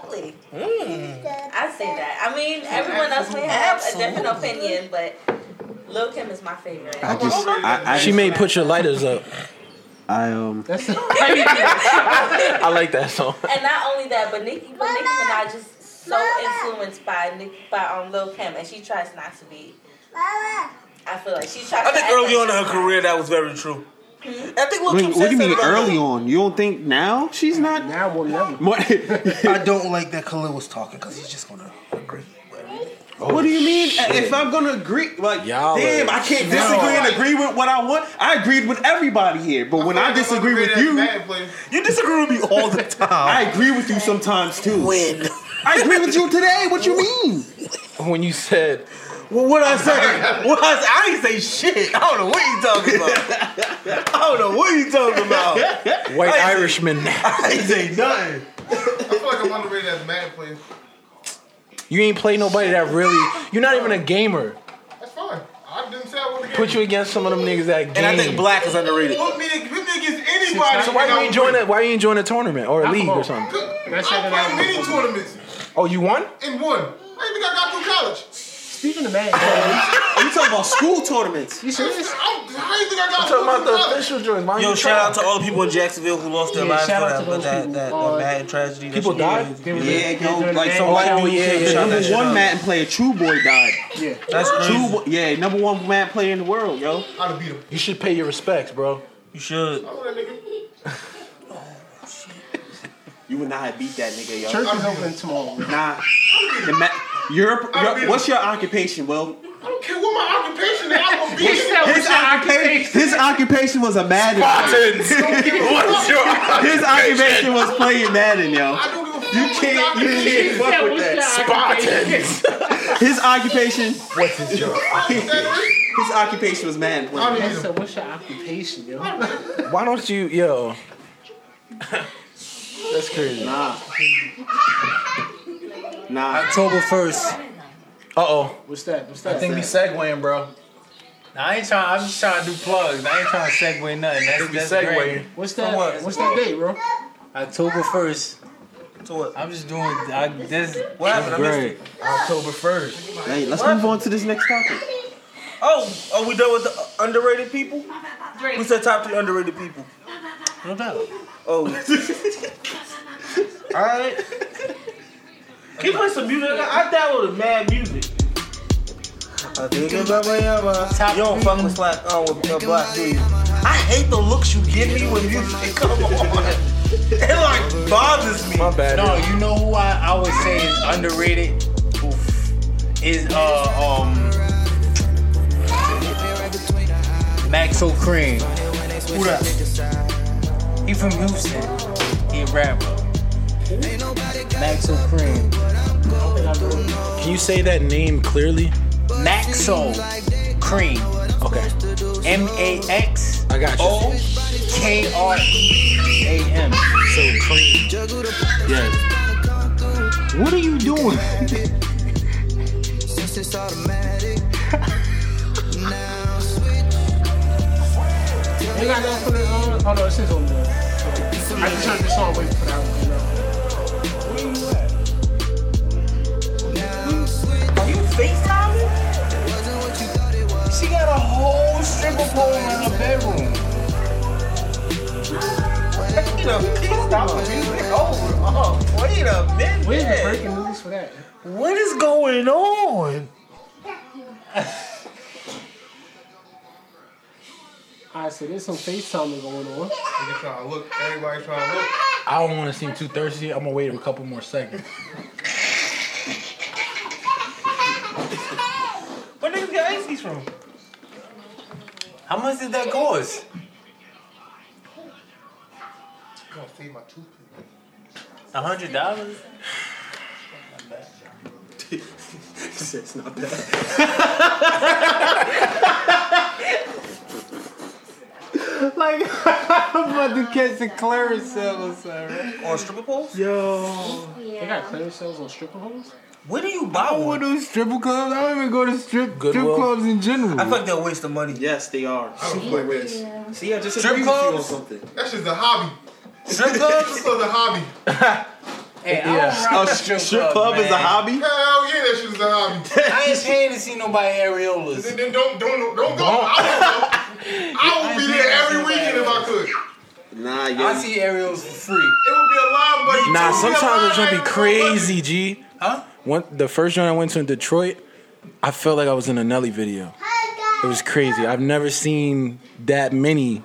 Absolutely. Mm. I say that. I mean, everyone else may have a different opinion, but Lil Kim is my favorite. I just, I, I she may put your lighters up. I um. I like that song. And not only that, but Nicki, but Nicki Minaj is so influenced by Nick, by um, Lil Kim, and she tries not to be. I feel like she tries. I think to early on in her career that was very true. I think Lil Wait, Kim what do said you mean something about early on? You don't think now she's not? Now we'll never. What? I don't like that Khalil was talking because he's just gonna agree. what Oh, do you mean? shit. If I'm gonna agree, like, Y'all damn, are- I can't Y'all disagree are- and agree with what I want. I agreed with everybody here, but when I disagree with you, you disagree with me all the time. I agree with you sometimes too. When? I agree with you today. What you mean? When you said, well, what I said, what I, said, I didn't say shit. I don't know what you talking about. I don't know what you talking about. White Irishman. I ain't say nothing. I feel like I'm underrated as a mad player. You ain't play nobody that really. You're not even a gamer. That's fine. I didn't say I wanted to get Put you against some of them niggas that game. And I think black is underrated. Put me, put me against anybody. So why you ain't join a, why you ain't join a tournament or a league Alcohol. or something? I played many tournaments Oh, you won? and won. I even got through college. Speaking of mad, are you talking about school tournaments? You serious? I, I didn't think I got I'm talking through about the college. official joints. Yo, shout out to all the people in Jacksonville who lost their Yeah, lives for shout out that, to but those that, people. that, Uh, that bad tragedy. people that died? Yeah, They yo, were- yo, like some some white dude. yeah, yeah, number one Madden player, True Boy died. Yeah, That's True crazy. Boy, yeah, number one Madden player in the world, yo. I'd beat him. You should pay your respects, bro. You should. You would not have beat that nigga, yo. Church is open tomorrow. Nah, the Ma- Europe. I Europe- mean- what's your occupation, Will? I don't care what my occupation is. I'm gonna be His, his occupation, his occupation was a Madden. player. Spartans, what's your his occupation? occupation was playing Madden, yo. You can't, you can't fuck with that. His occupation. What's his job? his occupation was Madden. That's a, what's your occupation, yo? Why don't you, yo? That's crazy. Nah. Nah. October first. Uh oh. What's that? What's that? I think we segueing, bro. Nah, I ain't trying. I'm just trying to do plugs. I ain't trying to segue nothing. That's, that's great. What's that? What's that date, bro? October first. To what? I'm just doing. I, this. What happened? I missed it. October first. Hey, let's move on to this next topic. Oh, are we done with the underrated people? We said top three underrated people. No doubt. Oh. All right. Can you play some music? I downloaded mad music. I think about my yama. You don't fuck with slack on with uh, black, do you? I hate the looks you give me when music come on. It like bothers me. My bad. No, you know who I, I would say is underrated. Oof. Is uh um. Max O'Cream. Who that? He from Houston. He a rapper. Max O'Cream. Can you say that name clearly? Maxo Cream. Okay. M A X I got you. O K R E A M. So cream. Yeah. What are you doing? Since it's automatic. They got that for the. Oh no, this is on the. I just heard this song. Wait for that one. Are you FaceTiming? She got a whole stripper pole in her bedroom. Wait a minute. Stop the music. Hold on. Wait a minute. Where's the breaking news for that? What is going on? Alright, so there's some FaceTime going on. trying to look. Everybody trying to look. I don't want to seem too thirsty. I'm gonna wait a couple more seconds. Where did you get ices from? How much did that cost? I'm gonna save my toothpaste. A hundred dollars. it's not bad. like I'm about to catch the clearance sale or something. On stripper poles? Yo. They got clearance sales on stripper holes? Where do you buy of one? those stripper clubs? I don't even go to strip, strip Goodwill. clubs in general. I feel like they're a waste of money. Yes, they are. Super waste. See, I just Strip agreed with you on clubs? something. That's just a hobby. Strip clubs? Strip clubs a hobby. Hey, I don't Oh, rock with strip Oh, club, man. Hell yeah, that shit's a hobby. I ain't paying to see nobody areolas. Then don't don't don't go. I would go. I would be there every weekend if I could. Nah, I see aerials for free. It would be a line, but Nah, it would be a sometimes it's line. gonna be crazy, G. Huh? One, the first joint I went to in Detroit, I felt like I was in a Nelly video. It was crazy. I've never seen that many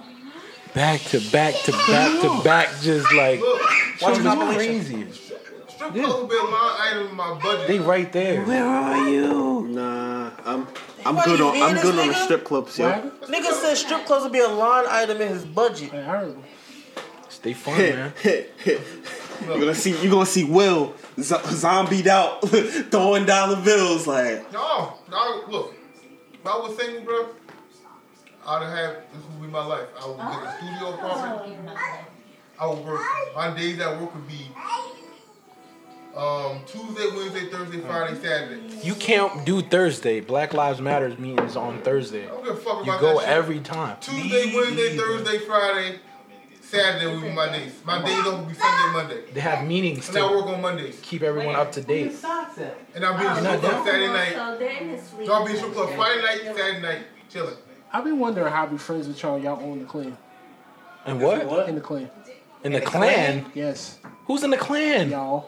back to back to back to back, just like Watch it was compilation. crazy. Strip club would be a line item in my budget. They right there. Where are you? Nah, I'm I'm Why good you on hear I'm this good on the nigga? strip clubs, yo. Nigga said strip clubs would be a line item in his budget. Stay fun, man. You're gonna see you gonna see Will z- zombied out throwing dollar bills like No, no. Look, if I was single, bro, I'd have had this would be my life. I would get a studio apartment. I would work. My days at work would be um, Tuesday, Wednesday, Thursday, Friday, Saturday. You can't do Thursday. Black Lives Matters meetings on Thursday. I don't give a fuck You about go that shit. every time. Tuesday, Wednesday, Thursday, Friday, Saturday would be my days. My days off would be Sunday, Monday. They have meetings And I work to on Mondays. keep everyone up to date. And I'll be in the strip club Saturday night. So I'll be in the strip club Friday night, Saturday night, chilling. I've been wondering how I be friends with y'all. Y'all own the clan. And what? In the clan. In the clan? Yes. Who's in the clan? Y'all.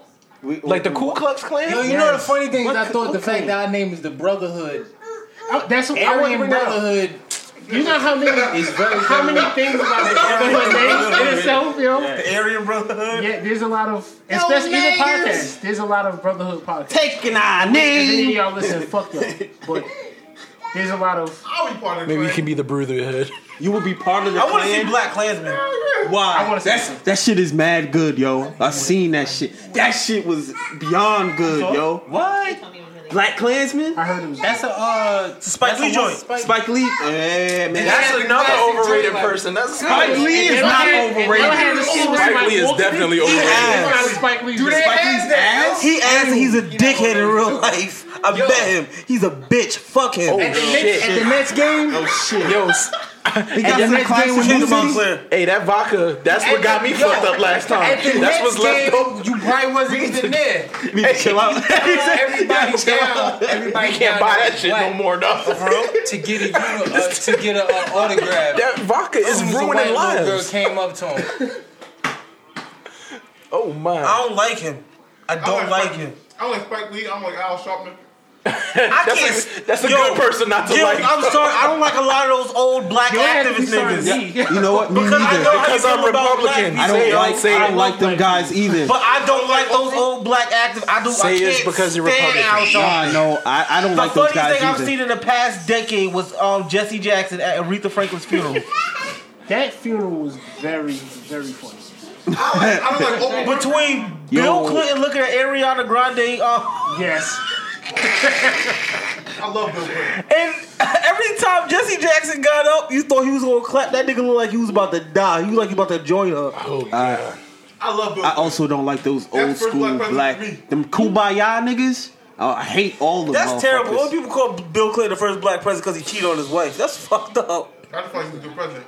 Like the Ku Klux Klan? Yo, you know the Yes. funny thing is What I Ku thought the Klux fact Klan? that our name is the Brotherhood. that's what I wanted to Aryan bring that up. Brotherhood. You know how many It's very how many things about the brotherhood name in itself, yo? The Aryan Brotherhood. Yeah, there's a lot of especially in the niggas. podcast. There's a lot of brotherhood podcasts. Taking our If any of name. y'all listen, fuck y'all. But there's a lot of I'll be part of the Maybe you clan. can be the Brotherhood. You will be part of the I want to see clan? Black Klansmen. Why? I wanna see That's- something. that shit is mad good, yo. I seen that shit. That shit was beyond good, yo. What? Black Klansman, I heard it was That's a uh Spike that's Lee a- joint. Spike Lee. Eh, man. That's Yeah, another classic overrated Drake, like- person. That's Spike Lee is If y'all not had- if y'all had overrated. a shit with Spike Mike Lee is Wolf, definitely he overrated. ass. He ass. Spike Lee's Do just- they Spike Lee's have that? ass? He ass and he's a dickhead in real life. I bet him. He's a bitch. Fuck him. Oh, shit. At the next game, Oh shit. Yo, s- He got the some next class game with in New New City? Montclair. hey, that vodka, that's what got me fucked up last time. at the That's what's left next over. game, you probably wasn't even there. You need to chill out. Everybody down. Everybody You can't down buy there that shit no black. more, though. to get a uni- uh, to get a uh, autograph. That vodka is Soon as the white ruining little Girl lives. came up to him. Oh my! I don't like him. I I don't like him. I like Spike Lee. I'm like Al Sharpton. I That's can't. a, that's a good person not to yo, like. I'm sorry. I don't like a lot of those old black Your ass be activist starting niggas. to see. You know what? Me Because I neither. know how Because you I'm feel about Republican. black I people, Say don't it, yo. like say it. I don't like them guys either. But I don't like those old black activists. I do. Say I it's can't because you're stand Republican. Al Sharpton. Nah, no, I, I don't The like those funniest guys thing I've either. seen in the past decade was um, Jesse Jackson at Aretha Franklin's funeral. That funeral was very, very funny. I don't like open Between Yo. Bill Clinton looking at Ariana Grande, uh, Yes. I love Bill Clinton. and every time Jesse Jackson got up, you thought he was gonna clap. That nigga looked like he was about to die. He was like he about to join her. I love Bill I Clinton. also don't like those old That's first school black black, president to me. them kumbaya niggas. Oh, I hate all of them. That's terrible. What people call Bill Clinton the first black president because he cheated on his wife? That's fucked up. I just thought he was a good president.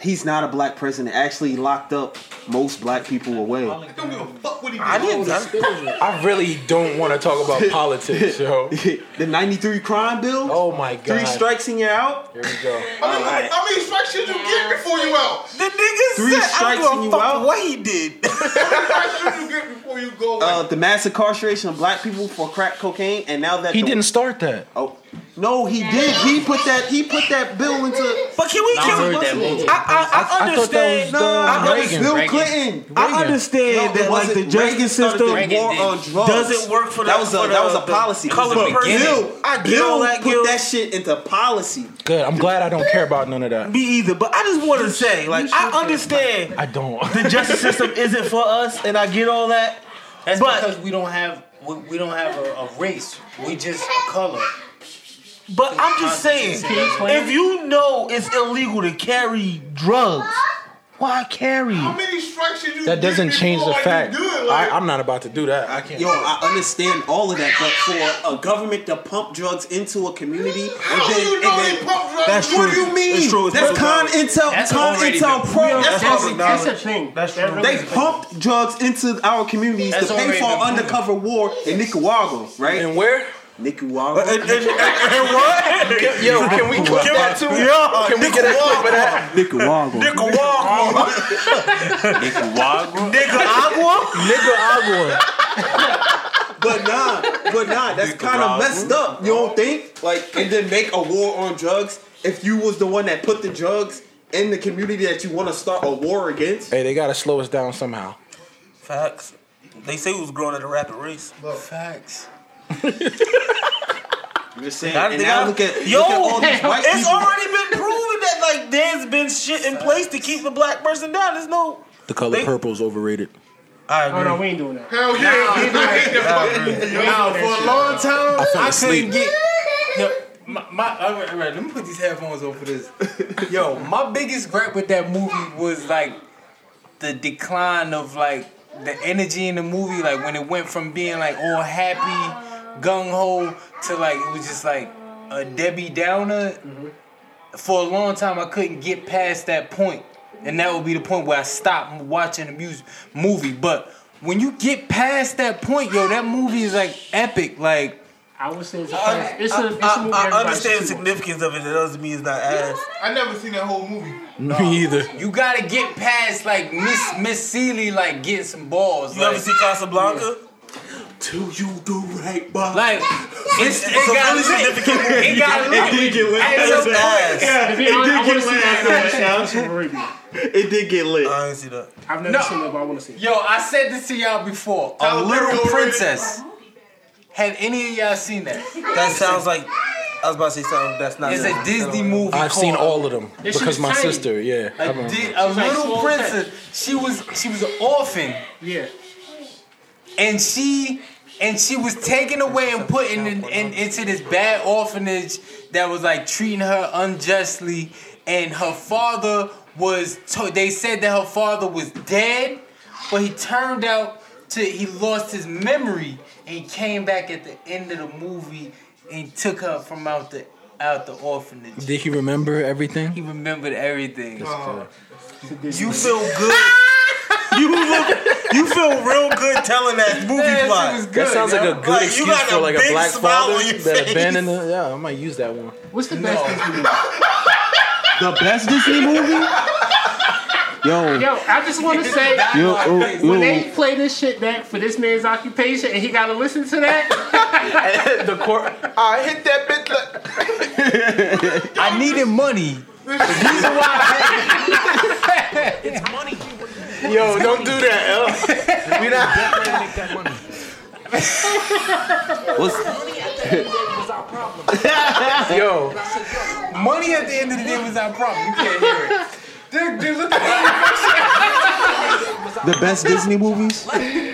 He's not a black president. Actually, locked up most black people away. I don't give a fuck what he did. I didn't. I, I really don't want to talk about politics, yo. the '93 crime bill. Oh my god! Three strikes and you're out. Here we go. I mean, how many strikes should you get before you out? the nigga Three said, "I strikes don't and give you a fuck out. what he did." How many strikes should you get before you go? Uh, Like, the mass incarceration of black people for crack cocaine, and now that He the- didn't start that. Oh, No, he did. He put that. He put that bill into. But can we? I Can we heard that multiple I, times. I, I- I I thought that was, understand. uh, I under- Reagan. Reagan. I Reagan. understand No, it that like the wasn't. Reagan justice started system the war on drugs. doesn't work for the, that was a for the, that was a the policy. Colored But person. Bill, I Bill that put that shit into policy. Good. I'm glad I don't care about none of that. Me either. But I just want to say, like, I understand I don't. the justice system isn't for us, and I get all that. That's but because we don't have we, we don't have a, a race. We just a color. But I'm just saying, if you know it's illegal to carry drugs, why carry? How many strikes did you That doesn't change the fact. I, like- I'm not about to do that. I can't. Yo, I understand all of that, but for a government to pump drugs into a community, and How then, do you and know then- they pump drugs? That's What true. do you mean? That's true. That's, That's con public intel. knowledge. That's con already intel been- pro. That's That's, public knowledge. That's a thing. That's true. They pumped drugs into our communities That's to pay already for been proven. undercover war in Nicaragua, right? And where? Uh, Nicaragua. And, what? Yo, can we clip that too? uh, Can we get a clip of that? Nicaragua. Nicaragua. Nicaragua. Nicaragua. Nicaragua. But nah, but nah, that's kind of messed up. You don't think? Like, and then make a war on drugs if you was the one that put the drugs in the community that you want to start a war against. Hey, they gotta slow us down somehow. Facts. They say we was growing at a rapid race. Facts. I'm just saying. I and think now I- look at yo, look at all these white it's people. already been proven that like there's been shit in place to keep the black person down. There's no. The color They- purple's overrated. I Oh no, we ain't doing that. Hell yeah. Nah, for a long I time, fell I, couldn't asleep. get. Yo, my, my all right, all right, let me put these headphones on for this. Yo, my biggest gripe with that movie was like the decline of like the energy in the movie, like when it went from being like all happy, gung ho, to like it was just like a Debbie Downer. For a long time, I couldn't get past that point, and that would be the point where I stopped watching the music movie. But when you get past that point, yo, that movie is like epic. Like I would say it's a I, classic. It's a, it's a movie. I, I everybody understand the should see. significance of it. It doesn't mean it's not ass. I never seen that whole movie. Me either. You gotta get past like Miss Miss Seeley like getting some balls. You like, ever see Casablanca? Till you do right by. Like it's, It's it a got really lit. significant movie. It got lit. It did get lit. At It's some ass. point- Yeah, to be It honest, did I wanna get see lit. that. That's That's a review. It did get lit. I didn't see that. I've never No. seen it, but I want to see it. Yo, I said this to y'all before. A Little Princess. Have any of y'all seen that? That sounds like I was about to say something that's not. It's it. a Disney movie. I've seen called all of them This shit because is my tiny. sister. Yeah. I A, remember. di- a She's like little small princess. She was she was an orphan, Yeah. and she and she was taken away and put in, in, in- into this bad orphanage that was like treating her unjustly. And her father was to- they said that her father was dead, but he turned out to he lost his memory and he came back at the end of the movie and took her from out the out the orphanage. Did he remember everything? He remembered everything. You feel good. you look. You feel real good telling that movie That shit plot. was good, That sounds like yo. a good Like, you excuse got for a like a big black smile father on your that face. abandoned. The, yeah, I might use that one. What's the best Disney movie? The best Disney movie? Yo. Yo, I just want to say, Yo, oh, yo. when they play this shit back for this man's occupation, and he got to listen to that. the court. I hit that bit. Like, I needed money. The reason why Yo, don't do that. L. We not. Money at the end of the day was our problem. Yo, I said, yo, I- money at the end of the day was our problem. You can't hear it. Dude, dude, look at The best Disney movies? her. She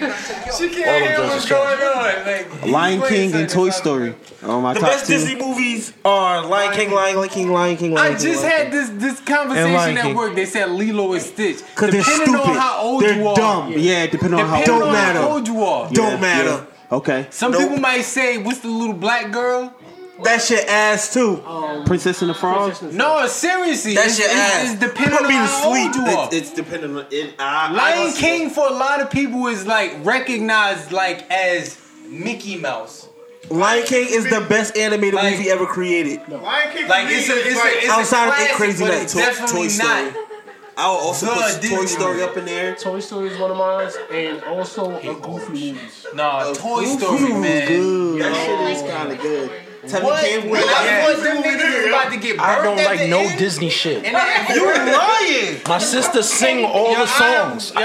can't hear All of what's those going on. Like Lion wait a King and second, Toy son. Story are my The top best two. Disney movies are Lion King, Lion King, Lion King, Lion I King. just Lion had this this conversation Lion at King. work. They said Lilo and Stitch. King. Depending on how old They're you are. dumb. Yeah, depending on how Depending Don't on matter. how old you are. Yeah, Don't matter. yeah. Okay. Some Nope. people might say, "What's the little black girl?" That shit ass too. Um, Princess and the Frog. No, seriously, That it's, shit it's, ass. it's depending Put me on to how sleep. old you are. It's, it's depending on it. I, I Lion don't- King for a lot of people is like recognized like as Mickey Mouse. Lion King is the best animated Like- movie ever created. Lion King Like for me it's a it's is a, like, it's Outside a of It classic, Crazy but Night, it's Toy- definitely Toy Story. not. I will also Duh, put Disney Toy Story up in there. Toy Story is one of mine, and also a Goofy movie. Nah, Toy Story, That man. shit is kind of good. Tevin What? Campbell. When I was them niggas is about to get I burnt don't at like the no end. Disney shit. And then- You lying. My sister sing all Yo, the songs. I, I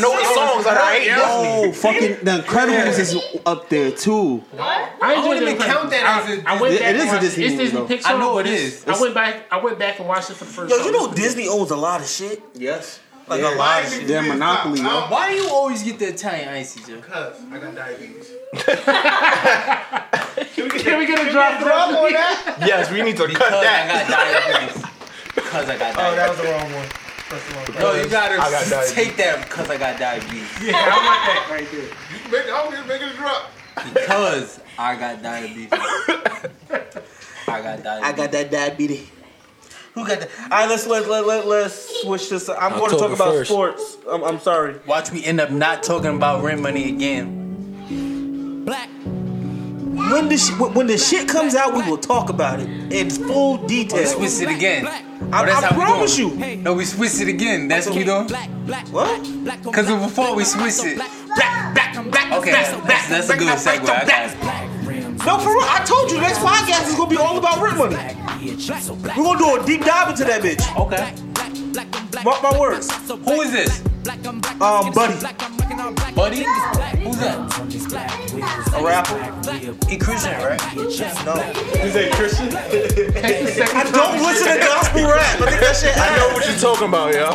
know the songs that I hate. Yo, Oh, fucking The Incredibles is up there too. I, I wouldn't enjoyed even The count that as Incredibles. a I, I went Disney- back it is and a watched Disney It's movie, Disney though. Pixar. I know but it it's- is. I went back. I went back and watched it for the first Yo, time. you know Disney owns a lot of shit. Yes. Like a lot of shit. They're a monopoly, yo. Why do you always get the Italian icy, Joe? Cause I got diabetes. Can we get a drop drop on that? Yes, we need to Because cut I that. got diabetes. Because I got diabetes. that was the wrong one. one. No, you gotta I got diabetes. take that because I got diabetes. Yeah, I want that right there. You can make, I don't need to make it a drop. Because I got diabetes. I got diabetes. I got that diabetes. Who got that? All right, let's let let let let's switch this. I'm going to talk October about 1st. sports. I'm, I'm sorry. Watch me end up not talking about rent money again. When the sh- when when the shit comes out, we will talk about it in full detail. Let's switch it again. I, Oh, that's I how we promise doing. you. No, we switched it again. That's what we doing. What? Because before we switched it. Okay, that's, that's a good segue. I got it. No, for real. I told you next podcast is gonna be all about rent money. We're gonna do a deep dive into that bitch. Okay. Mark my words. Who is this? Um, buddy. Buddy? Who's that? A rapper. He Christian, right? No. Is that Christian? I don't listen to gospel rap. I think that shit. I know what you're talking about, yo.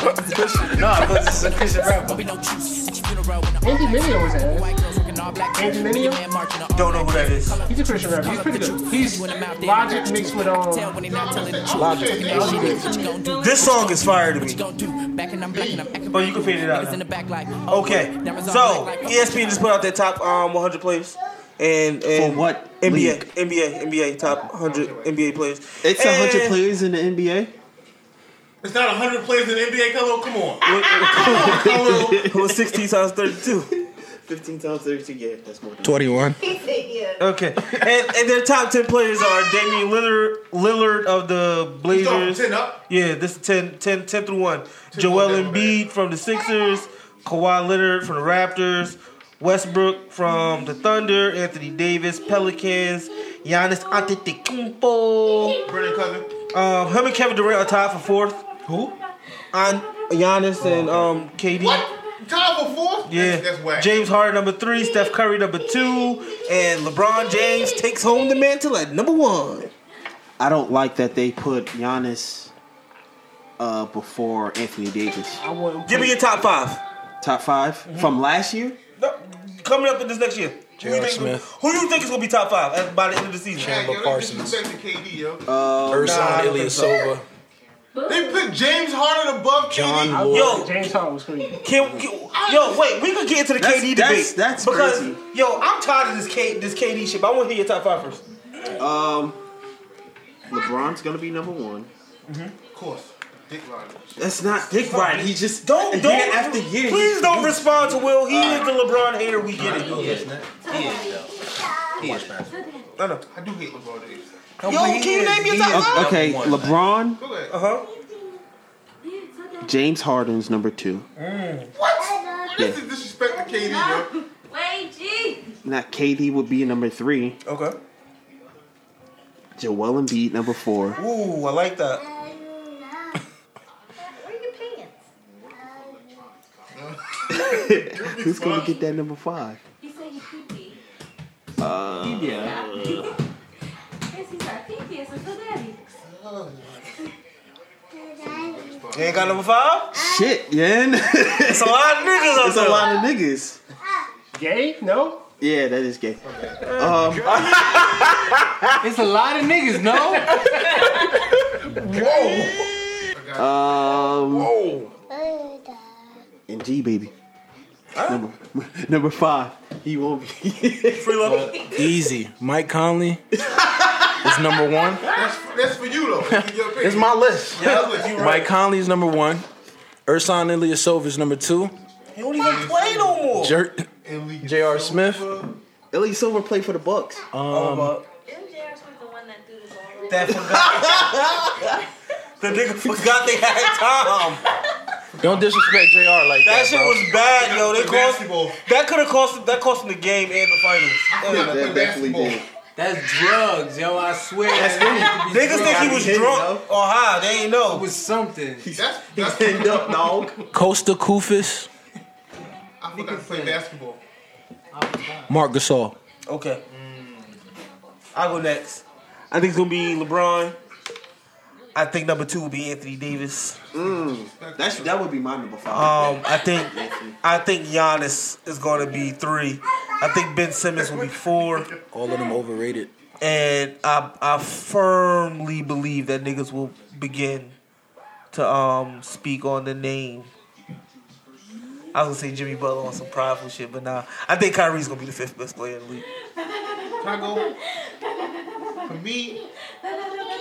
No, because it's a Christian rapper. Andy Mineo was in it. Andy Mineo? Don't know who that is. He's a Christian rapper. He's pretty good. He's Logic mixed with um. Logic. This song is fire to me. But you can fade it out. oh. now. Okay, so E ESPN just put out their top um 100 players. And, and For what NBA, league? NBA, NBA top 100 NBA players. It's a hundred And- players in the NBA. It's not 100 players in the NBA, Kalo. Come on. it was 16 times 32. Fifteen times thirty-two. Yeah, that's more. 21. Okay. And, and their top 10 players are Damian Lillard, Lillard of the Blazers. He's going 10 up. Yeah, this is 10, 10, 10 through 1. Joel Embiid from the Sixers, Kawhi Leonard from the Raptors, Westbrook from the Thunder, Anthony Davis, Pelicans, Giannis Antetokounmpo. Brennan Cousin. Um, him and Kevin Durant are tied for fourth. Who? An- Giannis and um, KD. Oh, What? Time for fourth? Yeah. That's, that's whack. James Harden number three, Steph Curry number two, and LeBron James takes home the mantle at number one. I don't like that they put Giannis uh, before Anthony Davis. I wouldn't. Give me your top five. Top 5 from last year. No, coming up in this next year. Who you, J.R. think, Smith. who you think is gonna be top five at, by the end of the season? Yo, they disrespected KD, yo. Uh, Ersan nah, I don't think so. Ilyasova. They put James Harden above John KD. I Yo. love James Harden was crazy. Can, can, yo, wait, we could get into the That's- KD that's- debate. that's because crazy. yo, I'm tired of this K, this KD shit. But I want to hear your top five first. Um, LeBron's gonna be number one. Of course. Dick Rodgers. That's not Dick Ryan. He just Don't year don't after year. he Please just don't do- respond to Will. He is the LeBron hater. We get it. No, no. I do hate LeBron James. Yo, can you name your top O- five? Okay, LeBron, Go ahead. Uh huh. James Harden's number two. What? This is disrespect to KD, yo. Wait, G. Now KD would be number three. Okay. Joel Embiid number four. Ooh, I like that. Who's gonna get that number five? Uh, yeah. You ain't got number five? Uh, Shit, yeah. It's a lot of niggas out It's a there. lot of niggas. Gay? No. Yeah, that is gay. Um, It's a lot of niggas, no? um, and G baby. Number, number five. He won't be. Free love. Easy. Mike Conley is number one. That's, that's for you, though. In your opinion. It's my list. Yeah, that's what you Mike Conley is number one. Ersan Ilyasova is number two. He don't even play no more. Jer- right. J.R. Smith. At least Silver played for the Bucks. Um, Oh, That forgot. the nigga forgot they had time. don't disrespect J.R. like That that. shit bro. was bad, yo. They The cost basketball. that could have cost that cost them the game and the finals. Yeah, That that's definitely more. did. That's drugs, yo. I swear. That's that him. Niggas think he was drunk or high. They ain't know. It was something. That's, he ended up, dog. Costa Kufis, I forgot to play basketball. Mark Gasol. Okay. I'll go next. I think it's gonna be LeBron. I think number two will be Anthony Davis. That's that would be my number five. Um, I think I think Giannis is going to be three. I think Ben Simmons will be four. Oh, All of them overrated. And I I firmly believe that niggas will begin to um speak on the name. I was gonna say Jimmy Butler on some prideful shit, but nah. I think Kyrie's gonna be the fifth best player in the league. Can I go? For me,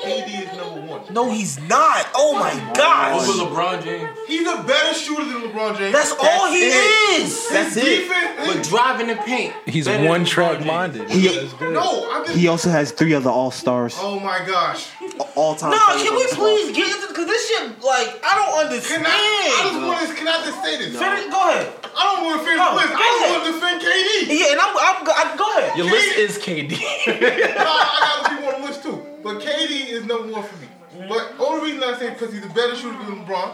KD is number one. No, he's not. Oh my gosh. Over LeBron James. He's a better shooter than LeBron James. That's all he is. That's His it. defense- But driving the paint. He's one track minded. He, No, I'm just. he also has three other All Stars, Oh my gosh. all time. No, can we please get into because this shit like I don't understand. Can I, I just want to, can I just say this? Finish- go ahead. I don't want to finish No, the list. go I just ahead. want to defend KD. Yeah, and I'm, I'm go- I, go ahead. Your list is KD. no, I got people on the list too. But KD is number one for me. But only reason I say it because he's a better shooter than LeBron.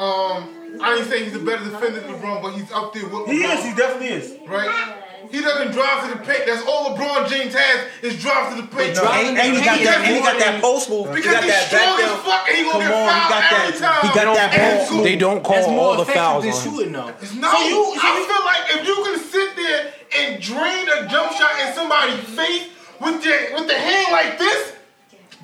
Um, I didn't say he's a better defender than LeBron, but he's up there with LeBron. He is. He definitely is. right? He doesn't drive to the paint. That's all LeBron James has is drive to the paint. And, and he got that. And he got that post move. Because he got he's that back strong as down. fuck and he gonna Come get on, he fouled got every that- time. He got that And ball. it's They don't call That's more all the effective fouls than on him. shooting though. No, So you- so I you- feel like if you can sit there and drain a jump shot in somebody's face with your with the hand like this,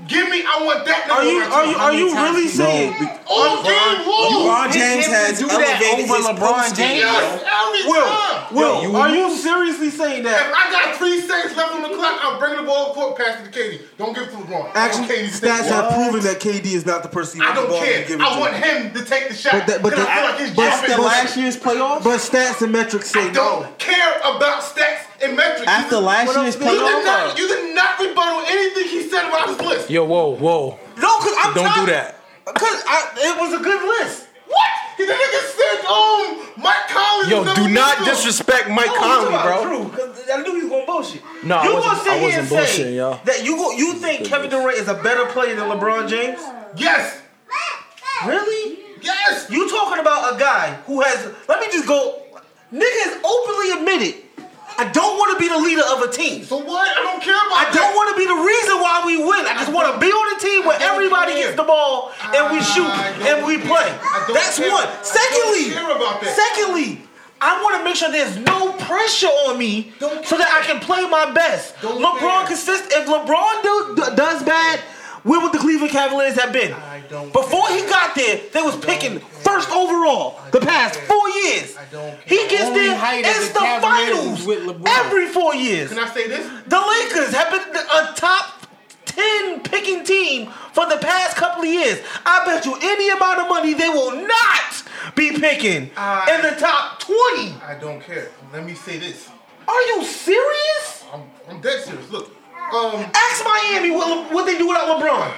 give me. I want that. Are you are you are you really saying? All game long. LeBron James Him to has do that elevated over his LeBron post James. game. Yes, every time. Will, Will, Yo, you- are you seriously saying If that? I got three seconds left on the clock, I'm bringing the ball up court, pass it to KD. Don't give it to LeBron. Actually, okay, stats have proven that KD is not the person you want I the don't ball to give care. it I want to. him to take the shot. But that- but 'cause that- I feel like but it's that jumping. last year's playoffs. But stats and metrics say no. don't care about stats and metrics. After last What year's else- you playoff? did not, you did not rebuttal anything he said about his list. Yo, whoa, whoa. No, because I'm Don't tired- do that. Uh, Cause I, it was a good list. What? He the nigga said, um, Mike Collins. Yo, is number do not two. disrespect Mike No, Conley, bro. True, because I knew you was gonna bullshit. No, I you wasn't- gonna sit I here wasn't and say bullshitting, y'all. that you go, you think Kevin Durant is a better player than LeBron James? Yes, Really? yes. You talking about a guy who has? Let me just go. Nigga has openly admitted, I don't want to be the leader of a team. So what? I don't care I about. don't want to be the reason why we win. I just want to be on a team where don't everybody care. gets the ball and we I shoot don't and we care. play. I don't That's care. one. I don't Secondly, care about that. secondly, I want to make sure there's no pressure on me Don't so that I can play my best. Don't LeBron care. consist. If LeBron do, d- does bad, where would the Cleveland Cavaliers have been? I don't Before he got there, they was picking first overall the past four years. don't He gets Only there, height of it's the the, Cavaliers finals with LeBron. every four years. Can I say this? The Lakers have been a top 10 picking team for the past couple of years. I bet you any amount of money they will not be picking I- in the top 20. I don't care. Let me say this. Are you serious? I'm, I'm dead serious. Look, um, Ask Miami what, what they do without LeBron.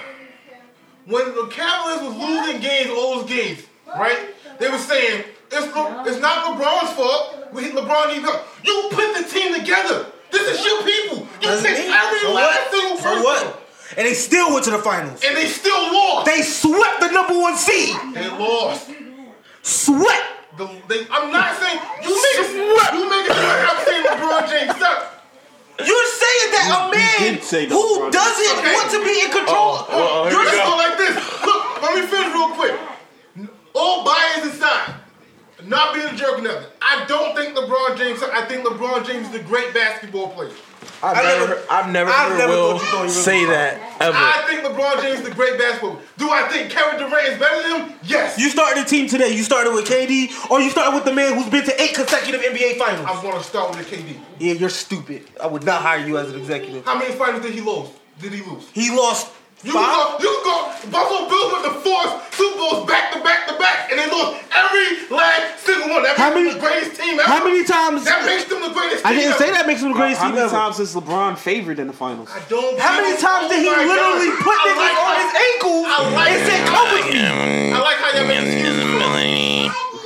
when the Cavaliers was losing games, all those games, right? They were saying it's Le- it's not LeBron's fault. We LeBron needs help. You put the team together. This is your people. You Doesn't picked mean- every so last single what? So person, what? And they still went to the finals. and they still lost. They swept the number one seed. They lost. Swept. The, they, I'm not saying you make it. You make it. I'm saying LeBron James sucks. You're saying that a You- you man did say that who LeBron doesn't Okay. want to be in control. Oh, You're You're just the- going like this. Look, let me finish real quick. All bias aside, not being a jerk or nothing. I don't think LeBron James. I think LeBron James is a great basketball player. I've I never, never- heard- I've never I've heard never Will thought you thought he was say LeBron. that ever. I think LeBron James is a great basketball. player. Do I think Kevin Durant is better than him? Yes. You started a team today. You started with KD, or you started with the man who's been to eight consecutive NBA finals. I'm going to start with the KD. yeah, you're stupid. I would not hire you as an executive. How many finals did he lose? Did he lose? He lost You five. go, you go. Buffalo Bills went to four Super Bowls back to back to back, and they lost every last single one. That How makes many- them the greatest team ever. How many times? That makes them the greatest. I team didn't say ever. that makes him the greatest How team many ever. times is LeBron favored in the finals? I don't. How many give a- times did he Oh my literally God. put I niggas like on how- his ankle I like and said, how- "Come with me"? I like how y'all make excuses.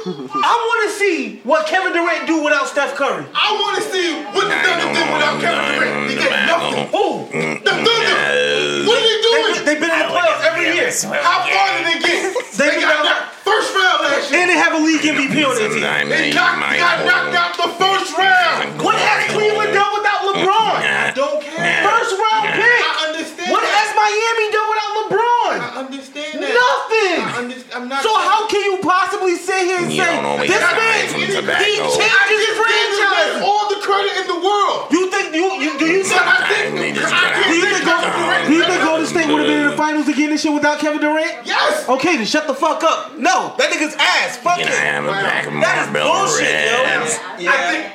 I want to see what Kevin Durant do without Steph Curry. I want to see what the Thunder did without Kevin Durant. They did nothing. Who? The Thunder. What are they doing? They've been in the playoffs every year. How far did they get? They, got knocked first round last year. And they have a league MVP on their team. They knocked, got knocked out the first round. What has Cleveland done without LeBron? I don't care. First round I pick. understand What that. has Miami done without LeBron? I understand that. Nothing. I understand- I'm not- so how can you possibly sit here and You say don't always this gotta man make some he tobacco." changed his franchise? All the credit in the world. You think you, you do you think I think do you think Golden, do you think Golden State would have been in the finals again this year without Kevin Durant? Yes. Okay, then shut the fuck up. No, that nigga's ass. Fuck it. That is bullshit, yo. I think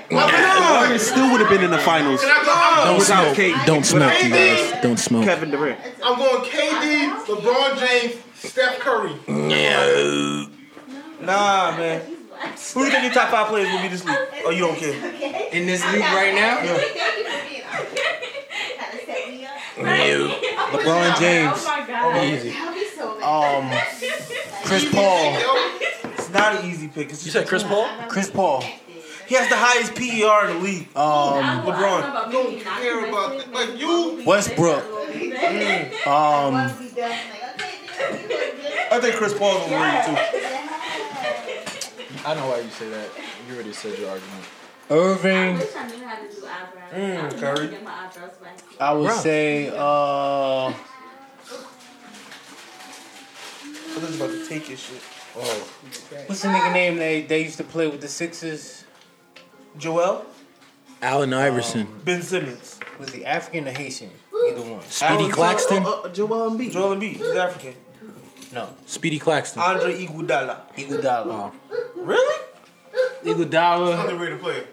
Warriors still would have been in the finals. And I go, I'm Don't without Oh. smoke. Kate. Don't smoke, Without you Kate. guys. Don't smoke. Kevin Durant. I'm going KD, LeBron James, Steph Curry. No. Nah, man. Who do you think your top five players will be this league? Oh, you don't care. In this league right now? Yeah. No. LeBron Oh James. Easy. Um, Chris Paul. It's not an easy pick. It's you said Chris Paul? Chris Paul. He has the highest PER in the league. Um, LeBron. Don't care about that. Like you. Mm. Westbrook. Um, I think Chris Paul's on the league too. I know why you say that. You already said your argument. Irving. Mm, Curry. I would Bro. say. Uh, This about to take his shit. Oh. What's the nigga name they they used to play with the Sixers? Joel? Allen Iverson. Ben Simmons. Was he African or Haitian? Either one. Speedy Claxton. Uh, uh, Joel Embiid. Joel Embiid. He's African. No. Speedy Uh, Claxton. Andre Iguodala. Iguodala. Really? Iguodala. Underrated player.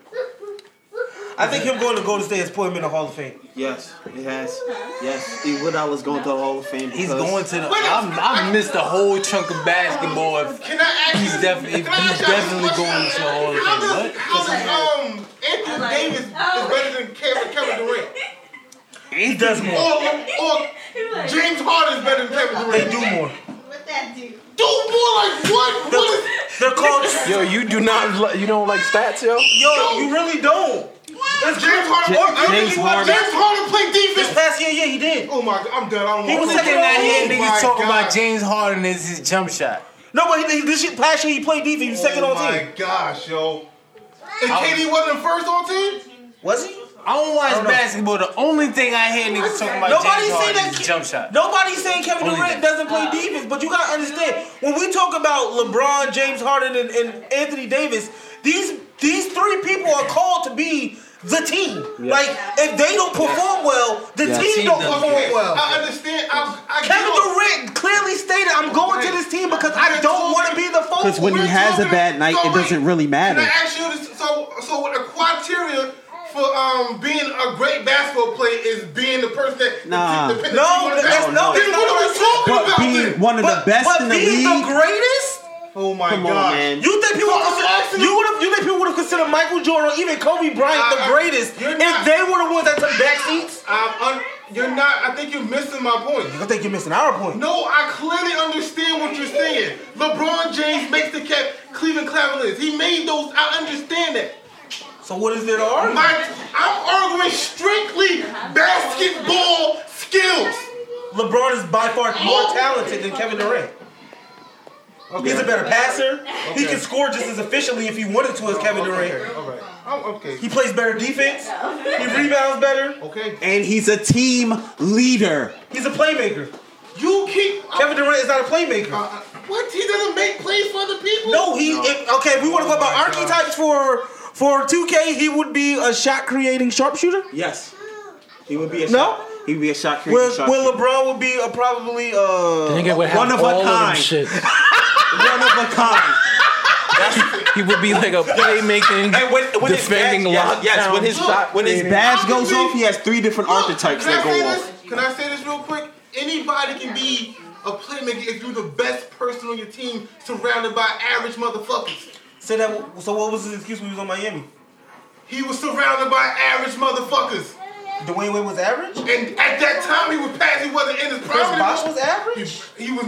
I think him going to Golden State has put him in the Hall of Fame. Yes, it has. Yes, he would. I was going to the Hall of Fame. He's because- going to the. I'm, I missed a whole chunk of basketball. If Can I ask he's you- definitely can I ask he's y'all this definitely question? going to all How of does, them. how does um, Anthony Davis is better than Kevin, Kevin Durant? He does Or, more. or James Harden is better than Kevin Durant? They do more. Do more like what? What is They're called. Yo, you do not. Li- you don't like stats, yo. Yo, you really don't. That's James Harden? Or- James, James James Harden. Harden. James Harden played This defense. past year, yeah, he did. Oh my God, I'm done. I don't He want was to- second in that year, Oh That my niggas talking God. about James Harden is his jump shot. No, but he, he, this year, past year, he played defense. He was second on oh my team. gosh, yo. And KD wasn't first on team? Was he? I don't watch don't know. basketball. The only thing I hear niggas talking about Nobody James say Harden that is ki- his jump shot. Nobody's saying Kevin Only Durant that. doesn't play defense, but you gotta understand when we talk about LeBron, James Harden, and, and Anthony Davis, these these three people are called to be the team. Like if they don't perform well, the Yeah. team, Team don't doesn't perform Okay, well. I understand. I, I get Kevin it. Durant clearly stated, "I'm going to this team because I don't want to be the focal." Because when he We're has a talking- bad night, so it wait, doesn't really Can matter. I ask you this? So, so what the criteria for um being a great basketball player is being the person that Nah. the, the, the, No, the, that's- no, Then that's what not are we talking But about? being then? one of the best but in the being the league. greatest. oh my Come on, god! man. You think people So I'm consider, asking you you- would have you think people would have considered Michael Jordan or even Kobe Bryant I- the I- greatest you're if not- they were the ones that took back seats? I'm un- you're not. I think you're missing my point. I think you're missing our point. No, I clearly understand what you're saying. LeBron James makes the cap Cleveland Cavaliers. He made those. I understand that. So what is there to argue? My, I'm arguing strictly basketball skills. LeBron is by far more talented than Kevin Durant. He's a better passer. He can score just as efficiently if he wanted to as Oh, Kevin Durant. All right. I'm okay. He plays better defense. Oh. He rebounds better. Okay. And he's a team leader. He's a playmaker. You keep Kevin Durant is not a playmaker. Uh, what? He doesn't make plays for other people? No, he. If, okay, if we want to go Oh about my archetypes for for 2K, he would be a shot creating sharpshooter. Yes. He would be a No? shot. He would be a shot creator. Where, shot where LeBron would be a probably uh Nigga would have One of a all them kind. shit. creator. one of a kind. He would be like a playmaking, And when, when defending his lockdown. badge, yes, yes, when his ba- when his badge goes off, he has three different Look, archetypes can I that go say off. this? Can I say this real quick? Anybody can be a playmaker if you're the best person on your team surrounded by average motherfuckers. Say that. So what was his excuse when he was on Miami? He was surrounded by average motherfuckers. Dwayne Wade was average. And at that time, he was past. He wasn't in his prime. Chris Bosh anymore. was average. He, he was.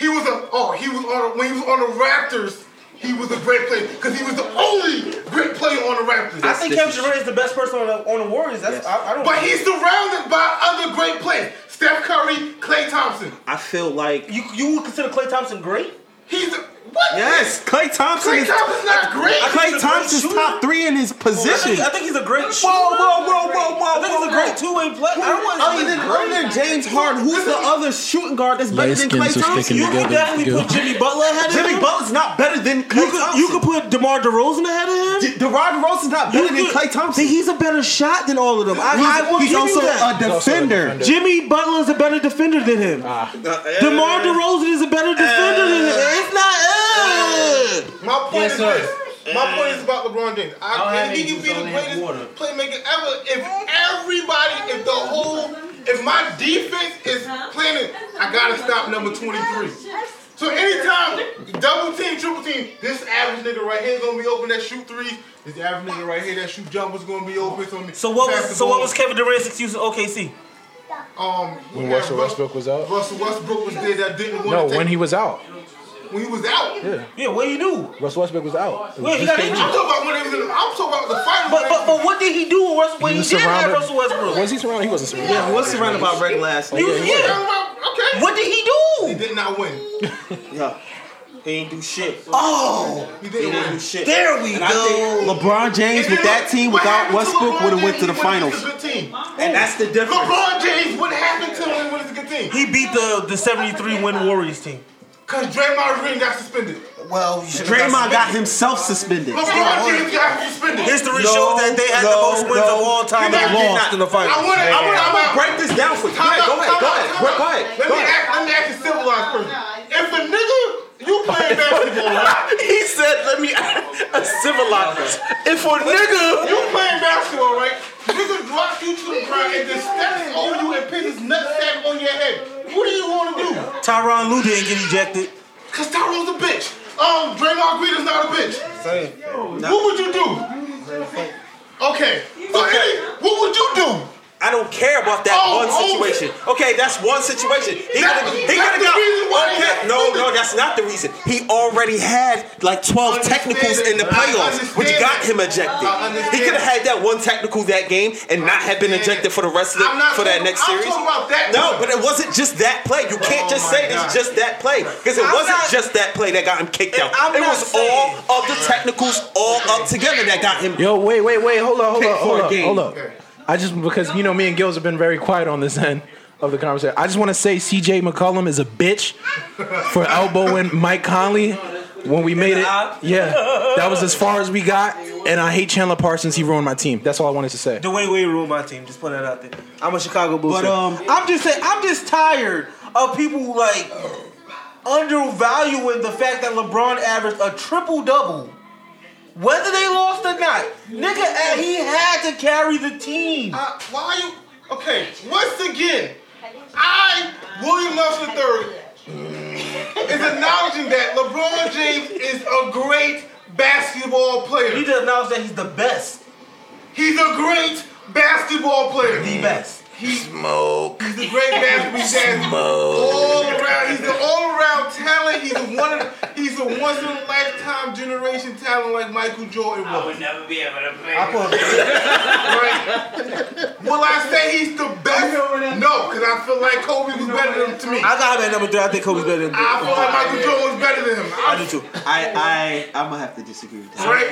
He was a. Oh, he was on. A, when he was on the Raptors, he was a great player because he was the only great player on the Raptors. I think Kevin Durant is the best person on the, on the Warriors. That's I, I don't. But he's surrounded by other great players: Steph Curry, Klay Thompson. I feel like you you would consider Clay Thompson great. He's a, what? Yes, Clay Thompson. Klay is- Thompson's not great. I think Klay he's a great Thompson's shooter. top three in his position. I think he's a great. Whoa, whoa, whoa, whoa, whoa! I think he's a whoa, great whoa. two-way player. I don't want to say Other than, he's other great. than James Harden, who's the other shooting guard that's better Light than skins Clay are Thompson? sticking You could together. definitely Go. put Jimmy Butler ahead of him. Jimmy Butler's not better than Clay You could, you could put DeMar DeRozan ahead of him. D- DeMar DeRozan's not better than Klay Thompson. He's a better shot than all of them. I, He's- I will he's give also you that. a He's also a defender. defender. Jimmy Butler's a better defender than him. DeMar DeRozan is a better defender than him. Eh. It's not. eh. Uh, My point Yes, is sir. this. My point is about LeBron James. I, if he can be the greatest playmaker ever, if everybody, if the whole, if my defense is planning, I gotta stop number 23. So anytime double team, triple team, this average nigga right here is gonna be open that shoot threes. This average nigga right here that shoot jumpers gonna be open. So, so what was so what was Kevin Durant's excuse in OKC? Um, When Russell Westbrook was out? Russell Westbrook was there that didn't want No, to take when he was out. when he was out. Yeah. Yeah, what do you do? Russell Westbrook was out. It was Well, he just got KD. injured. I'm talking about when he was in. The, I'm talking about the final. But but, but what did he do when Russell? When he, was did have surrounded- Russell Westbrook? Was he surrounded? He wasn't surrounded. Yeah, he was surrounded by Red Glass. You- yeah, he was. yeah. Okay. What did he do? He did not win. Yeah. He ain't do shit. Oh, he He didn't didn't win. do shit. There we And I think LeBron James with that team What happened without to Westbrook LeBron would have went James to the when he was finals. a good team? And that's the difference. LeBron James, what happened to him when it's a good team? He beat the the 73 win Warriors team. Cause Draymond Green got suspended. Well, Draymond got himself suspended. LeBron James got suspended. History shows that they had the most wins of all time He and got- lost in the finals. I want to. I want to. I'm I'm gonna out. break this down for you. Go Time ahead, out, go ahead, time out, go ahead, time out. go ahead, Let go me ahead. ask. Let me ask a civilized person. If a nigga you playing basketball, right? He said, "Let me a civilized." If a nigga, You playing basketball, right? Nigga drop you to the ground and then steps on you and pins his nutsack on your head. What do you want to do? Tyron Lue didn't get ejected. Cause Tyrone's a bitch. Um, Draymond Green is not a bitch. What would you do? Okay. So any, what would you do? I don't care about that Oh, one oh, situation. Okay, that's one situation. He That- could have he that's could the have got reason why he okay. got No, suspended. no, that's not the reason. He already had like 12 technicals in the I playoffs, understand which got that. him ejected. I understand He could have that. had that one technical that game and not have been understand ejected for the rest of the, I'm not for that talking- next I'm series. talking about that no, one. but it wasn't just that play. You can't Oh just my say God. it's just that play because it I'm wasn't not- just that play that got him kicked out. I'm it not was saying- all of the technicals all up together that got him. Yo, wait, wait, wait. Hold on, hold Pick on, for hold a on, game. hold on. I just because you know me and Gills have been very quiet on this end of the conversation. I just want to say CJ McCollum is a bitch for elbowing Mike Conley when we made it. Yeah, that was as far as we got. And I hate Chandler Parsons. He ruined my team. That's all I wanted to say. Dwayne Wade ruined my team. Just put that out there. I'm a Chicago Bulls. But, fan. um, I'm just saying. I'm just tired of people like undervaluing the fact that LeBron averaged a triple double, whether they lost or not. Nigga, uh, he had to carry the team. Uh, why are you? Okay. Once again, I William Nelson III is acknowledging that LeBron James is a great basketball player. He just acknowledged that he's the best, He's a great basketball player. the best. He's a great basketball he's a- all around. He's an all around talent. He's a one. He's a once in a lifetime generation talent like Michael Jordan was. would never be able to play. I put Right? Will I say he's the best? No, because I feel like Kobe was better than to me. I got him at number three. I think Kobe's better than. I feel like Michael Jordan was better than him. I I, do too. I I I'm gonna have to disagree with that. right?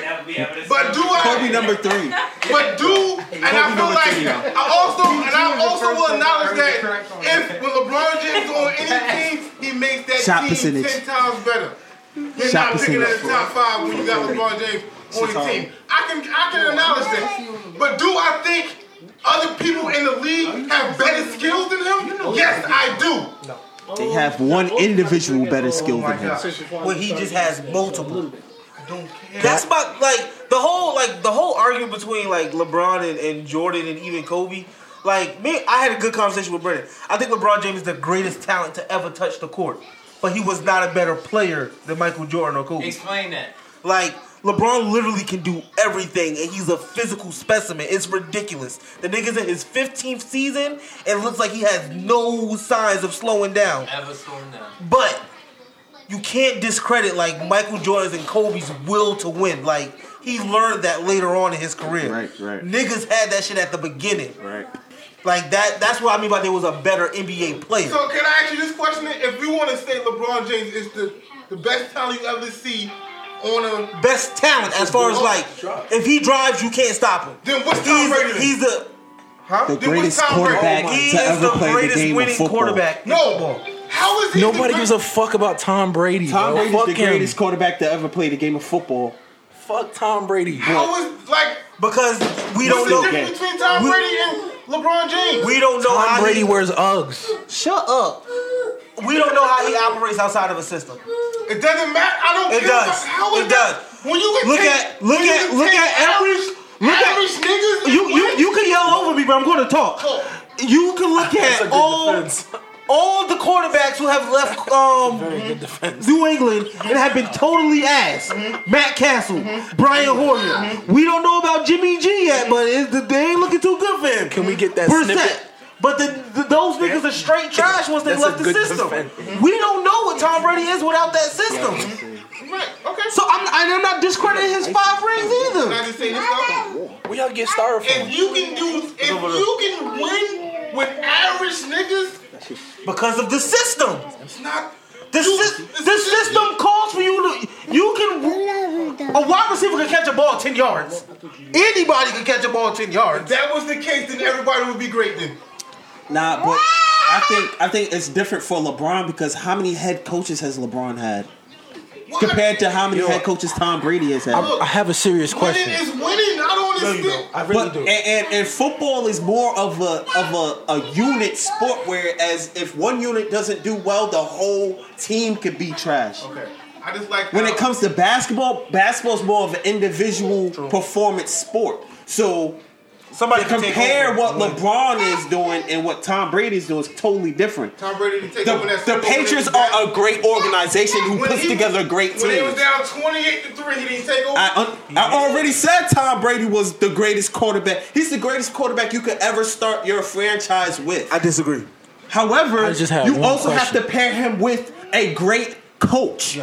But do I? Kobe number three. But do and I feel number like three, y'all. I also and I also will acknowledge that if when LeBron James is on any team, he makes that Shot team percentage. ten times better. You're Shot not picking at percentage. the top five when you got LeBron James on Shot. the team. I can I can acknowledge that. But do I think other people in the league have better skills than him? Yes, I do. They have one individual better skill than him. Well, he just has multiple. don't care. That's my like the whole like the whole argument between like LeBron and, and Jordan and even Kobe. Like me, I had a good conversation with Brennan. I think LeBron James is the greatest talent to ever touch the court, but he was not a better player than Michael Jordan or Kobe. Explain that. Like LeBron literally can do everything, and he's a physical specimen. It's ridiculous. The nigga's in his 15th season, and looks like he has no signs of slowing down. Ever slowing down. But you can't discredit like Michael Jordan's and Kobe's will to win. Like he learned that later on in his career. Right, right. Niggas had that shit at the beginning. Oh Right. Like that. That's what I mean by there was a better NBA player. So can I ask you this question? If we want to say LeBron James is the, the best talent you ever see on a best talent as far as like if he drives, you can't stop him. Then what's Tom he's, Brady? He's the huh? The Then what's greatest Tom Brady? quarterback my to God. ever play the game of winning football. quarterback. No, how is he? the Nobody great- gives a fuck about Tom Brady. Tom bro. Brady's fuck the him. greatest quarterback to ever play the game of football. Fuck Tom Brady. How is like because what's we don't know- the difference between Tom We- Brady and LeBron James? We don't know Tom how Brady he, wears Uggs. Shut up. We don't know how he operates outside of a system. It doesn't matter. I don't It care. does. about- How is It that? does. When you can Look take, at- look when you at- can look take at average- look at- average niggas. You you you can yell over me, but I'm going to talk. You can look at all all the quarterbacks who have left um New England and have been totally ass. Mm-hmm. Matt Castle, Brian Hoyer. We don't know about Jimmy G yet, but it's, they ain't looking too good for him. Can we get that snippet? But the, the, those niggas are straight trash once they That's a left the good system. defense. Mm-hmm. We don't know what Tom Brady is without that system. Right. Okay. So I'm, and I'm not discrediting his five rings either. Can I just say this though? We all get starved. If you can do, if you can win with average niggas, Because of the system. it's not. This, sys- this system calls for you to. You can. A wide receiver can catch a ball 10 yards. Anybody can catch a ball 10 yards. If that was the case, then everybody would be great. Then Nah, but I think I think it's different for LeBron because how many head coaches has LeBron had? Compared to how many head coaches Tom Brady has had. I, I have a serious question. winning is winning. I don't understand. I really But- And, and, and football is more of a of a, a unit sport, whereas if one unit doesn't do well, the whole team could be trash. Okay. I just like When it comes to basketball, basketball is more of an individual performance sport. So somebody to can take compare over. what LeBron is doing and what Tom Brady is doing is totally different. Tom Brady to take The, over that. the Super Bowl Patriots when he was are a great organization who When puts he- together a great down- When he was team. down twenty-eight to three, he didn't take over. I, un- I already said Tom Brady was the greatest quarterback. He's the greatest quarterback you could ever start your franchise with. I disagree. However, I just had you one also question. have to pair him with a great coach.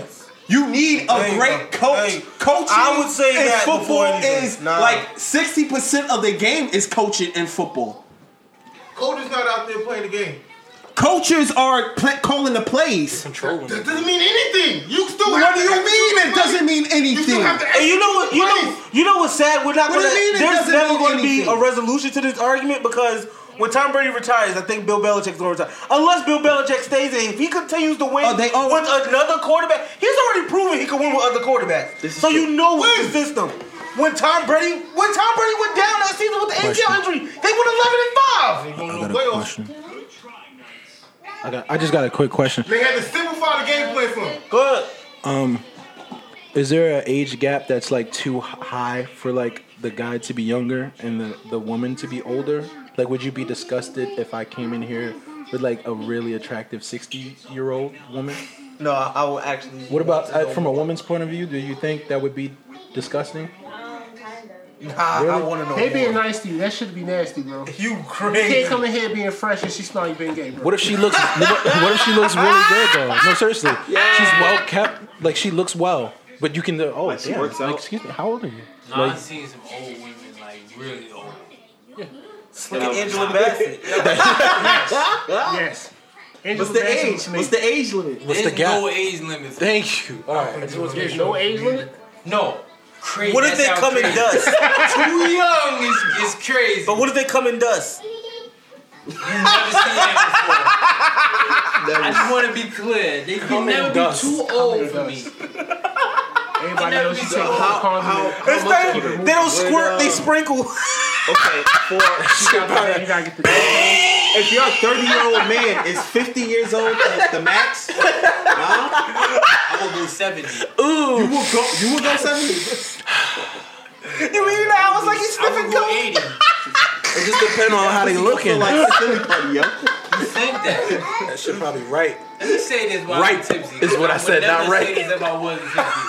You need a There you great go. coach. Hey, Coaching I would say in that before football anything. is Nah. like sixty percent of the game is coaching in football. Coach is not out there playing the game. Coaches are pl- calling the plays. That doesn't mean anything. You still. What have do to you execute mean the it play. doesn't mean You still anything? have to And you know what? You know, you know what's sad? We're not What do going to. you mean it There's doesn't never mean going to be anything? a resolution to this argument because when Tom Brady retires, I think Bill Belichick's going to retire. Unless Bill Belichick stays in, if he continues to Oh, win with another quarterback, he's already proven he can win with other quarterbacks. So you know it's the system. When Tom Brady, when Tom Brady went down that season with the ACL injury, they went 11 and five. I got a question. I got. I just got a quick question. They had to simplify the game plan for him. Good. Um, is there an age gap that's like too h- high for like the guy to be younger and the the woman to be older? Like, would you be disgusted if I came in here with like a really attractive sixty year old woman? No, I will actually. What about uh, from a woman's point of view? Do you think that would be disgusting? Nah, I Really? want to know. They being more. nice to you. That should be nasty, bro. You You crazy. can't come in here being fresh and she smell you being gay, bro. What if she looks? what, what if she looks really good though? No, seriously, she's well kept. Like she looks well, but you can. Oh, Like, she damn. works out. Like, excuse me, how old are you? Nah, Like, I've seen some old women like really old. Look at Angela Bassett. yes. What's the age? What's the age limit? What's There's the gap? no age limit. Thank you. All right. There's no age limit. No. Crazy. What if That they sound come in crazy. dust? Too young is, is crazy. But what if they come in dust? You've never seen that before. I just want to be clear. They can Come in never be dust. too old for me. Everybody knows she's taking How- It's not- they don't squirt, they sprinkle. Okay, for You gotta get the. if you're a 30 year old man, is 50 years old the, the max? Nah, I'm gonna go seventy. you will go. You will go 70. You mean that? I was like, you sniffing Go coke? eighty. It just depends on how they Feel looking. like silly putty, yo. You think that? That shit probably right. Let me say this while I'm Right tipsy. is what I said, would not never right. Say this if I wasn't tipsy.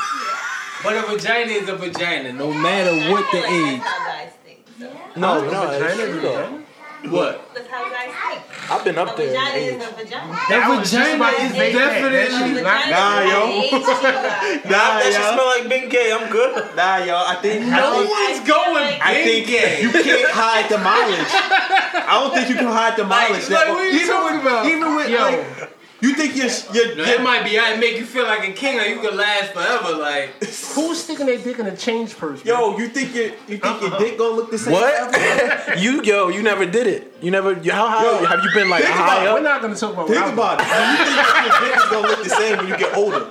But a vagina is a vagina, no matter what the age. That's how guys think. No, no, vagina it's true is though. That's how guys think. I've been up there. Vagina is the vagina. That vagina is definitely- Nah, yo. nah, that shit yo. smell like Big K. I'm good. Nah, yo. I think No one's going. I think you can't hide the mileage. I don't think you can hide the mileage. like, what are you talking with, about? Even with Yo. like, you think you're you're, Now, you're That might be I make you feel like a king or you can last forever. Like Who's sticking their dick in a change purse? Yo, you think your you think your dick gonna look the same? Uh-uh. What? you yo, you never did it. You never. you- How high Yo, have you been? Like think high about it. up. We're not gonna talk about. Think about it. Do you think your dick is gonna look the same when you get older?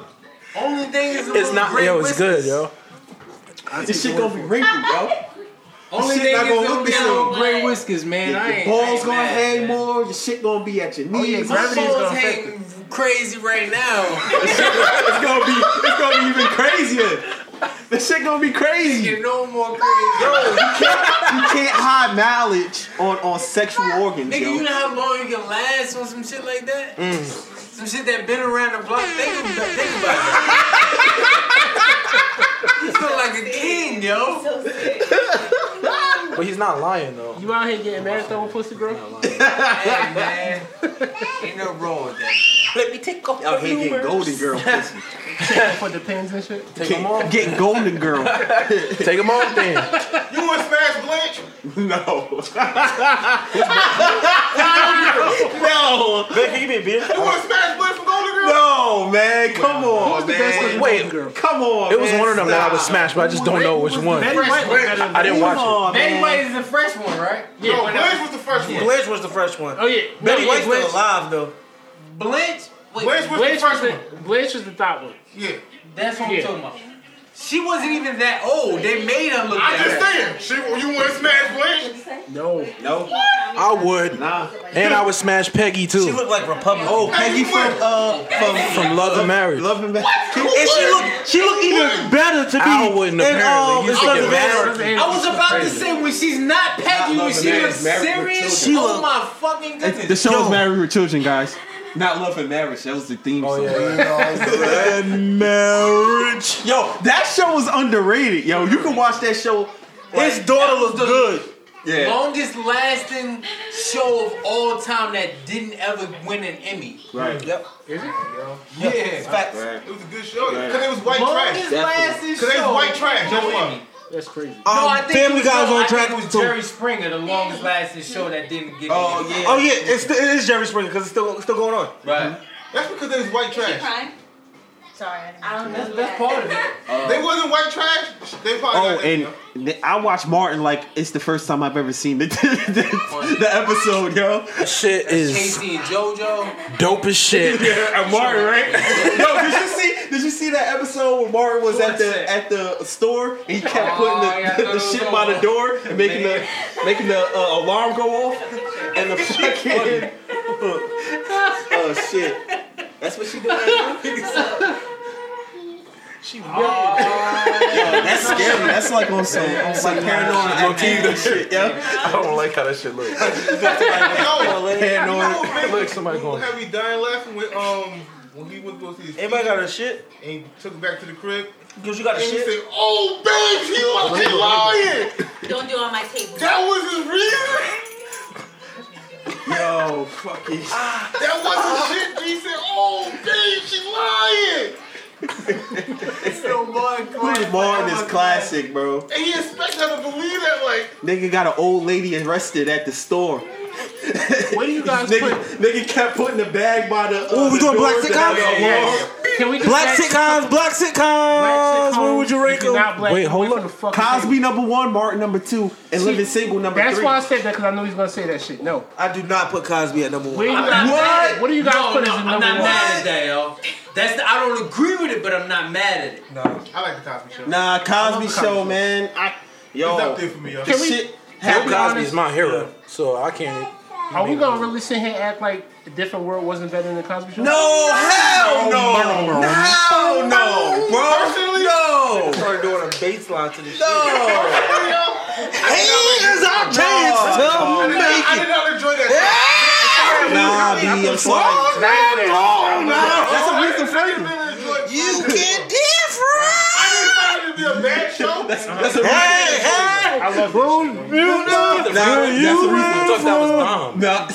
Only thing is a It's little not. gray Yo, it's good, whiskers. yo. This shit gonna be wrinkled, yo. Only Shit thing not is gonna them look the yellow same. gray whiskers, man. Your- I your ain't, I balls ain't gonna mad. hang more. Your shit gonna be at your knees. My balls hang crazy right now. it's gonna be it's gonna be even crazier. This shit gonna be crazy. Get no more crazy. Yo, you can't you can't hide mileage on on sexual organs, Nigga, you yo. know how long you can last on some shit like that? Mm. Some shit that been around the block. Think about, think about it. You feel like a king, yo. But he's not lying though. You out here getting mad throwing pussy, girl? Hey, man. Ain't no wrong with that. Let me take off Out here getting golden girl pussy. for the pins and shit. Take them off. Get golden girl. Take them off then. You want Smash Blanche? No. no. Becky, you been bitch. You want Smash Blanche from Golden Girl? No, man. Come on, man. Wait, come on. It was man, one of them that I was stop. smashed, but I just don't know which one. Betty White was better than I didn't Betty watch White. it. Betty White is the fresh one, right? Yeah, No, why not? Blanche was the first one. Blanche was the first one. Oh yeah, Betty No, White's yeah, still alive though. Blanche. Wait, Blanche was Blanche the was first the Blanche was the top one. Yeah. that's what I'm Yeah. talking about. She wasn't even that old. They made her look I that just old. saying. She, you want Smash Blanche? No, No. I would. Nah. And I would smash Peggy She too looked like Republican. Oh, Hey, Peggy from what? uh from from Love and Marriage. Love and Back. And she looked she looked even better to be I wouldn't in, um, apparently. You in should Sons get of mad. Anarchy. I was about to say when she's not Peggy, when loving she that. looks Married with serious. children. oh She look- my fucking goodness! The show Yo. is Married with Children, guys. Not Love and Marriage. That was the theme song. and marriage. Yo, that show was underrated. Yo, you can watch that show. His daughter looked good. Yeah. longest lasting show of all time that didn't ever win an Emmy. Right. Yep. Yeah, Facts. Right. It was a good show. Because it was white longest trash. lasting Because it was show. white trash. No That's why. Emmy. that's crazy. No, I Um, think Family it was, Guy's no, on I think track it was too. Jerry Springer, the longest lasting show that didn't get. Oh, an Emmy. yeah. Oh yeah, it's st- it is Jerry Springer because it's still it's still going on. right. That's because it was white trash. Crime? Sorry, I don't know. That's, that's part of it. They wasn't white trash. They probably Oh, got that, and you know. th- I watched Martin like it's the first time I've ever seen the, the, the- the episode, yo. Shit is Casey and JoJo. dope as shit. Yeah, Martin, right? yo, did you see? Did you see that episode where Martin was at the at the store and he kept putting Oh, the, yeah, I the, thought it was shit by the over. door and making the making the uh, alarm go off and the fucking oh shit. That's what she doing. Right now? Yo, that's scary. That's like on some on some paranormal activity shit, yo. I don't like how that shit looks. Yo, Paranoid. man, Look, somebody we going. had me dying laughing with um when he went to go see his Anybody got a shit? and he took it back to the crib. Cause you got a And he shit. said, "Oh, babe, he was he lying. Don't do it on my table. That was his reason. Yo, fucking. That wasn't shit." He said, "Oh, babe, she lying." So Martin Martin is classic, bro. And he expected her to believe that. Like, Nigga got an old lady arrested at the store. Where do you guys nigga, put? nigga kept putting the bag by the. Ooh, we doing black sitcoms? Yes. Can we do Black that? sitcoms, black sitcoms. Where would you rank You're them? not black, Wait, you're hold away up. from the fucking table. Cosby number one, Martin number two, and Living Single number That's three. why I said that because I knew he was gonna say that shit. No. I do not put Cosby at number Where you one. I'm not guys, mad. What do you guys no, put no, as a I'm number not one? mad at that, yo. That's the, I don't agree with it, but I'm not mad at it. I like the Cosby Show. nah, Cosby show, man. I, It's up yo, there for me, yo. this shit Bill happened. Cosby's my hero, so I can't. Are we gonna really sit here and act like a different world wasn't better than the Cosby Show? No, Oh, hell no, hell no, bro. Personally, No, Started doing a baseline to this shit. no. personally, yo, Here's our No, chance to no. I did not- I make it. did not enjoy that. Nah, B, I'm sorry. Oh, no. That's a reason for you. You get different. I didn't find it to be a bad show. That's a reason. Hey, hey. I love that. You know Nah, that's a reason. I thought that was bomb. Nah.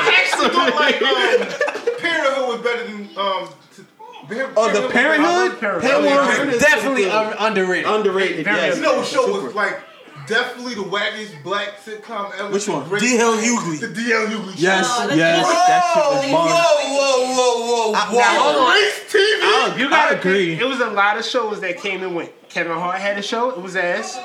I actually thought like um, Parenthood was better than um. t- Par- Oh, the Parenthood? Parenthood was is definitely un- underrated. Underrated, yes. No show was like definitely the wackiest black sitcom ever. Which one? Great- D.L. E. Hughley. The D.L. Hughley. Yes, E show. Oh, yes, that shit was Whoa, bars. Whoa, whoa, whoa, whoa, I- whoa! now, hold on. TV. You gotta agree. It was a lot of shows that came and went. Kevin Hart had a show. It was ass.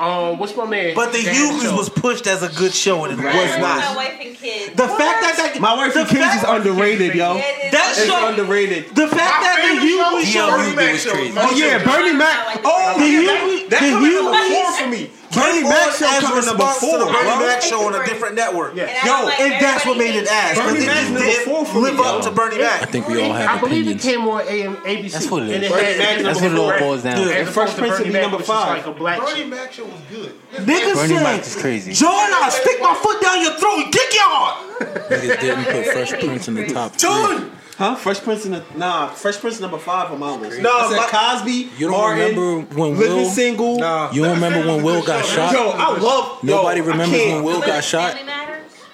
Um, what's my man? But the They had a Hughes show. was pushed as a good show and it was My not. wife and kids. The fact that that My wife and kids is underrated, yo. Yeah, it is. That It's show- underrated. The fact that the Hughley E show, Oh yeah, Bernie Mac. Oh the yeah, Hughley, that, that the coming number Hughley- four for me. Bernie Mac show as a coming number response to four. the Bernie bro. Mac show on a different network. And I Yo, like and that's what made it ass. Bernie Bernie Mac's Mac number four did for live me, up yo. to Bernie Mac. I think we all have I believe it opinions. came on AM, ABC. That's what it is. And it Bernie had, and Mac number it four. Yeah. And And Fresh Prince would be Mac, number which is five. Like a black Bernie Mac show was good. Nigga Bernie said, Mac is crazy. Joe and I stick my foot down your throat and dick your heart. Niggas didn't put Fresh Prince in the top three. John! Huh? Fresh Prince in the nah. Fresh Prince number five on my list. No, No, I said my- Cosby. You don't Martin, remember when Living Will- Single. Nah. You don't remember when Will got shot? Yo, I love. Nobody yo, remembers I can't. when Will got shot.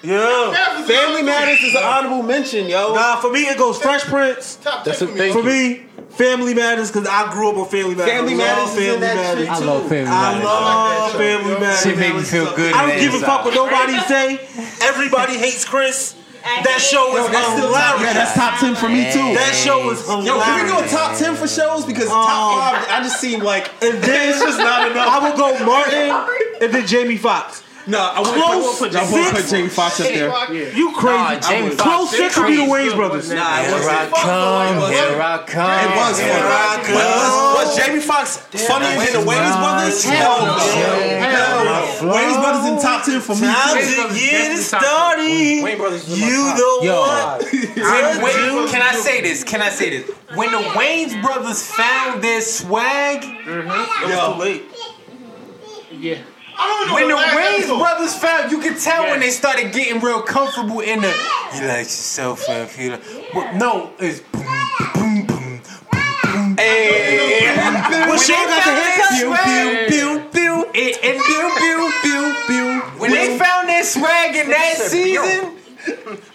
Yeah. Family Matters is an honorable mention, yo. Nah, for me it goes Fresh Prince. That's a thing. For me, Family Matters because I grew up on Family Matters. Family I love Matters is in that shit, I love Family I Matters. love Family Matters. She made me feel good. I on don't the give a inside. fuck what nobody say. Everybody hates Chris. That show is hilarious. Yeah, that's top ten for me too. That show was Yo, hilarious. can we go top ten for shows? Because Oh. top five, I just seem like and then it's just not enough. I will go Martin and then Jamie Foxx. No, I wouldn't close put- I wouldn't six- put Jamie Foxx up there. Yeah. You crazy? Nah, Jamie I would. Foxx, close they six would be the crazy. Wayne's Brothers. Nah, it wasn't Here I Foxx, though, come, like, here I come. It was funny. But was, was Jamie Foxx funnier than the Wayne's Brothers? Hell no. Hell no. Wayne's Brothers in top ten for me. Time too. to get it started. Wayne Brothers was in my You top. the Yo. one. When- when- can I say this? Can I say this? When the Wayne's brothers found their swag, It was too late. Yeah. when the Wayne's brothers found, you could tell when they started getting real comfortable in the. You like yourself, man. if You like, well, no, it's boom, boom, boom, boom, boom. Hey, When Sean got the haircut? Pew, swag, pew, pew. it, it, pew, pew, pew, pew. When they found their swag in that season,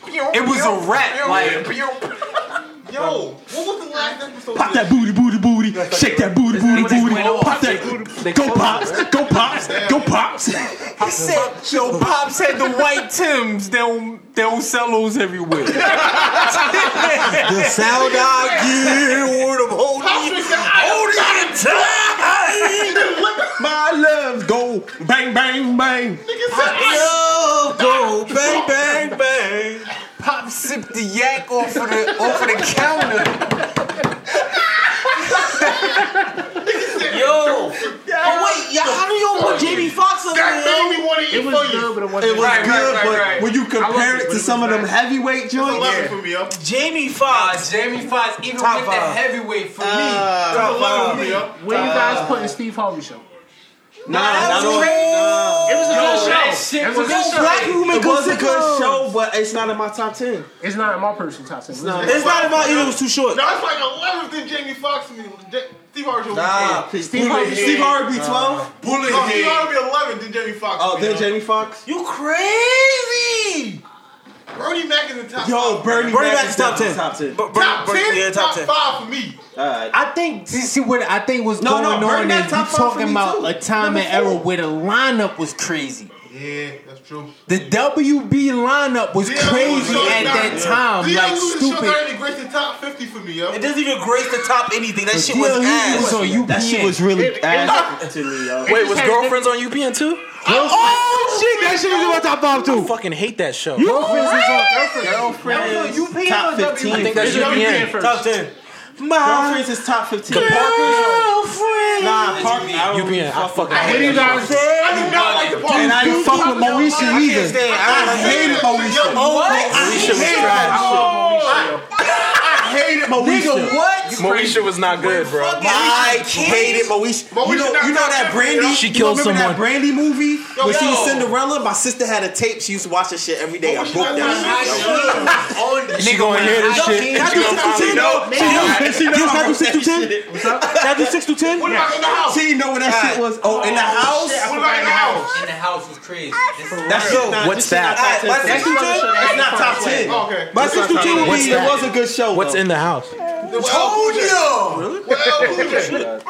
it was a rap. Like, Yo, what was the last episode? Pop that booty, booty, booty. Shake that booty, booty, booty. Pop that. Go pops. Go pops. Go pops. I said, yo, Pops had the white Tims. They don't, they don't sell those everywhere. The sound I give, word of holy, holy time. My loves go bang, bang, bang. Yo, go bang, bang, bang. Pop sipped the yak off of the, off of the counter. Yo. Oh wait, yeah, how do y'all put Jamie Foxx on That there? made me want to eat It was good, but it wasn't. It was Right, right, good, right, but right. when you compare it, it but to it some of was them bad. heavy heavyweight joints, Eleven for me, yo. Jamie Foxx. Jamie Foxx, even Top with five. the heavyweight for Top Eleven for five. me, yo. Where you guys putting Steve Harvey show? nah, That not was on. crazy. It was a Yo, good show. that shit it was, was a good good. show. Black women It was a good sitcoms. show, but it's not in my top ten. It's not in my personal top ten. It's not. It's not about it, it was too short. No, it's like 11th than Jamie Foxx and J- Steve Harvey. was Nah, eight. Steve Harvey. Steve Harvey twelve. No, Steve Harvey 11th than Jamie Foxx. Oh, man. then Jamie Foxx. You crazy! Bernie Mac is in top Yo, five. Bernie, Bernie Mac Mac is is top definitely ten. Top ten. But- but- Top but- 10? Yeah, top ten. five for me. Alright. I think see, see what I think was No, going no, Bernie on Mac is top we five for talking me about too. a time and Number era four. where the lineup was crazy. Yeah, that's true. The WB lineup was DL was crazy showing at out. that time, DL like was showing out stupid. in the greatest top 50 for me, yo. It doesn't even grace the top anything. That shit was DL Hughley ass. was on UPN. That shit was really It- it- ass to me, yo. Wait, was girlfriends on UPN too? Oh shit, that shit was in my top five I too. fucking hate that show. Girlfriends was on- Girlfriends. UPN top or W- fifteen. I think that's UPN. Top ten. My Girlfriends is top fifteen. girlfriend. Nah, Park. I don't UPN. I fucking Where hate you guys? I do not like the part. And I didn't fuck with Moesha either. I hated Moesha. Oh, Moesha was trash. I hated Moesha. what? Moesha was not good, bro. I hated Moesha. You know, you know that Brandy? She you killed remember someone. That Brandy movie Yo, when she was yo. Cinderella. My sister had a tape. She used to watch that shit every day. I Moesha broke got that. that shit, yo. She gonna hear this Can shit. I do six to ten? No, Can I do six to ten? Can I do six to ten? What about in the house? She didn't know what that shit was. Oh, in the house. What about in the house? house. In the house was crazy. This is That's real. yo, what's that? My That's sixty two, not that's not top top ten. ten. Oh, okay. My That's not sixty top two ten. would What's be. that? It was a good show. What's though. in the house? Told Oh, you. Really?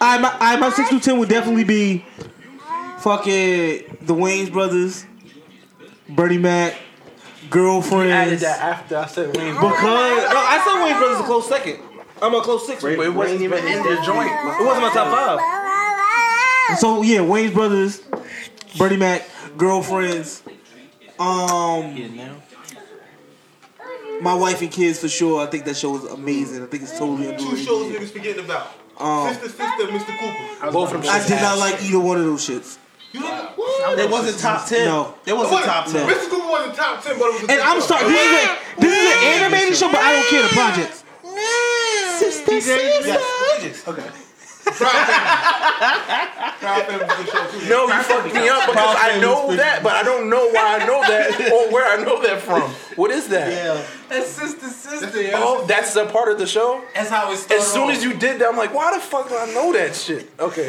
I my I my six through ten would definitely be fucking the Wayne's brothers, Bernie Mac, girlfriends. added that after I said Wayne. Because no, I said Wayne Brothers a close second. I'm a close six. But it wasn't even in your joint. It wasn't my top five. So yeah, Wayne's brothers, Bernie Mac, girlfriends, um, my wife and kids for sure. I think that show was amazing. I think it's totally Two underrated. shows niggas forgetting about. Um, Sister, sister, Mr. Cooper. I did not like either one of those shits. It wasn't top ten. No, It wasn't top ten. Mr. Cooper wasn't top ten, but it was. And I'm sorry, this is a this is an animated show, but I don't care the projects. Sister, sister. Okay. Proud Family. Proud Family was a good show too. No, you fucked me up because I know that, but I don't know why I know that or where I know that from. What is that? Yeah. That's sister, sister. Oh, that's a part of the show. That's how it started. As soon off. as you did that, I'm like, why the fuck do I know that shit? Okay.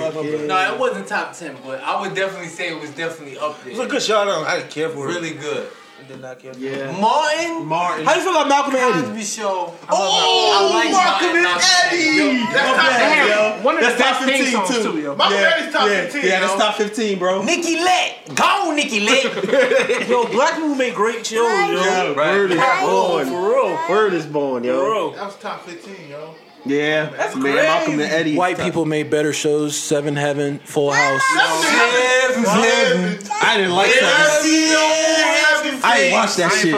No, it wasn't top ten, but I would definitely say it was definitely up there. It was a good show. I don't. I didn't care for it. Really good. I did not care. For Yeah. It. Martin. Martin. How you feel about Malcolm and Eddie? Cosby Show. Oh, I like Malcolm and Eddie. Yo, that's top bad, 15, yo. yo. One of the top 15 songs, too. Malcolm Eddie's top 15, yo. fifteen, bro. Nikki Lick. Go, Nikki Lick. yo, black people make great shows, yo. Yeah, Word is born. Word is born, yo. That was top fifteen, yo. Yeah, That's man, Malcolm and crazy. Eddie. White people made better shows. Seven Heaven, Full House. I didn't like that. I didn't watch that shit.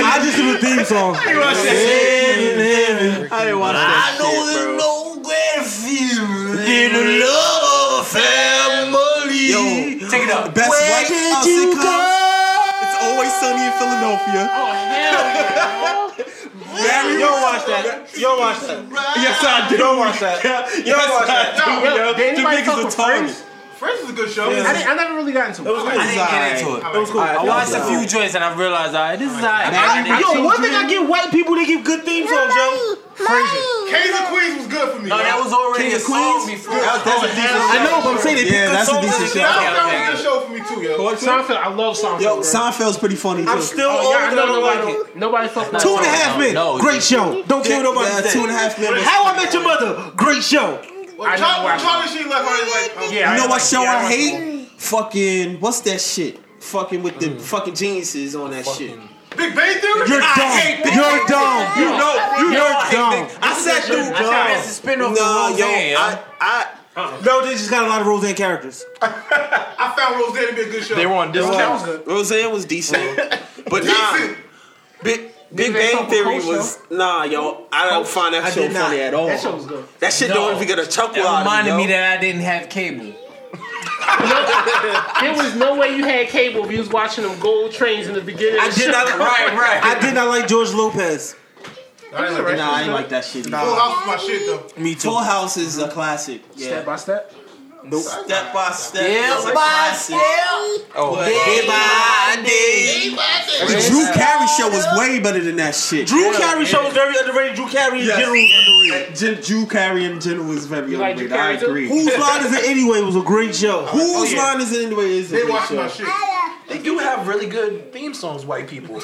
I just do the theme song. I didn't watch that shit. I didn't watch that I know shit, there's no greater feeling Than than a love family. Yo, check it out. Best Where white did house sitcom. you It's always sunny in Philadelphia. Oh hell yeah! Yo, watch that. Yo, watch that. Yes, I do. Yo, watch that. Yo, Yes, watch I that. do. Yo, Yo, them did anybody niggas fuck are with tardy. Friends is a good show. Yeah. I didn't- I never really got into It it. was good. I didn't get into it. It was cool. I watched a few Yo, joints and I realized, all right, this is all right. yo, one thing I get white people, they give good themes on, Joe. Frasier. Kings and Queens was good for me. No, yo. that was already a song before. I know, but I'm saying they pick Yeah, good that's a songs. decent and show. shit. That was a good show for me too, yo. Seinfeld, I love Seinfeld. Yo, bro. Seinfeld's pretty funny. I'm too. still Oh, old, yeah, I know but I don't nobody- like Nobody fucked Two and a half men. great show. Don't kill Yeah, nobody. yeah, today. Two and a Half Men was- How I Met Your Mother. Great show. Well, Charlie, when Charlie Sheen left, I was like, Yeah, you know I- what show yeah, I I watched hate? Fucking what's that shit? Fucking with the fucking geniuses on that shit. Big Bang Theory. Mm. You're I dumb. hate Big You're Bang dumb. Theory. You know- you Yo, know I hate dumb. Big- I sat through I thought dumb. that's a spin off Nah, of yo, Roseanne, yo. I, I, no, they just got a lot of Roseanne characters. I found Roseanne to be a good show. Roseanne was decent, but nah. Big Bang Big Bang Coco Theory show? was nah, yo. I don't find that I show did not. funny at all. That show was good. That shit don't even get a chuckle It out of reminded yo. me that I didn't have cable. there was no way you had cable if you was watching them gold trains in the beginning. I did not. I did not like George Lopez. Nah, I ain't like that shit. Full House is my shit though. Me too. Full House is a classic. Yeah. Step by step. Nope. Step by step. Step is a by classic. Oh, But day by day. The Drew Carey show was way better than that shit. Drew Carey show was very underrated. Drew Carey in Yes. general was underrated. Gen- Drew Carey in general was very like underrated. Drew I Carey too? agree. Whose Line Is It Anyway was a great show. Oh, Whose line is it anyway? Is They a good watch show. my shit. They do have really good theme songs, white people.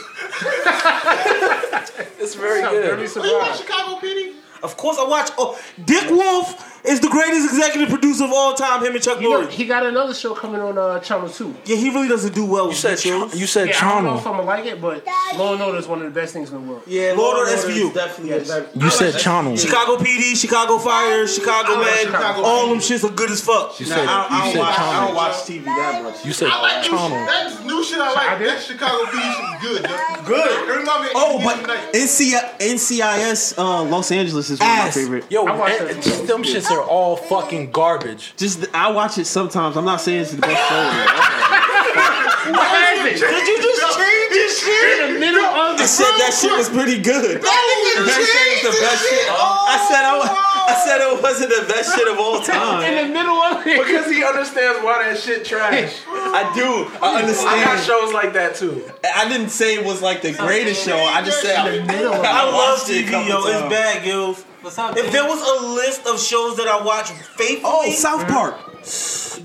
it's very good. Oh, you watch Chicago PD? Of course, I watch. Oh, Dick Wolf is the greatest executive producer of all time. Him and Chuck You know, Norris. he got another show coming on uh, Channel 2. Yeah, he really doesn't do well. You said shows. you said yeah, I don't know Channel. if I'm gonna like it, but Law and Order is one of the best things in the world. Yeah, Lord, Lord SVU. You said Channel. Chicago PD, Chicago Fire, Chicago Man, all them shits are good as fuck. You said- I, I you don't said watch, I don't Channel. watch TV that much. You said I like new shit. Channel. That's new shit I like. That Chicago PD shit is good. Yo. Good. It remind me of Oh, Indiana but Night. NCI NCIS uh, Los Angeles is one of my favorite. Yo, and- and just them shits are all fucking garbage. Just th- I watch it sometimes. I'm not saying it's the best show. man. What happened? Did you just change this shit? In the middle of I the said that shit was pretty good. That That shit is the best shit. I said I, wa- I said it wasn't the best shit of all time. In the middle of it. Because he understands why that shit trash. I do. I I got understand. shows like that too. I didn't say it was like the greatest show. I just said I, I I love watched it. a TV, couple yo. It's times. bad, Gills. If there was a list of shows that I watch faithfully, oh South Park,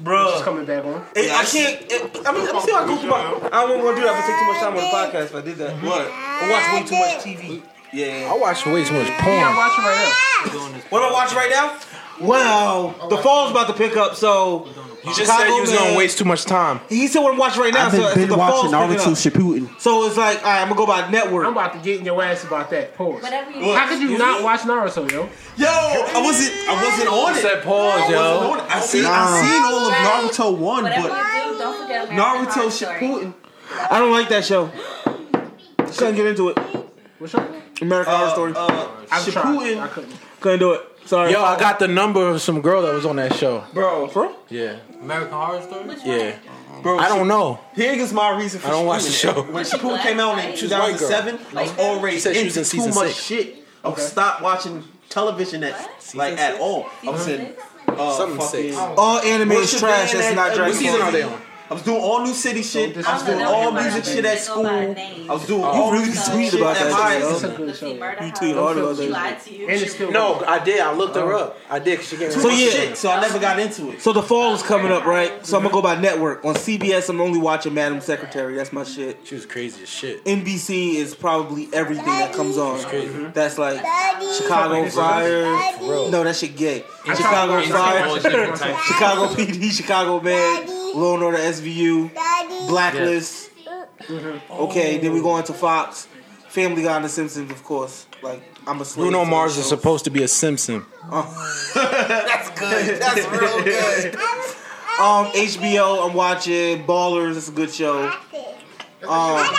bro, It's coming back on. It, I can't. It, I mean, I'm still I go through my. I don't want to do that. I take too much time on the podcast. If I did that, what? I watch way too much TV. Yeah. I watch way too much porn. Yeah, I'm watching right now. What am I watching right now? Well, the fall's about to pick up, so You just said you was gonna waste too much time. He said what I'm watching right now, I've so been, it's been the watching fall's picking Naruto up. Shippuden. So it's like, all right, I'm gonna go by network. I'm about to get in your ass about that. Pause. Whatever you- How could you Excuse not me? watch Naruto, yo? Yo, I wasn't. I wasn't on it. Said pause, I yo. wasn't on it. I seen. Nah. I seen all of Naruto one, Whatever but you do, don't forget American Naruto Horror Story. Shippuden. I don't like that show. Just couldn't get into it. What's up? American Horror Story. I've tried. Shippuden. I couldn't. Couldn't do it. Sorry. Yo, I got the number of some girl that was on that show. Bro, bro, Yeah, American Horror Story. yeah. I don't know. Here is my reason for I don't watch Shippuden. the show. When Shippuden came out in She's a white girl. 2007, I was already She said she into was in too season much six. shit. I stopped watching television at like at all. I was in uh, Something fucking- six. All anime is Worship trash, Band that's at- not at- Dragon What season Ball are they Z. on? I was doing all new city shit. I was disrespect doing me. all Everybody music has shit their at school. I was Oh. doing all You really music tweeted shit about at that high shit, yo. school. You tweet all the other Oh, No, I did. I looked her up. I did. 'cause She gave me So yeah. Oh. so I never got into it. So the fall is coming up, right? So I'm gonna go by network. On CBS, I'm only watching Madam Secretary. That's my shit. She was crazy as shit. NBC is probably everything that comes on. That's like Chicago Daddy. Fire. For real. No, that shit gay. I Chicago probably Fire, watch different types. Chicago PD, Chicago Man, Law and Order SVU, Blacklist. Mm-hmm. Okay, then Oh. we go into Fox, Family Guy, and The Simpsons, of course. Like I'm a slave. Bruno to Mars those is shows. supposed to be a Simpson. That's good. That's real good. um, HBO, I'm watching Ballers. It's a good show. Um,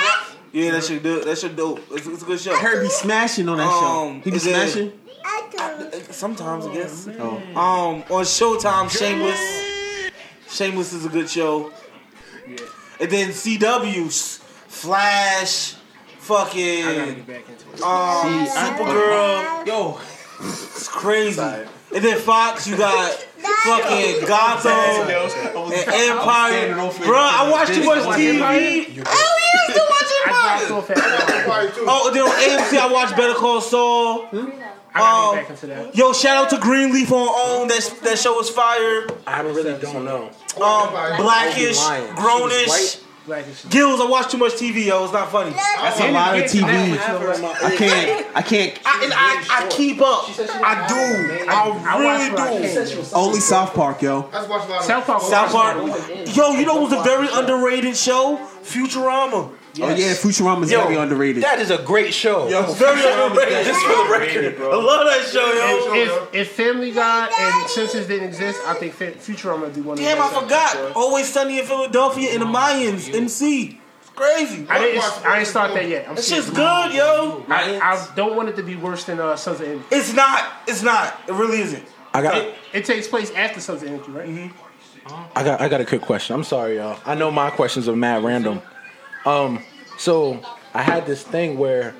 yeah, that shit do. That shit dope. It's, it's a good show. Um, Herbie smashing on that show. He be is it- smashing. Sometimes Oh, I guess. Um, on Showtime, Shameless. Shameless is a good show. And then CW's Flash, fucking um, See, I- Supergirl. Yo, it's crazy. And then Fox, you got fucking Gotham and Empire. Bro, I watch too much TV. Oh, you still watching Oh, then on AMC, I watch Better Call Saul. Um, Back into that. Yo, shout out to Greenleaf on Own. That that show was fire. I haven't really don't know. Um, Blackish, She was Grownish, white. Gills. I watch too much TV, yo. It's not funny. That's a lot of TV. I can't. I can't. I, and I, I keep up. I do. I really do. Only South Park, yo. Let's watch a lot of South Park. South Park. Yo, you know what was a very underrated show? Futurama. Oh yeah, Futurama is very underrated. That is a great show. Yo, it's very underrated. Just for the record, I love that show, yo. If, if Family Guy and Simpsons didn't exist, I think Fa- Futurama would be one of Damn, the I best. forgot. Always Sunny in Philadelphia and the Mayans. MC. It's crazy. I didn't, I didn't start that yet. I'm That serious. shit's good, yo. I, I don't want it to be worse than uh, Sons of Anarchy. It's not. It's not. It really isn't. I got It, it takes place after Sons of Anarchy, right? Mm-hmm. I got I got a quick question. I'm sorry, y'all. I know my questions are mad random. Um, so I had this thing where,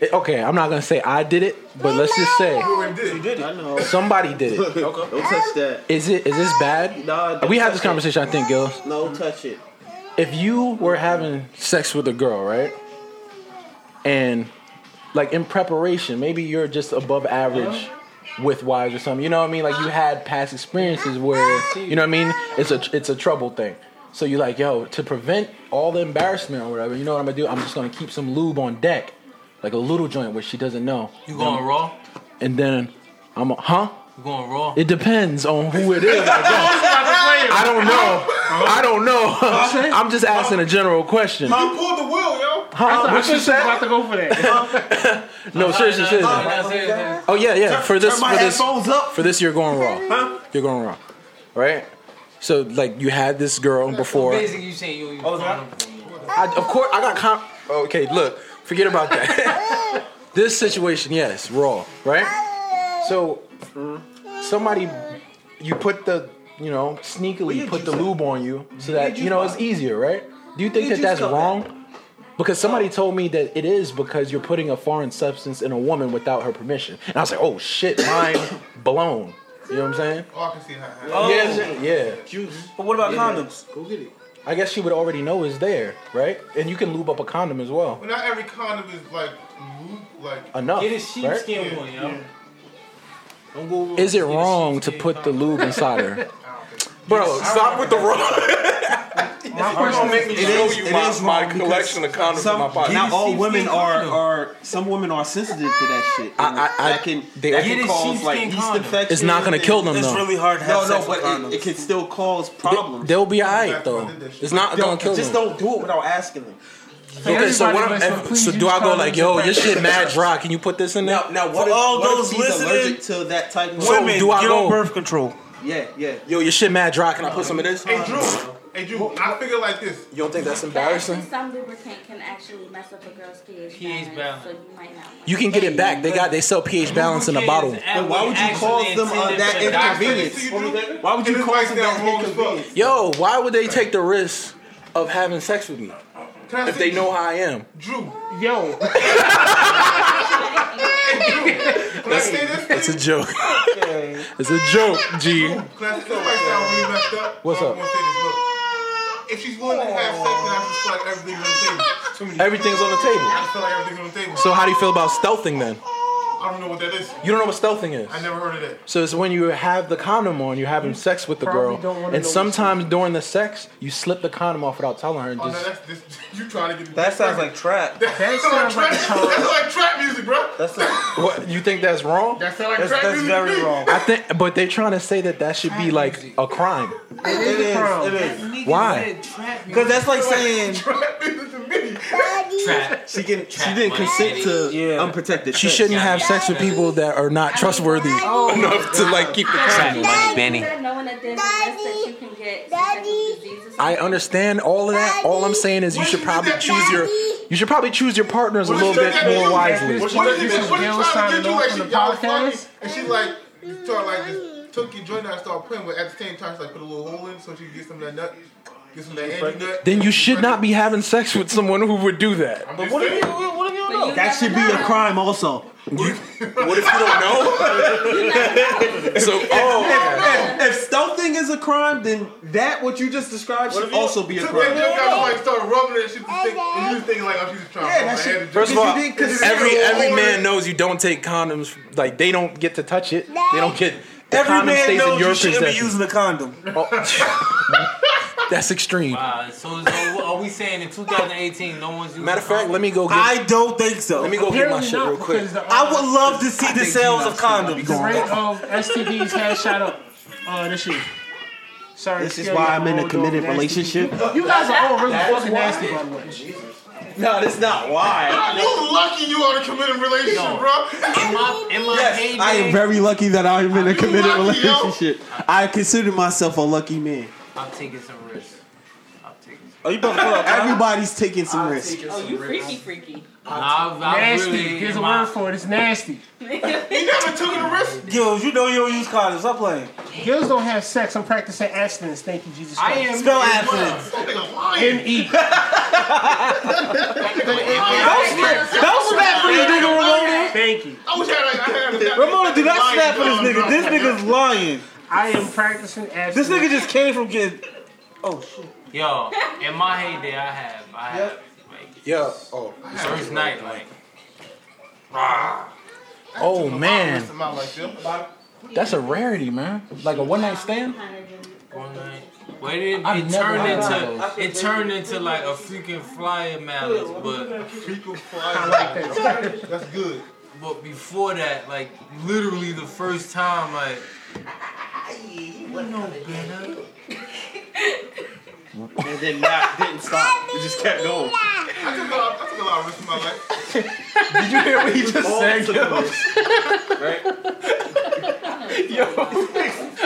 it, okay, I'm not gonna say I did it, but let's just say You did it. I know. somebody did it. Don't touch that. Is it is this bad? Nah, we had this conversation, I think, Gil. No, touch it. If you were having sex with a girl, right, and like in preparation, maybe you're just above average. With wives or something, you know what I mean? Like you had past experiences where, you know what I mean? It's a it's a trouble thing. So you're like, yo, to prevent all the embarrassment or whatever, you know what I'm gonna do? I'm just gonna keep some lube on deck, like a little joint where she doesn't know. You going raw? And then I'm, a, huh? You going raw? It depends on who it is. I guess. I I don't know. Uh-huh. I don't know. I'm just asking a general question. Mom pulled the wheel, yo. Huh? Oh, What you said? about to go for that. No, seriously, seriously. Oh yeah, yeah. For this, Turn my for this, headphones up. for this, you're going raw. You're going raw, right? So like, you had this girl before. Basically, you saying you. you I, of course, I got comp. Okay, look, forget about that. this situation, yes, raw, right? So, Mm-hmm. somebody, you put the, you know, sneakily put the lube on you so that you know it's easier, right? Do you Oh. think Where that did that's you wrong? Because somebody told me that it is because you're putting a foreign substance in a woman without her permission, and I was like, oh shit, mind blown. You know what I'm saying? Oh, I can see how. Oh. Yeah, yeah. But what about Yeah. condoms? Go get it. I guess she would already know is there, right? And you can lube up a condom as well. But not every condom is like loop, like Enough, It Get is a sheepskin right? one, yo. Is it wrong to put the lube inside her? Bro, stop with the wrong. You're gonna make me It show is- you it my- is my wrong because collection of condoms in some- my pocket. Not all Get a women sheepskin are, condom. are some women are sensitive to that shit. you know, that can they- that Get can a cause sheepskin like yeast condom. infection. It's not gonna kill them, It's though. really hard to have No, no, sex with but it, it can still cause problems. They'll be alright though. It's not gonna Don't- kill Just them. don't do it without asking them. Okay, so what? I'm, if, so do I go like, yo, your shit mad dry? Can you put this in there? Now, now what? For if, all what those if he's listening- allergic to that type of So do I go control? Yeah, yeah. Yo, your shit mad dry. Can I put some of this? Hey, Drew. Hey, Drew. I figure like this. You don't think that's But actually, some lubricant can actually mess up a girl's pH, pH balance, so you might not. You can get it back. They got they sell pH balance in a bottle. Then why would you cause them uh, that inconvenience? Why would you cause them that inconvenience? Yo, why would they take the risk of having sex with me if they know how I am? Drew. Yo. Can I say this? It's a joke. it's a joke, G. Can I say this might sound really messed up? What's but I'm up? gonna say this, look. If she's willing to have sex, then I just feel like everything's on the table. To me. Everything's on the table. I just feel like everything's on the table. So how do you feel about stealthing then? I don't know what that is. You don't know what stealthing is. I never heard of that. So it's when you have the condom on, you're having sex with the probably girl, don't wanna and know sometimes during the sex, you slip the condom off without telling her. And Oh, no, just that's this. You trying to get that sounds like trap. That, that sounds like trap. That's like trap music, bro. That's what you think that's wrong? That sound like That's- trap that's music to very me. wrong. I think, but they're trying to say that that should be like a crime. It is. It is. Why? Because that's like saying. She can. she didn't consent to unprotected. She sex. shouldn't have sex with people that are not trustworthy enough to like keep the condom. No one that did that you can get Daddy. diseases. I uh, understand all of that. All I'm saying is you should probably choose your you should probably choose your partners a What is little that bit that more you- wisely. What what is this? What is Girl trying to signing get you? off Like on she the y'all fucking, podcast? and she like start like just took your joint out and start playing, but at the same time she like put a little hole in so she can get some of that nut, get some of that handy nut. Then you should not be having sex with someone who would do that. But what if you? What if you don't know? That should be a crime also. What if you don't know? so oh. if, if, if stealthing is a crime, then that what you just described should also be a took crime. That joint out and like start rubbing it, she just think, and you just thinking like, oh, she's just trying. to Yeah, that rub her shit- hand First of and all, just- She didn't every consent. every man knows you don't take condoms. Like they don't get to touch it. They don't get. The Every condom man stays knows in your you shouldn't be possession. using a condom. That's extreme. Wow, so, so are we saying in 2018 no one's using Matter of fact, let me go. Get, I don't think so. Let me go get my shit real quick. I would love to see the sales of condoms. uh, The rate of STDs has shot up uh, this year. Sorry, This is Scary, why I'm in a old dog, committed nasty relationship. people. You guys are all really That's fucking why. nasty, by the way. No, that's not why. You lucky you are in a committed relationship, No. bro. In my, in my heyday, I am very lucky that I'm in a committed lucky, yo? relationship. I consider myself a lucky man. I'm taking some risks. I'm taking some Oh, you better pull up. Everybody's taking some risks. Oh, you freaky, freaky. Nah, I- I Nasty. really- There's a my- word for it. It's nasty. He never took a risk. Yo, you know you don't use condoms. Stop playing. Girls don't have sex. I'm practicing abstinence. Thank you, Jesus. I Christ. am- Spell abstinence. That nigga lying. M E. Don't snap. Don't snap for this nigga, Ramona. Thank you. I wish I had, I had that. Ramona, do not lying snap for this gun, nigga. bro. This nigga's lying. I am practicing abstinence. This nigga just came from getting. Oh shit. Yo, in my heyday, I have, I have, Yeah. Oh. like, first night, like, Oh man, Am I like them? that's a rarity, man. Like a one night stand. one night. But it, I've it never turned had one into, of it turned into like a freaking flyer malice, but, I like that. That's good. but before that, like, literally the first time, like, you know better. And then not, didn't stop. It just kept going. I took a lot, I took a lot of risks in my life. Did you hear what he just said? yo?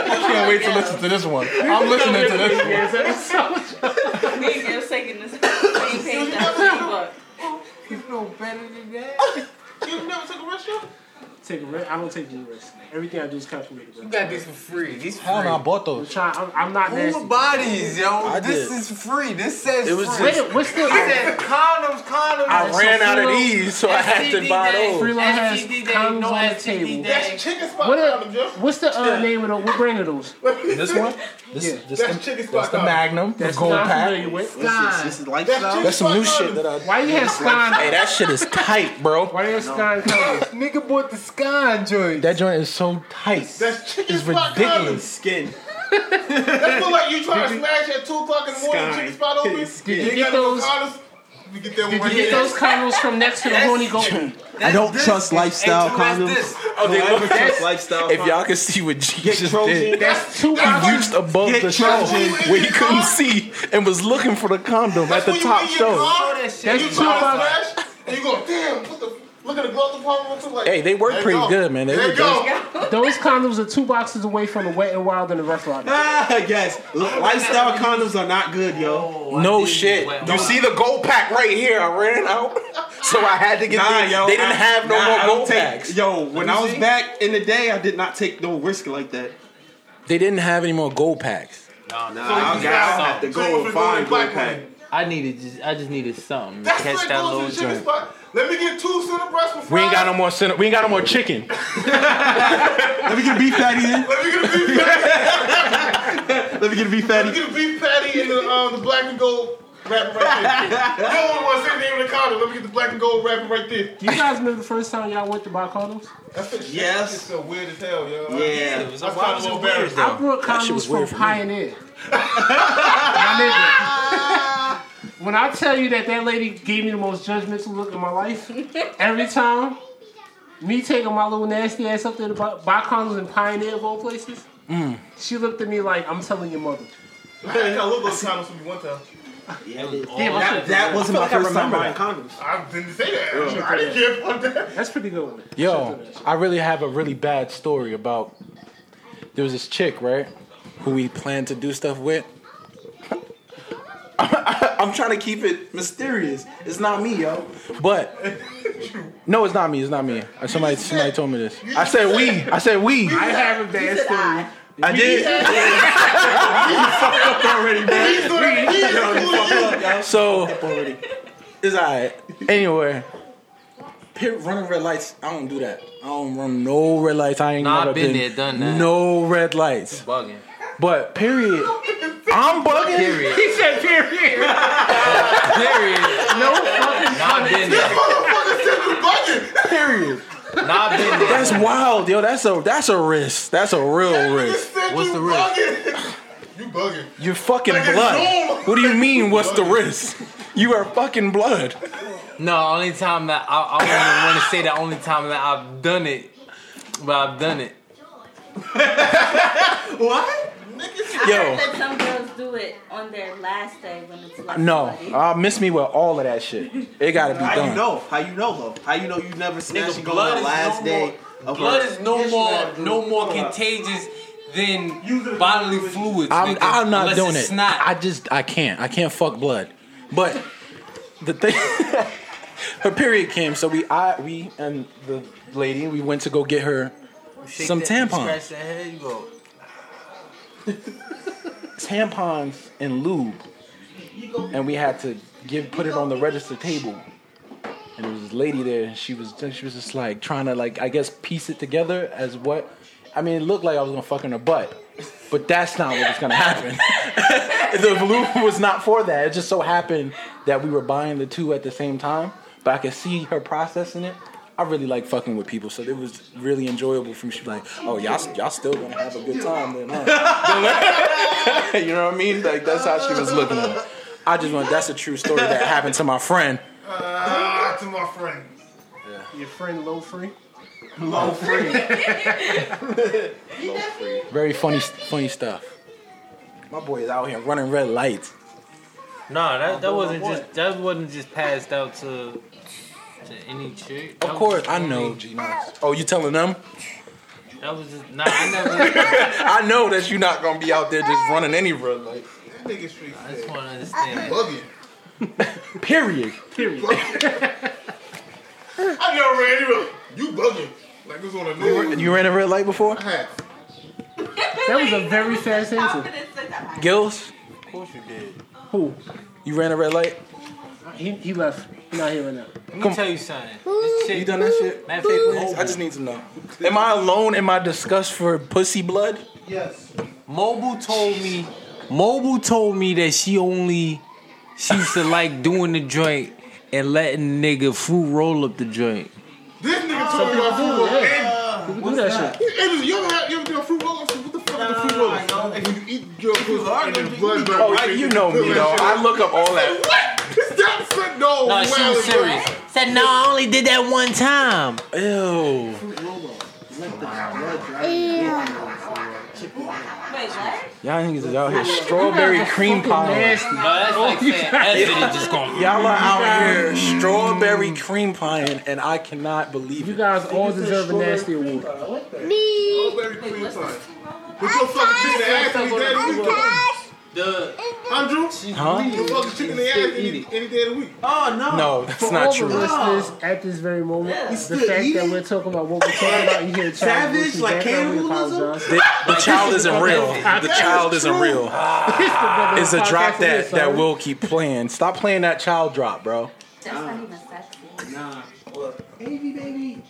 I can't wait to listen to this one. I'm listening to this. Me and girls taking this. We paying that You know better than that. You never took a risk, yo? Take a risk. I don't take any risks. Evereverything I do is calculated. You got this for free. These free. Hell no, I bought I'm those. trying. I'm, I'm not Who nasty. bodies, yo? I this did. is free. This says It was free. just- Wait, what's the- He said condoms, condoms. I ran out of Free-lo- these, so I had to STD buy day. those. Freelo has STD day, condoms no on the STD table. day. That's chicken spot What condom, yo. a, What's the uh, name of the what brand of those? This one? This, Yeah. this That's the, chicken that's spot the condom. Magnum, the That's gold not pack. familiar This with. is, this is That's lifestyle. chicken That's some new spot shit that I. Why you have Stein? Hey, that shit is tight, bro. Why you have Stein condoms? Nigga bought the scone joint. That joint is so tight. That's chicken it's spot ridiculous. Skin. That's what like you trying Did to you- smash at two o'clock in the morning. Sky. Chicken spot open. Did you ain't get got no those- avocados? We get that Did one you get right those condoms from next to the horny goat? I don't trust lifestyle Angel, condoms. that's this. Oh, they don't ever love trust that. lifestyle. If y'all condoms. could see what G Get just Trojan. did, That's he two hours. reached above Get the shelf Trojan. where he couldn't see and was looking for the condom at the top shelf. That's That's you two try hours. to smash, and you go, damn, what the? Look at the glove department. Like, Hey, they work there you pretty go. good, man. They there were you go. Those condoms are two boxes away from the wet and wild in the restaurant. Ah, yes. Li- Lifestyle condoms are not good, yo. No shit. You see the gold pack right here. I ran out, so I had to get. Nah, the, yo, they didn't I- have no nah, I more don't gold take- packs. Yo, when Let me I was see. back in the day, I did not take no risk like that. They didn't have any more gold packs. Nah, nah, So you I just got got I have to some. So go you and go find gold to Black pack. I needed, just, I just needed something to That's catch what that goes to little the chicken joint. spot. Let me get two center breasts for We ain't got fries. no more center. We ain't got no more chicken. Let me get a beef patty in. Let me get a beef patty. Let me get a beef patty. Let me get a beef patty and the, um, the black and gold wrapping right there. You don't want to say the name of the condom. Let me get the black and gold wrapping right there. Do you guys remember the first time y'all went to buy condoms? Yes. It's so weird as hell, yo. Yeah. It was, I was kind of embarrassed. I brought That shit was condoms from weird for me. Pioneer. My nigga. When I tell you that that lady gave me the most judgmental look in my life, every time, me taking my little nasty ass up there to buy, buy condoms in Pioneer of all places, Mm. she looked at me like, I'm telling your mother. I had a look on condoms for me one time. Yeah, Damn, I should've- I feel like I remember condoms. I didn't say that. Yeah. I didn't care about that. That's pretty good one. Yo, I really have a really bad story about. There was this chick, right, who we planned to do stuff with. I'm trying to keep it mysterious. It's not me, yo. But no, it's not me. It's not me. Somebody, somebody told me this. I said we. I said we. I have a bad story. I did. fucked up already, man. You already fucked up, yo. So Fucked up already. it's alright. Anyway, pit running red lights. I don't do that. I don't run no red lights. I ain't Nah, I never been there, done that. No red lights. Bugging. But period. I'm bugging. Period. He said period. Period. No fucking Not been This there. motherfucker said you bugging. Period. Not been there. That's wild, yo. That's a that's a risk. That's a real risk. Said What's you the risk? Bugging. you bugging. You're fucking Like it's normal. blood. What do you mean? What's the risk? You are fucking blood. No, only time that I, I don't want to say the only time that I've done it, but I've done it. what? I Yo. heard that some girls do it on their last day when it's like No, Uh, I miss me with all of that shit. It gotta be How you done. know? How you know though? How you know you never smashed Nigga, a gun on blood the is last no day? more. of Blood her- is no Yes, you more, have, dude. no more Hold on. contagious than bodily fluids. I'm, nigga, I'm not unless doing it's it. Snot. I just I can't. I can't fuck blood. But the thing, her period came, so we I we and the lady we went to go get her Shake some that- tampons. Scratch that head, you go. tampons and lube, and we had to give put it on the register table. And there was this lady there, and she was she was just like trying to like I guess piece it together as what. I mean, it looked like I was gonna fuck her in her butt, but that's not what was gonna happen. the lube was not for that. It just so happened that we were buying the two at the same time, but I could see her processing it. I really like fucking with people, so it was really enjoyable for me. She was like, "Oh, y'all, y'all still gonna have a good time then, huh?" you know what I mean? Like that's how she was looking at it. I just want that's a true story that happened to my friend. Ah, to my friend. Your friend Low Free? Low Free. Very funny, funny stuff. My boy is out here running red lights. Nah, that, that Hold on, wasn't what? just that wasn't just passed out to to any chick. Of That course, was I only- know. G Knox. Oh, you telling them? That was just nah. I never. I know that you're not gonna be out there just running any red light. That nigga street. I just want to understand. Bugging. Period. Period. I never ran into it. You bugging. Like it's on a You, news. you ran a red light before? That was a very fast answer. Gills, Of course you did. Who? you ran a red light. He, he left. He not here right now. Let me tell you something. This chick, You done that shit? Matter of fact, I just need to know. Am I alone in my disgust for pussy blood? Yes. Mobile told me. Mobile told me that she only she used to like doing the joint and letting nigga fruit roll up the joint. Uh, This nigga told me about food and question. Hey, you ever had you ever been on fruit roll? What the fuck is a fruit roll? And you eat your fruit roll and then blood Oh, I- you know me though. I look up all that. That's a no. No, she well, was serious. Said no, I only did that one time. Ew. Y'all niggas is out here strawberry cream pie. No, that's like saying Anthony just gonna. Y'all are out here Mm. strawberry cream pieing, and I cannot believe you guys all deserve a nasty award. Me. Strawberry cream pie. With your fucking chicken ass any day of the week. The Andrew, Huh? your fucking chicken ass any, any day of the week. Oh no. No, that's For not all true. The listeners at this very moment, Yeah. the He's still fact that eating? we're talking about what we're talking about, you hear a child Savage, voice in like background, we cannibalism? apologize. The, the child isn't real. The child isn't real. Ah. It's Uh, a drop that that will keep playing. Stop playing that child drop, bro. That's not even sexy. Nah. Avy baby.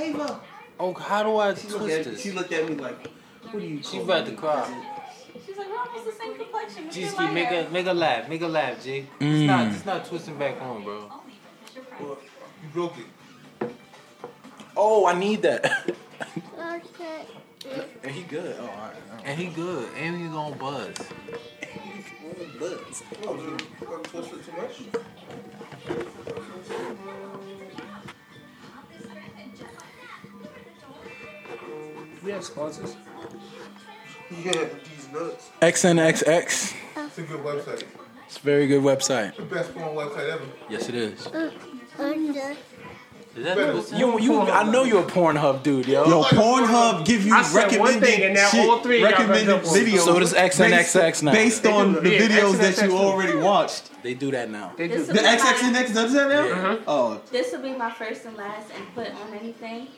Ava. Oh, how do I twist looked at- this? she looked at me like, "What are you?" She about to cry. She's like, we're almost the same complexion. We Just can make lighter. a make a laugh, make a laugh, G. Mm. It's not it's not twisting back on, bro. You broke it. Oh, I need that. Okay. And he good. Oh, all right. And he good. And he gonna buzz. Butts. Twist it too much. We have sponsors. Yeah, these nuts. XNXX. It's a good website. It's a very good website. The best porn website ever. Yes, it is. Is that Better. You, you. I know you're a Pornhub dude, yo. Yo, Pornhub give you I said recommended one thing, and now shit, all three of y'all recommended got double. videos. So does XNXX based, now. Based on the Yeah, videos that XNXX you too. already watched. They do that now. The They do. XXNX does that now? Oh, This will be my first and last input on anything.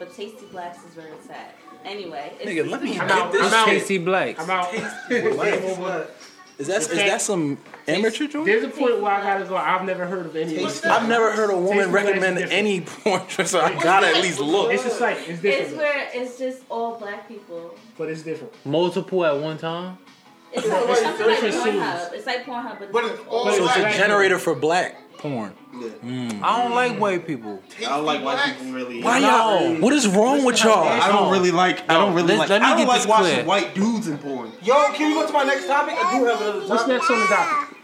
But Tasty Blacks is where it's at. Anyway, it's Nigga, let me I'm get out. this I'm out. Tasty Blacks. I'm out. Is that is that some amateur joint? There's a point where I gotta go. I've never heard of any. of I've never heard a woman recommend any porn, so I gotta at least look. It's a site. It's It's different, where it's just all black people. but it's different. Multiple at one time? It's No, like, it's it's like different Pornhub. scenes. It's like Pornhub, but it's, all So it's a black. generator for black porn. Mm. I don't like white people. I don't like white people really. Why y'all? What is wrong with y'all? I don't really like. I don't really Let- like. let me I don't get like this watching clear. white dudes in porn. Yo, can we go to my next topic? I do have another topic. What's next on the docket?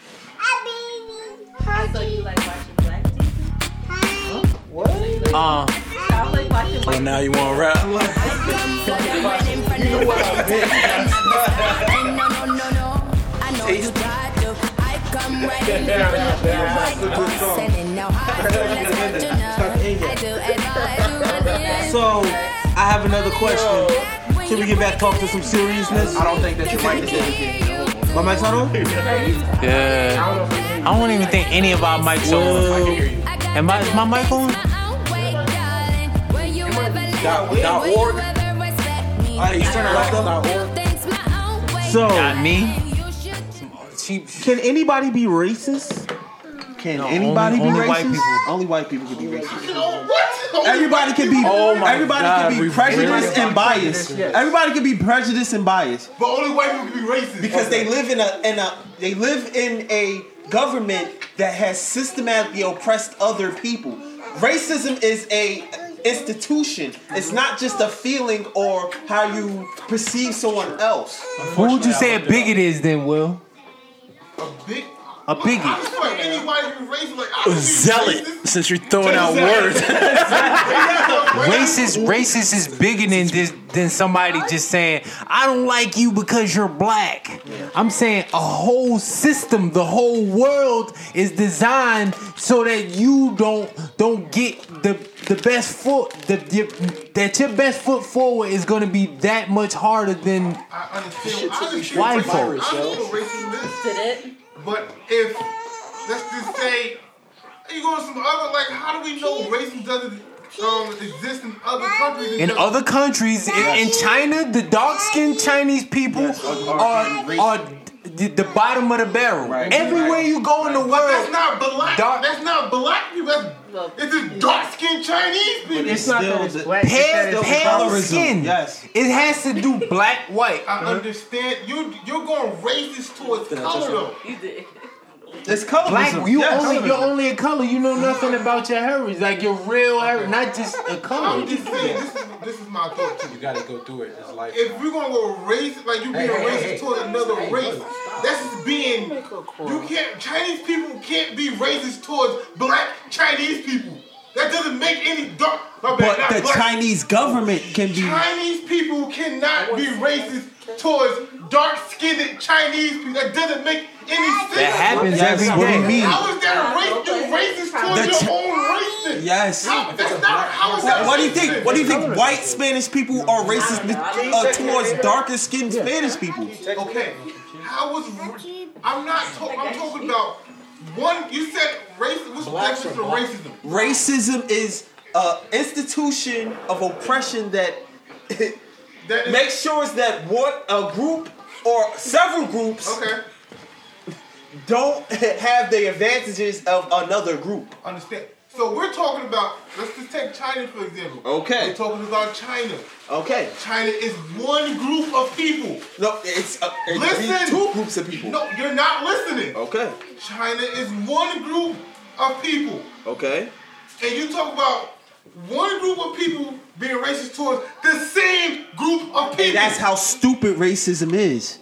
I thought you like watching black people. Uh, I like watching well, now you want to rap? So, I have another question. Can we get back talk to some seriousness? I don't think that you're right to My mic's not on? Yeah. I don't even think any of our mics are on. Am I, is my mic on? Dot, dot org. Alright, you turn it off. Dot org. So, me? can anybody be racist? Can anybody be racist? Only white people can be racist. Everybody can be. Oh my everybody God, can we be prejudiced really- and biased. Yes. Everybody can be prejudiced and biased. But only white people can be racist. because they live in a in a they live in a government that has systematically oppressed other people. Racism is a institution. It's not just a feeling or how you perceive someone else. Who would you say a bigot is then, Will? Big. A I bigot. just feel like anybody can be racist. Like, I A zealot. Since you're throwing out words. Racist, racist is bigger than this, than somebody just saying, "I don't like you because you're black." I'm saying a whole system, the whole world is designed so that you don't don't get the the best foot the, the that your best foot forward is going to be that much harder than white folks. Did it? But if let's just say you go to some other like, how do we know racism doesn't um, exist in other countries? In other countries, in, in China, the dark skinned Chinese people are are the, the bottom of the barrel. Everywhere you go in the world, that's not black. That's not black people. That's, it's just dark skinned Chinese people. it's not that it's black, it's that pale, it's pale colorism. skin. Yes. It has to do black white. I understand you. You're going racist towards color though. It's colorism. Black, you Yes. only you're Colorism. only a color. You know nothing about your heritage, like your real heritage, not just a color. I'm just saying, this is, this is my thought too. You gotta go through it. It's life. If we're gonna go race, like you being Hey, hey, racist hey, hey. towards another Hey, race, that's just being. You can't. Chinese people can't be racist towards black Chinese people. That doesn't make any dark. My bad, But not the black. Chinese government can be. Chinese people cannot be racist towards dark-skinned Chinese people. That doesn't make any sense. happens That's every what day. we mean. How is that a race? You racist towards The your Chi- own race? Then? Yes. How, that's not how is that What do you racist? think? What do you think? White Spanish people are racist uh, towards darker skinned Spanish people. Okay. How was I'm not talking. I'm talking about one. You said racism. What's the difference of racism? Racism is an institution of oppression that, makes sure that what a group or several groups don't have the advantages of another group. Understand? So we're talking about. Let's just take China for example. Okay. We're talking about China. Okay. China is one group of people. No, it's, uh, it could be listen. two groups of people. No, you're not listening. Okay. China is one group of people. Okay. and you talk about one group of people being racist towards the same group of people. That's how stupid racism is.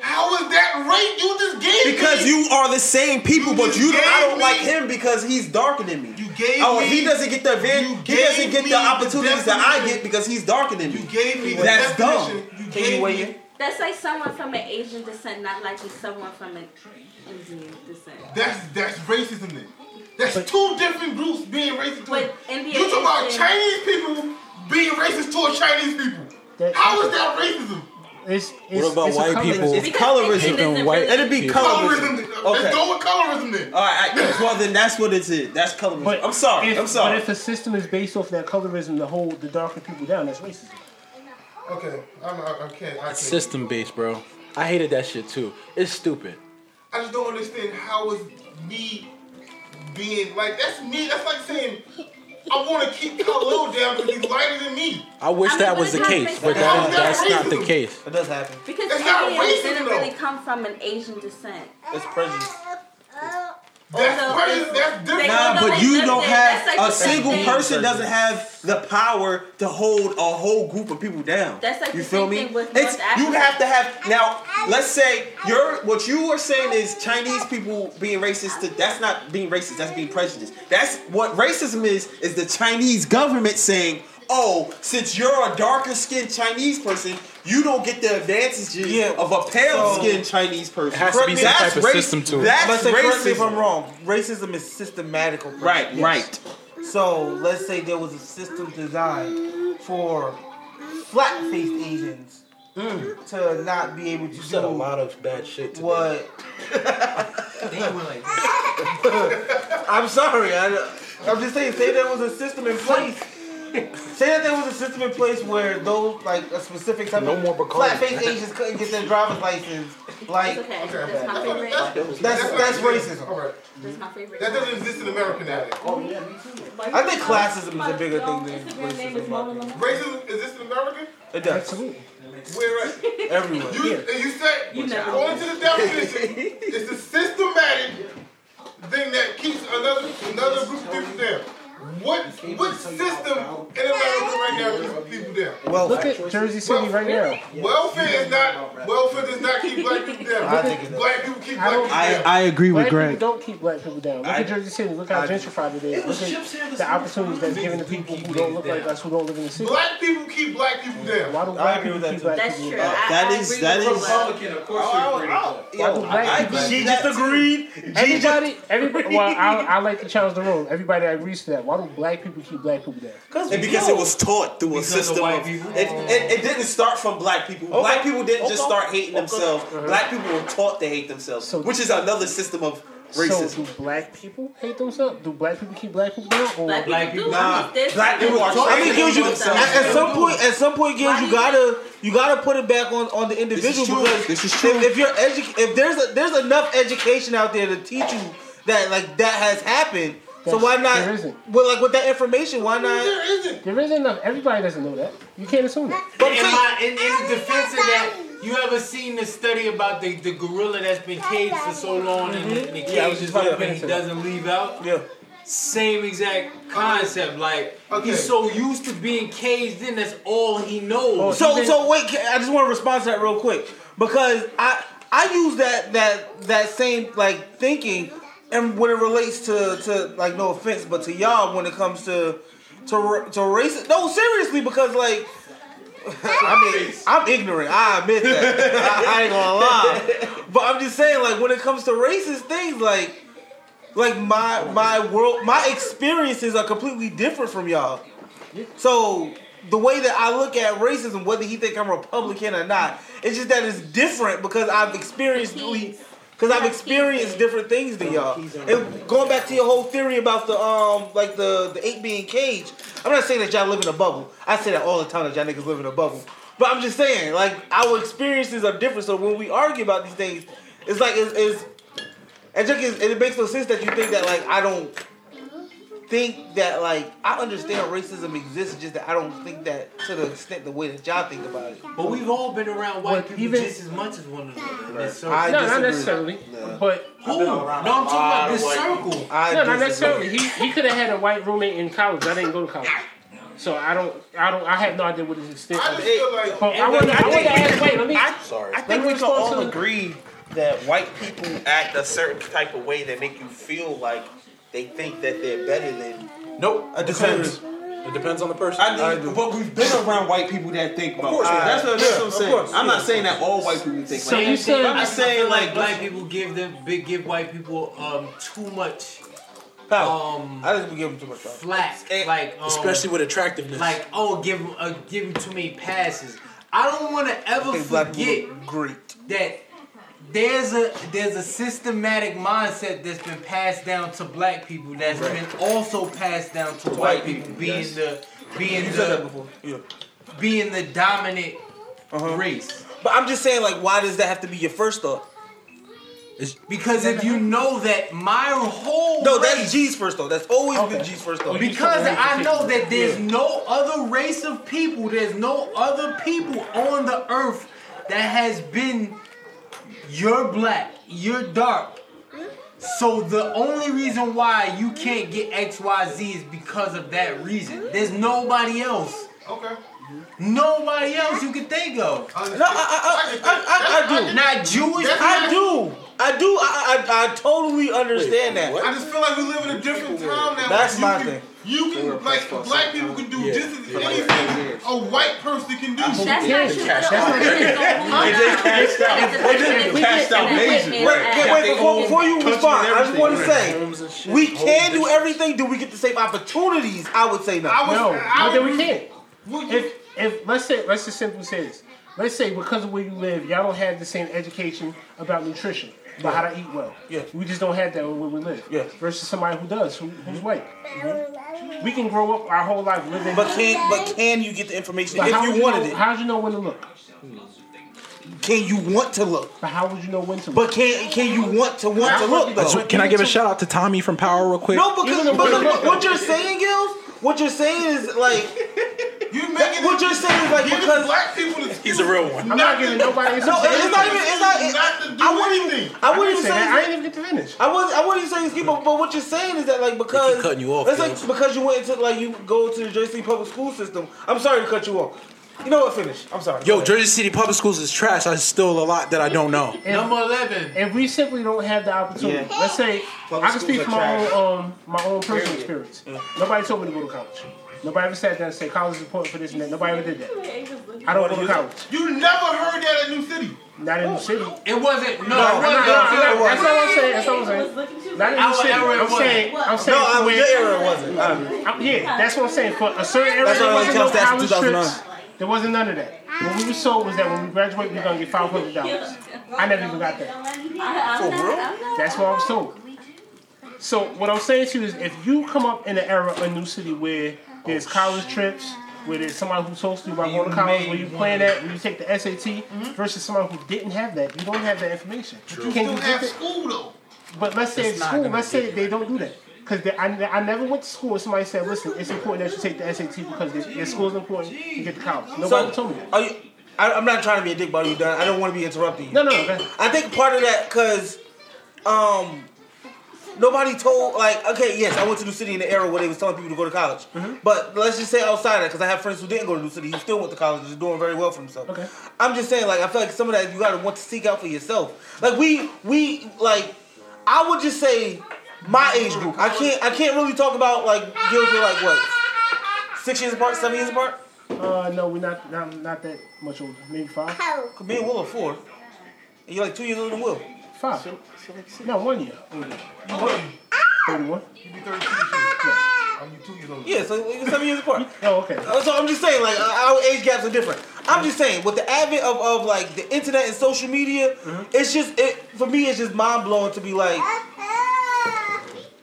How is that right? You just gave Because me. you are the same people, You but you gave don't, I don't me- like him because he's darker than me. You gave oh, me- he doesn't get the advantage. He gave doesn't get me the the opportunities that I definition. get because he's darker than me. You gave me the That's dumb. definition. You Can gave you weigh me- in? That's like someone from an Asian descent not liking someone from an Indian descent. That's that's racism then. That's two different groups being racist towards. India You talk about is- Chinese people being racist towards Chinese people. How is that racism? It's, What about it's a white colorism. people? It's colorism. It'd be colorism. Let's go with colorism then. All right. I- well, then that's what it's. That's colorism. I'm sorry. If- I'm sorry. But if a system is based off that colorism to hold the darker people down, that's racism. Okay, I'm, I, I can't. I can't. System based, bro. I hated that shit too. It's stupid. I just don't understand how is me being like that's me. That's like saying I want to keep Khalil down because he's lighter than me. I wish that was the case, but that, that's not the case. It does happen. Because That's not Indians racism, didn't though. really come from an Asian descent. It's prejudice. That's Although prejudice. it's- That's different. Nah, but you don't have That's like a the same single thing. person doesn't have the power to hold a whole group of people down. That's like you the feel same me? thing with It's North you Africa. have to have now. Let's say you're what you are saying is Chinese people being racist. To, that's not being racist. That's being prejudiced. That's what racism is. Is the Chinese government saying, "Oh, since you're a darker skinned Chinese person." You don't get the advantages of a pale skinned Chinese person. Correct me- That's rac- That's Let's say, correct me if racism. I'm wrong. Racism is systematical. oppression. Right, right. So let's say there was a system designed for flat-faced Asians to not be able to do a lot of bad shit. What? I'm sorry. I, I'm just saying. Say there was a system in place. Say that there was a system in place where those like a specific type No of more Bacardi. flat-faced Asians couldn't get their driver's license. Like That's my favorite. that's that's racism. That's my favorite. That doesn't exist in America now. Oh yeah, me too. I think classism is a bigger thing than racism. Racism exists in America. It does. Where at? Everywhere. You, and you said according to the definition, it's a systematic thing that keeps another another group of people down. What what system in America right now keeps people down? Well, Look at Jersey City right now. Welfare is not welfare does not keep black people down. I think it does. black people keep I black don't- people down. I agree with black Greg. People don't keep black people down. Look I- at Jersey City. Look how I- gentrified it is. It was chips Look here at this the opportunities that's given to people who don't look like us, who don't live in the city. Black people keep black people down. Why do black people keep black people down? That is that is of course you agree with that. Why do black people- Everybody, everybody. Well, I, I like to challenge the room. Everybody that agrees to that. Why do black people keep black people down? And because it was taught through a system of, it, it, it didn't start from black people. Black people didn't just Okay. start hating Okay. themselves. Uh-huh. Black people were taught to hate themselves, which is another system of racism. So do black people hate themselves? Do black people keep black people down? Or Black Black people people- do. nah, There's- black people are I mean, Gills, you, They at, do themselves. at some point, at some point, Gills, you gotta you gotta put it back on, on the This individual is true. because This is if- true. If, you're edu- if there's a, there's enough education out there to teach you that like that has happened, so Yes, why not? there isn't. Well, like with that information, why not? There isn't. There isn't enough. Everybody doesn't know that. You can't assume that. But in, my, in, in defense of that, You ever seen the study about the, the gorilla that's been caged for so long and the, the Yeah, I was cage is just about to open and he mention that. doesn't leave out? Yeah. Same exact concept. Like he's so used to being caged in, that's all he knows. so so wait, ca- I just want to respond to that real quick because I I use that that that same like thinking and when it relates to to like no offense but to y'all when it comes to to ra- to race no seriously because like I mean I'm ignorant I admit that I, I ain't gonna lie but I'm just saying like when it comes to racist things like like my my world my experiences are completely different from y'all so the way that i look at racism whether he think i'm republican or not it's just that it's different because i've experienced because i've experienced different things than y'all and going back to your whole theory about the um like the the ape being caged i'm not saying that y'all live in a bubble i say that all the time that y'all niggas live in a bubble but i'm just saying like our experiences are different so when we argue about these things it's like it's, it's and just, it it makes no sense that you think that like I don't think that like I understand racism exists, just that I don't think that to the extent the way that y'all think about it. But we've all been around white people just as much as one another. Right. Right. I no, disagree. not necessarily. But Who? No, I'm talking about this circle. no, not necessarily. He he could have had a white roommate in college. I didn't go to college. So I don't, I don't, I have no idea what his extent. I just feel like. I want to ask. Wait, let me. Sorry. I let think me we can respond all to- agree that white people act a certain type of way that make you feel like they think that they're better than. Nope. It depends. It depends on the person. I mean, but we've been around white people that think about. Of course we have. that's what, Yeah, of that's what I'm saying. course, I'm not yeah. saying that all white people think. So like you that. said I'm just saying like, black people give them big give white people um too much um I just give them too much flack Eh, like um, Especially with attractiveness. like oh give them uh, give them too many passes. I don't want to ever forget that there's a there's a systematic mindset that's been passed down to black people that's been also passed down to white, people, being yes. the being You the said that before. Uh-huh. being the dominant race. But I'm just saying, like, why does that have to be your first thought? because if you know that my whole no, that's G's first thought. That's always been G's first thought. Because I know that there's no other race of people, there's no other people on the earth that has been you're black, you're dark. So the only reason why you can't get XYZ is because of that reason. There's nobody else. Okay. Nobody else you can think of. No, I, I, I, I, I do. Not Jewish. I do. I do. I, I, I totally understand that. I just feel like we live in a different time now. That's You my can- thing. You can like black people can do just as anything a white person can do. That's not Yeah. true. Cashed out. They just cashed out. They just cashed out major. Wait, wait, wait, before, before you respond, I just want to Homes and say shit. we can do Homes. everything. Do we get the same opportunities? I would say no. I was, no, but then we can't. If if let's say let's just simply say this. Let's say because of where you live, y'all don't have the same education about nutrition, about how to eat well. Yeah. We just don't have that where we live. Yeah. Versus somebody who does, who, who's white. We can grow up our whole life living. But can but can you get the information But if how you would wanted know, it? How'd you know when to look? Can you want to look? But how would you know when to look? But can can you want to want to look But though? Can I give a shout out to Tommy from Power real quick? No, because, because what you're saying, Gil, what you're saying is like you making what you're saying is like giving because black people He's a real one. I'm not giving nobody. No, it's not even. It's not. Not I wouldn't even. I wouldn't didn't even say. say that. I didn't even get to finish. I was. I wouldn't even say excuse, but, but what you're saying is that like because cutting you off, It's yo. like because you went into like you go to the Jersey public school system. I'm sorry to cut you off. You know what? Finish. I'm sorry. Yo, Jersey City public schools is trash. I still a lot that I don't know. Number eleven. If we simply don't have the opportunity, Yeah. let's say Public I can speak schools from are my trash. own um, my own personal Period. experience. Nobody told me to go to college. Nobody ever sat down and said college is important for this and that. Nobody ever did that. I don't go to college. You never heard that at New City. Not in the city. It wasn't. No, it I'm not- wasn't. I'm not- It wasn't. That's not what I'm saying. That's not what I'm saying. Not in the Our city. era, it I'm wasn't. saying. I'm saying. No, for our- where- your era, it wasn't. I don't- I'm- Yeah, that's what I'm saying. For a certain era, That's there why I wasn't no only count college stats in trips. There wasn't none of that. What we were sold was that when we graduate, we we're gonna get five hundred dollars. I never even got that. For real? That's what I was told. So what I'm saying to you is, if you come up in an era, a new city where there's college trips, where there's somebody who's told you about going to college, where you plan that, where you take the SAT, versus somebody who didn't have that, you don't have that information. You Can still you have get it? school though. But let's say It's in not school, gonna let's say they don't do that. Because I, I never went to school and somebody said, listen, it's important that you take the SAT because your your school's important to get to college. Nobody So, uh, told me that. Are you, I, I'm not trying to be a dick, but you done. I don't want to be interrupting you. No, no. I think part of that because um, nobody told. Like, okay, yes, I went to New City in the era where they was telling people to go to college. But let's just say outside of that, because I have friends who didn't go to New City, who still went to college, is doing very well for themselves. Okay. I'm just saying, like, I feel like some of that you gotta want to seek out for yourself. Like we, we, like, I would just say my age group. I can't, I can't really talk about like girls who are like what six years apart, seven years apart. Uh, no, we're not not, not that much older. Maybe five. Could me and Will are four. And you're like two years older than Will. Five. no, one year older. Oh. Thirty-one. Yeah, so it's seven years apart. oh, okay. So I'm just saying, like uh, our age gaps are different. I'm just saying, with the advent of, of like the internet and social media, Mm-hmm. it's just it for me. It's just mind blowing to be like.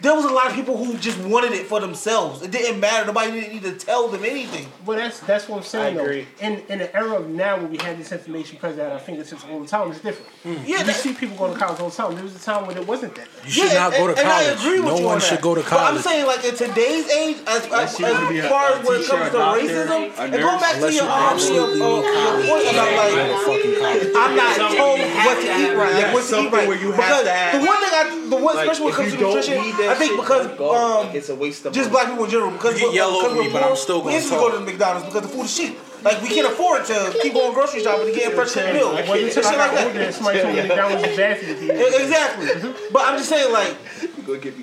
There was a lot of people who just wanted it for themselves. It didn't matter. Nobody didn't need to tell them anything. Well, that's that's what I'm saying. I agree. Though. In in the era of now, where we had this information present at our fingertips all the time, it's different. Yeah, you see people going to college all the time. There was a time when it wasn't that. You should not go to college. no one should go to college. But I'm saying, like in today's age, as, as, you as could be a- far a as when it teacher, comes a to doctor, racism, a and nurse, going back to your, unless you um, your, absolutely uh, your point about like, I'm not told what to eat right, like what to eat right. because the one thing I, the one, Like, especially when it if comes you to don't nutrition, need that I think shit, because don't um, It's a waste of just money. black people in general. Because You get we're- yellow because at we're me, but poor, I'm still We gonna instantly talk. go to the McDonald's because the food is cheap. Like we can't afford to keep going grocery shopping to get fresh meals and Well, you shit took I like got older, and that. somebody told me that was the bad thing. E- Exactly. But I'm just saying, like,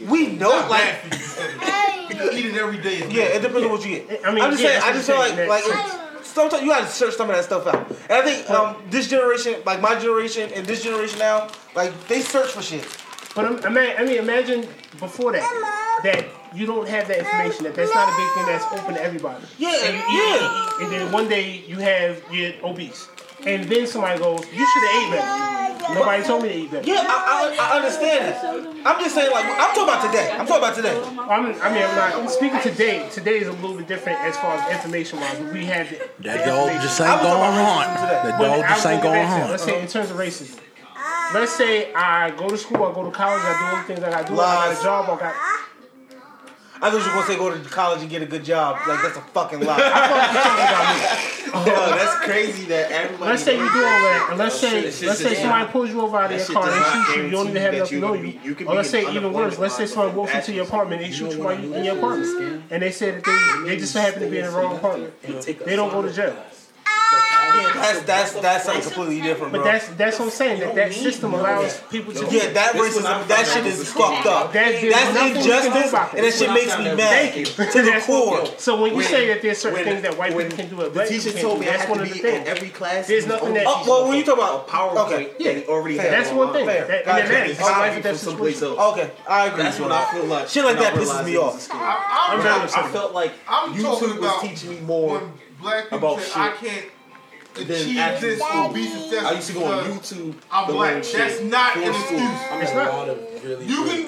we know, like, eat it every day. Yeah, it depends on what you get. I I mean, mean, I'm just yeah, saying, I that's just what feel I'm like, saying. like, That's- it's- sometimes you gotta search some of that stuff out. And I think um, this generation, like my generation and this generation now, like they search for shit. But I'm, I, mean, I mean, imagine before that, that you don't have that information, that that's not a big thing that's open to everybody. Yeah, and you eat, eat, eat, and then one day you have, you're obese. And then somebody goes, you should have ate better. Nobody told me to eat better. Yeah, I, I, I understand it. I'm just saying, like, I'm talking about today. I'm talking about today. I'm, I mean, I'm not speaking today. Today is a little bit different as far as information wise. We have it. That dog just ain't going on. That Well, dog just I ain't go going back to- on. Let's say in terms of racism. Let's say I go to school, I go to college, I do all the things I gotta do, I got Lies. a job, I got I thought you were gonna say go to college and get a good job. Like that's a fucking lie. Yo, that's crazy that everybody. Let's say you do all that, and let's That say shit- that shit let's say does somebody not- pulls you over out of that your shit car does and not shoots you. You don't even guarantee have that enough to you know can be- you. you can Or be let's in say even unemployment worse. Let's say line somebody with walks into ashes. your apartment and they shoot you while you in your apartment, and they say that they they just so happen to be in the wrong apartment. They don't go to jail. That's that's that's something completely different, bro. But that's that's what I'm saying. That that system allows people to. yeah, that racism, that shit is fucked up. That- there's that's nothing we can do injustice, about it. and that shit makes me mad Thank to you. the core. So when you When- say that there's certain when- things that white people can do, that the black teacher people told can't do, me I that's had one to of the be things. in every class There's and nothing only- that. Oh, well, when you talk about power, Okay, yeah, already Fair. had That's one thing. Fair. That- Gotcha. and then that's- It's I- life and death someplace situation. else. Okay, I agree That's with when you. I feel like Shit like when I that pisses me realized it off. was a scam. I'm I'm not- I felt like I'm talking YouTube was about teaching me more black people about say, shit I can't achieve actual this school. or be successful I used to go on because YouTube. I'm to black. learn shit That's not for an school. excuse. I It's met not. a lot of really. You can do anything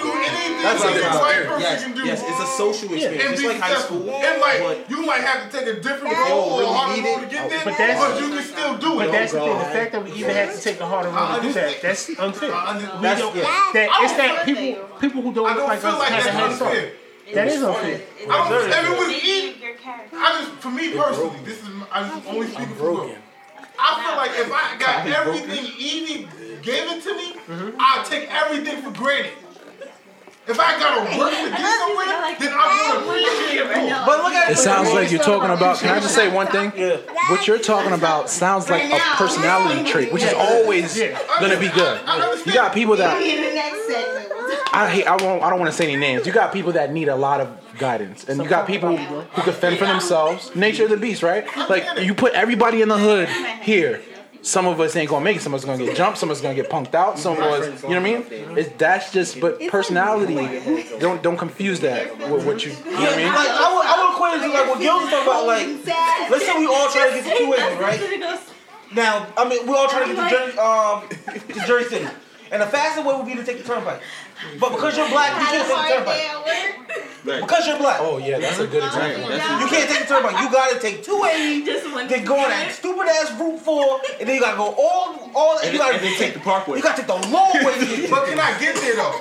That's what that I'm a white saying. person Yes, can do. yes, it's a social experience, And just be like high successful. school. And like, But- you might have to take a different If role y'all or a really harder need role to it, get I'll- there, But that's- but you can still do it. But that's the thing. The fact that we even had to take a harder road to do that, that's unfair. We That's- don't, yeah. that, I it's don't that feel people people who don't I look don't like feel us like have a that's head start. unfair. That is It's unfair. I don't, everyone's eating. I just, for me personally, this is my- I just only speaking for Will. I feel like if I got He's broken. Mm-hmm. everything Edie gave it to me, I'll take everything for granted. If I gotta work to get somewhere, then I'm gonna appreciate it more. But look It sounds like you're talking about. Can I just say one thing? What you're talking about sounds like a personality trait, which is always gonna be good. You got people that In the next segment. I hate. I won't. I don't want to say any names. You got people that need a lot of guidance, and you got people who can fend for themselves. Nature of the beast, right? Like you put everybody in the hood here. Some of us ain't gonna make it. Some of us gonna get jumped. Some of us gonna get punked out. Some of us, you know what I mean? It's that's just. But personality, don't don't confuse that with what you. You know what I mean? Like I would, I would equate it to like what Gil was talking about. Like, let's say we all try to get to QA, right? Now, I mean, we all try to get to Jersey, um, to Jersey City, and the fastest way would be to take the turnpike. But because you're black, you can't take the turnpike. Because you're black. Oh yeah, that's a good example. you can't take the turnpike. You gotta take 280, then go on that stupid ass Route 4, and then you gotta go all, all, you gotta take the parkway. You gotta take the long way. But can I get there though?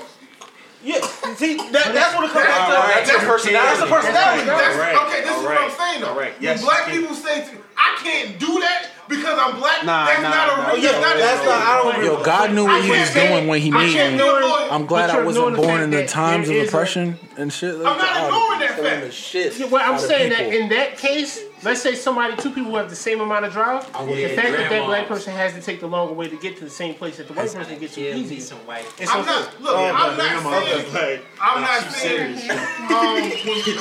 Yeah, see, that, that's what it comes down to. That's a That's, personality. that's- okay, this is what I'm saying though. All right. Yes, when black you people say, to- I can't do that, because I'm black. Nah, that's nah, not a nah. reason. Yo, Oh, not that's excuse. not- I don't Yo, agree. God knew what he can't was say- doing when he I made can't me. ignore it. I'm glad I wasn't ignoring the born in the fact that times there of is a- oppression and shit. I'm not ignoring that fact. Shit. Yeah, well, I'm Out of saying that people. in that case, let's say somebody, two people who have the same amount of drive, I the would- fact that that grandmas. black person has to take the longer way to get to the same place that the white That's person gets to yeah, easy. need some white- It's I'm okay. not. Oh, Look, I'm not saying. I'm not saying. Um, when you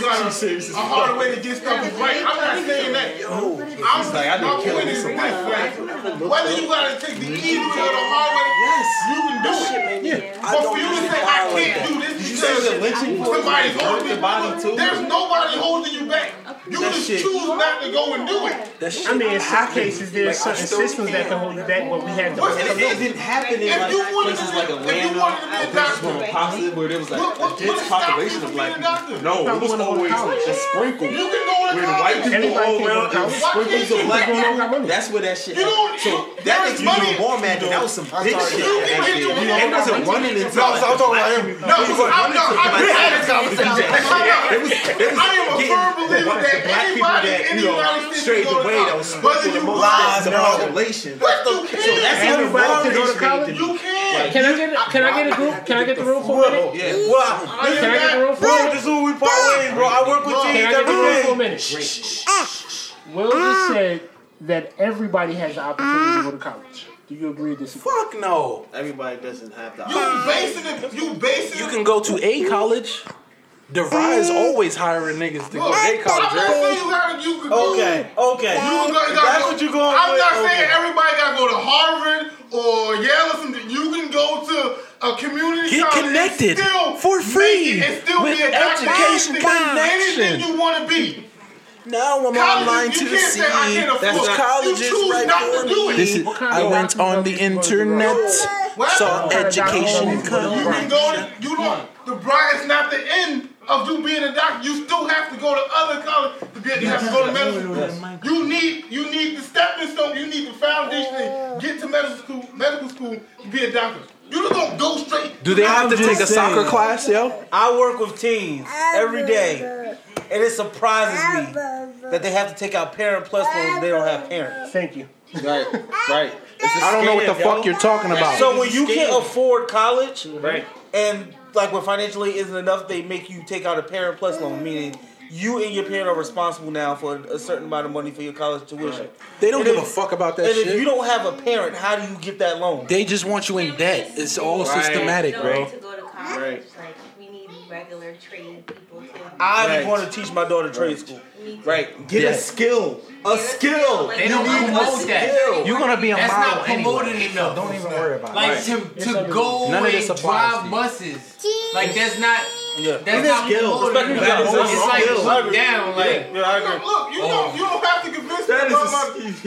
got a, a harder way to get stuff is right. I'm not saying that. I'm like, I my done killed point is some this, white like, whether you gotta take the easy way or the hard way, yes, you can do it. Yeah. I But don't for you to get say the I hard way can't back. do this You said because the lynching was somebody's worth holding the me body, back, too. There's nobody holding you back. You That just shit- choose not to go and do it. I mean, in some cases, there's certain systems that can hold you back, but we have to. What if it didn't happen in If like you wanted places to like be- if you Atlanta wanted to be a or places doctor, where positive where there was like what- what- a dense population of black people? No, it was always a sprinkle. You can go to Where the college. white people Everybody all around and can go to college. Why sprinkles can't of you? black You don't people. That's where that shit You don't- happened. So that makes money. you more mad that that was some big sorry. shit. You that happened. can get your money. It wasn't running into No, I'm like, talking about him. No, it wasn't I'm running not- into I'm- black we had this people. conversation. It was- it was I am a getting firm believer that the black people anybody that, in you the know, United States straight can go to away that was college. Whether sprinkled you amongst lie, the no. population. But you So that's how the Everybody can go to world is college. created. You can. Can I get can I get a group? Can I get the room for a minute? Yeah. Can I get the room for a Bro, minute? this is where we part ways, bro. I work with Can I teams get the room for a every day. minute? Ah. Will just said that everybody has the opportunity to go to college. Do you agree with this? Ah. Fuck no. Everybody doesn't have the You basing it. You basing You can go to a college. DeVry is always hiring niggas to go to a college. I'm not right? saying you gotta. You could go. Okay, okay. You can go, you gotta That's go- what you're going I'm with, not okay. saying everybody gotta go to Harvard or Yale or something. You can go to a community Get college connected and still for make free it and still with be a doctor. education Anything- Anything connection. you want to be. Now I'm Colleges, online you to can't see say I can't afford. that's You colleges choose right not to for do me. it. This is, What I went on the internet, saw You can education. go to, you don't, the bride is not the end of you being a doctor. You still have to go to other college to be, you have to go to medical school. You need, you need the stepping stone, you need the foundation to get to medical school, medical school to be a doctor. You just don't go straight. Do they have to I'm just take a soccer saying. class, yo? I work with teens every day, and it surprises me that they have to take out parent plus loans. if They don't have parents. Thank you. Right, right. I don't know what the fuck you're talking about. So when you can't afford college, Right. and like when financially isn't enough, they make you take out a parent plus loan, meaning you and your parent are responsible now for a certain amount of money for your college tuition. They don't And give if- a fuck about that And shit. if you don't have a parent, how do you get that loan? they just want you in debt. It's all Right. systematic, bro. To go to college, like we need regular trade people to. I'm going to teach my daughter trade school. Right. Get Yeah. a skill. A skill. They don't You need a promote that. skill. You're gonna be a That's model not promoted anyway, enough. so Don't even worry about Like it. to to go None of this and applies drive buses. Like that's not. Yeah. That's not promoted Respect enough. yourself. It's like Skills. look down. Like yeah, I agree. Look, you don't, you don't have to convince me about that my,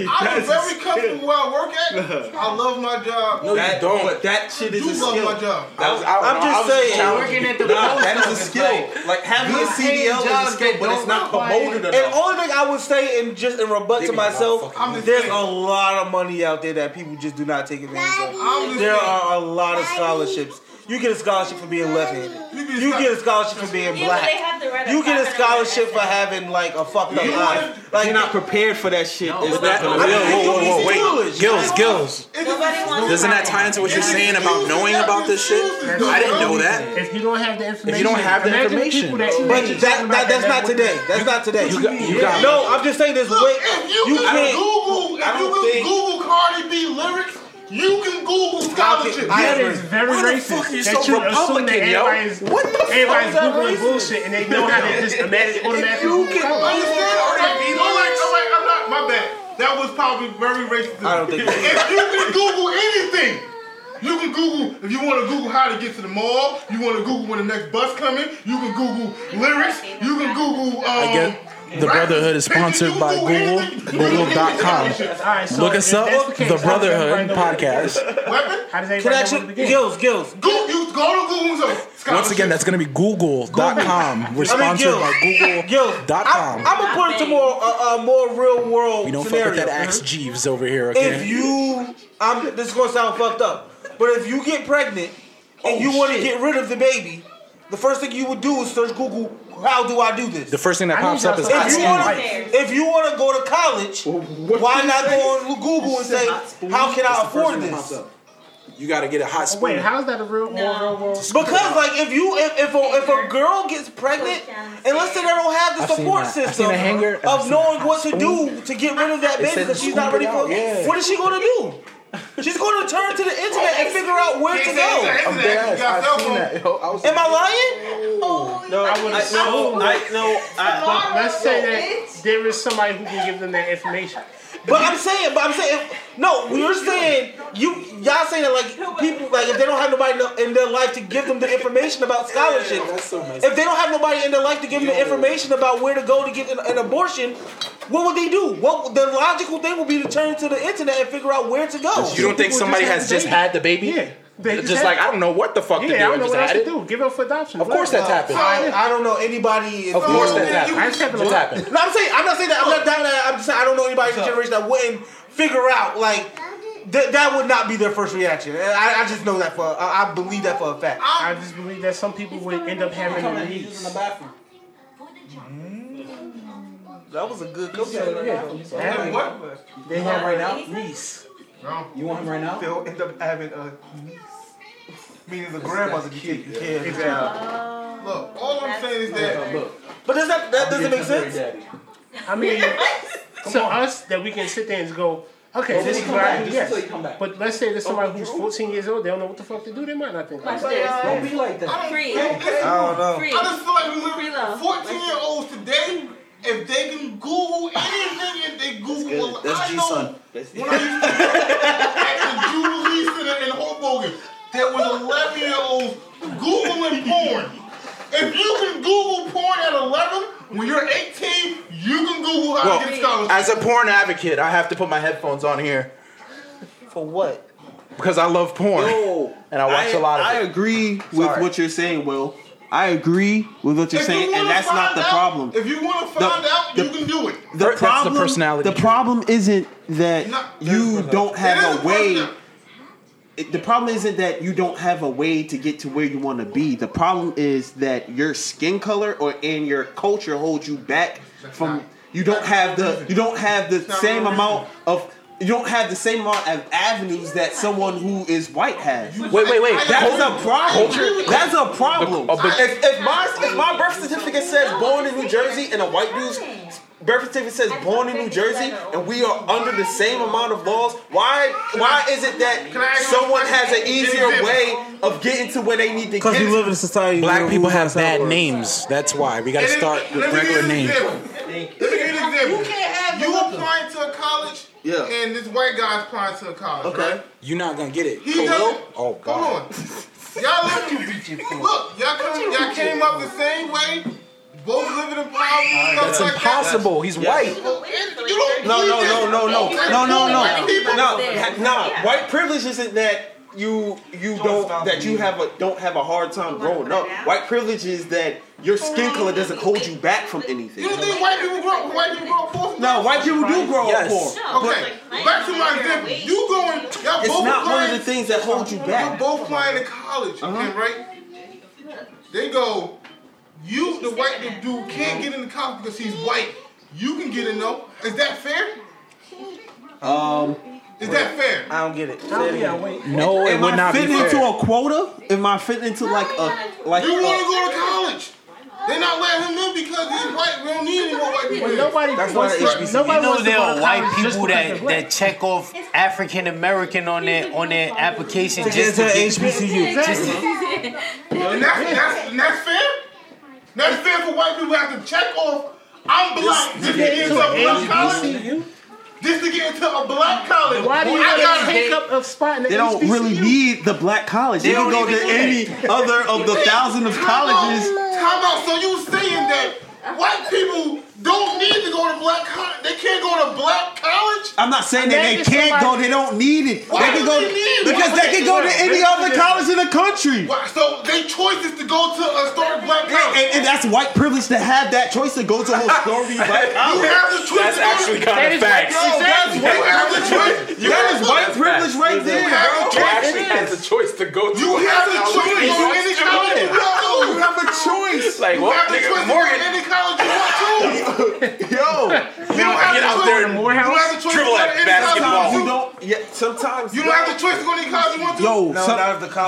I'm is a very comfortable where I work at. I love my job. No, you don't. But that shit is You a love skill. my job. That was, I, I'm I, just I was saying. challenging Working you. at the nah, post that is a office, skill. like, Like, having a good-paying CDL jobs is a skill, that but it's don't not require- promoted enough. And only thing I would say, and just in rebut They to make a lot of myself, fucking money. there's a lot of money out there that people just do not take advantage I'm of. just There saying. are a lot of scholarships. You get a scholarship for being left-handed. You get a scholarship for being Yeah, but black. they have to write a You get a document scholarship for having like a fucked up You life. Like You're not prepared for that shit. It's Is that, not whoa, gonna whoa, work. whoa, whoa, wait. It's Gills, Gills. Nobody wants Doesn't to that tie into what you're saying about knowing about this shit? I didn't know that. If you don't have the information, If you don't have the imagine information. people that But that, that, that's not today. That's not today. You got- you got- no, I'm just saying this. Look, Wait, if you, you can can't. Google, if I you don't can think- Google Cardi B lyrics, you can Google scholarship. I That agree. is very Why the racist. fuck are you that so you assume that Republican, yo? everybody's, What the fuck everybody's is that Googling racist? bullshit and they know how to just automatic, automatically. you Google can college. Understand? All right, all right, all right, I'm not. My bad. That was probably very racist. I don't think so. If you can Google anything, you can Google. If you want to Google how to get to the mall, you want to Google when the next bus coming. You can Google lyrics. You can Google. Um, I guess the Brotherhood is sponsored by Google, Google.com. Alright, so Look us if that's up, the case, The how does Brotherhood everybody know what it is? podcast. Weapon. How does Can everybody I know where to actually begin? Gills, Gills. Go, you go to Google and search Once scholarship. again, that's going to be Google.com. We're sponsored by Google.com. I'm gonna put it to more a, a more real world We don't fuck scenario. with that Axe Jeeves over here, If okay? you, I'm this is gonna sound fucked up, but if you get pregnant and you want to get rid of the baby, the first thing you would do is search Google. How do I do this? The first thing that pops up is hot if you want to skin. if you want to go to college, why you not say? go on Google and say how can I afford this? You gotta get a hot spoon. Wait, how's that a real, real world? Because like if you if if a, if a girl gets pregnant and let's say they don't have the I've seen support that. I've seen system a hanger, and I've of seen knowing a what to do spoon. to get rid of that It baby said because she's not scoop ready it for out, yeah. what is she gonna do? She's gonna turn to the internet and figure out where to go. I'm dead ass. I've seen that. Yo, I was Am I lying? No, I would no, I, no, I, But let's say that there is somebody who can give them that information. But I'm saying, but I'm saying, no, you're saying you y'all saying that like people like if they don't have nobody in their life to give them the information about scholarships, if they don't have nobody in their life to give them the information about where to go to get an, an abortion, what would they do? What the logical thing would be to turn to the internet and figure out where to go. You don't think somebody has just had the baby? Yeah. just Just, had like, it. I don't know what the fuck Yeah, to do. I don't know just what else had to it. do. Give up for adoption. Of course that's happened. I, I don't know anybody. Of course that's happened. I just happened. It's happened. No, I'm saying I'm not saying that I'm not down that. I'm just saying I don't know anybody in the generation that wouldn't figure out like that. That would not be their first reaction. And I, I just know that for I, I believe that for a fact. I just believe that some people would end up having a release. That was a good cook. Having- They have right now niece. You want him right now? They'll end up having a niece. Meaning the grandmother can take the care of uh, Exactly. Look, all I'm saying is that. But does that that doesn't make sense? I mean, to us that we can sit there and go, okay, Well, when this is you what come I back, do. just Yes. until you come back. But let's say there's somebody who's 14 years old, they don't know what the fuck to do. They might not think. Like that. that. Don't be like that. I don't- Free. don't listen. I don't know. I just feel like we live 14 year olds today. If they can Google anything, if they Google, a- That's I G know son. When I used to work at the Jubilee Center in Hoboken, there was 11 year olds Googling porn. If you can Google porn at 11, when you're 18, you can Google how to get Well, scholarships. as a porn advocate, I have to put my headphones on here For what? because I love porn and I watch a a lot of I it. agree with Sorry. what you're saying, Will. I agree with what you're If you saying, and wanna that's not find the out- problem. If you want to The- find out, the- you can do it. The That's the problem, personality. The problem isn't that No, you don't It is have a a way. It- The problem isn't that you don't have a way to get to where you want to be. The problem is that your skin color or in your culture holds you back from. You don't have the. You don't have the same amount of. You don't have the same amount of avenues that someone who is white has. Wait, wait, wait. That's Culture- a problem. culture- That's a problem. The- uh, but- if, if my if my birth certificate says born in New Jersey and a white dude's birth certificate says born in New Jersey and we are under the same amount of laws, why why is it that someone has an easier way of getting to where they need to get? live in a society. Black people have bad names. That's why we got to start with regular names. Let me give you an example. You can't have you applying to a college, Yeah. and this white guy's applying to a college, right? You're not gonna get it. He Khalil? doesn't- Oh Hold god. on. Y'all live, look, y'all came, y'all came up the same way. Both living in poverty. and That's stuff like impossible. He's white. That. You don't No, need no, this. no, no, no, Okay. no, no, no, Yeah. no, no. White privilege isn't that you you don't that you have a don't have a hard time growing up. White privilege is that your skin color doesn't hold you back from anything. You don't think white people grow white people grow up poor? No, white people do grow up poor. Okay, back to my example. You going? Y'all It's both not one of applying the things that hold you You're back. both playing in college, Uh-huh. and right? They go, you the white dude dude can't get into college because he's white. You can get in though. Is that fair? Um, Is that fair? I don't get it. No, it am would I not be fitting fair. into a quota? Am I fitting into like a like? you a- want to go to college? They're not letting him in because he's white. We don't need any more white people. But here. nobody wants to- you nobody know wants to there go are to white college just people because that, they're black. that check off African American on their on their application To just to get to get HBCU. just to- And that's, that's, and that's fair. That's fair for white people to have to check off. I'm black. This, to get into a black college. This to get into a black college. Why do you I have to gotta take up a spot in the They don't HBCU? really need the black college. They, They can don't go to even any care. other of the thousands of Time out. colleges. Time out. So you saying that white people don't need to go to black college? They can't go to black college? I'm not saying that they Imagine can't go. somebody- They don't need it. Why they do can go they need it? because Why do they they can go need to it? any This other is- college in the country. Why- So their choice is to go to uh, a historic black college. And, and that's white privilege to have that choice to go to a historic black college. You have the choice That's to go to- actually kinda That is facts. No, that's Exactly. white- you have the choice. You That have is the white choice. privilege right You there. have bro. the choice. You actually have the choice to go to You have the choice to go to any college. You have the It's like, You well, have to nigga, twist it Morgan. from any college you want to. Yo, You don't have get to out twist- there you and don't have to twist dribble it at from any basketball. college you don't. Yeah, sometimes You don't have to twist it from any college you want to. Yo, some-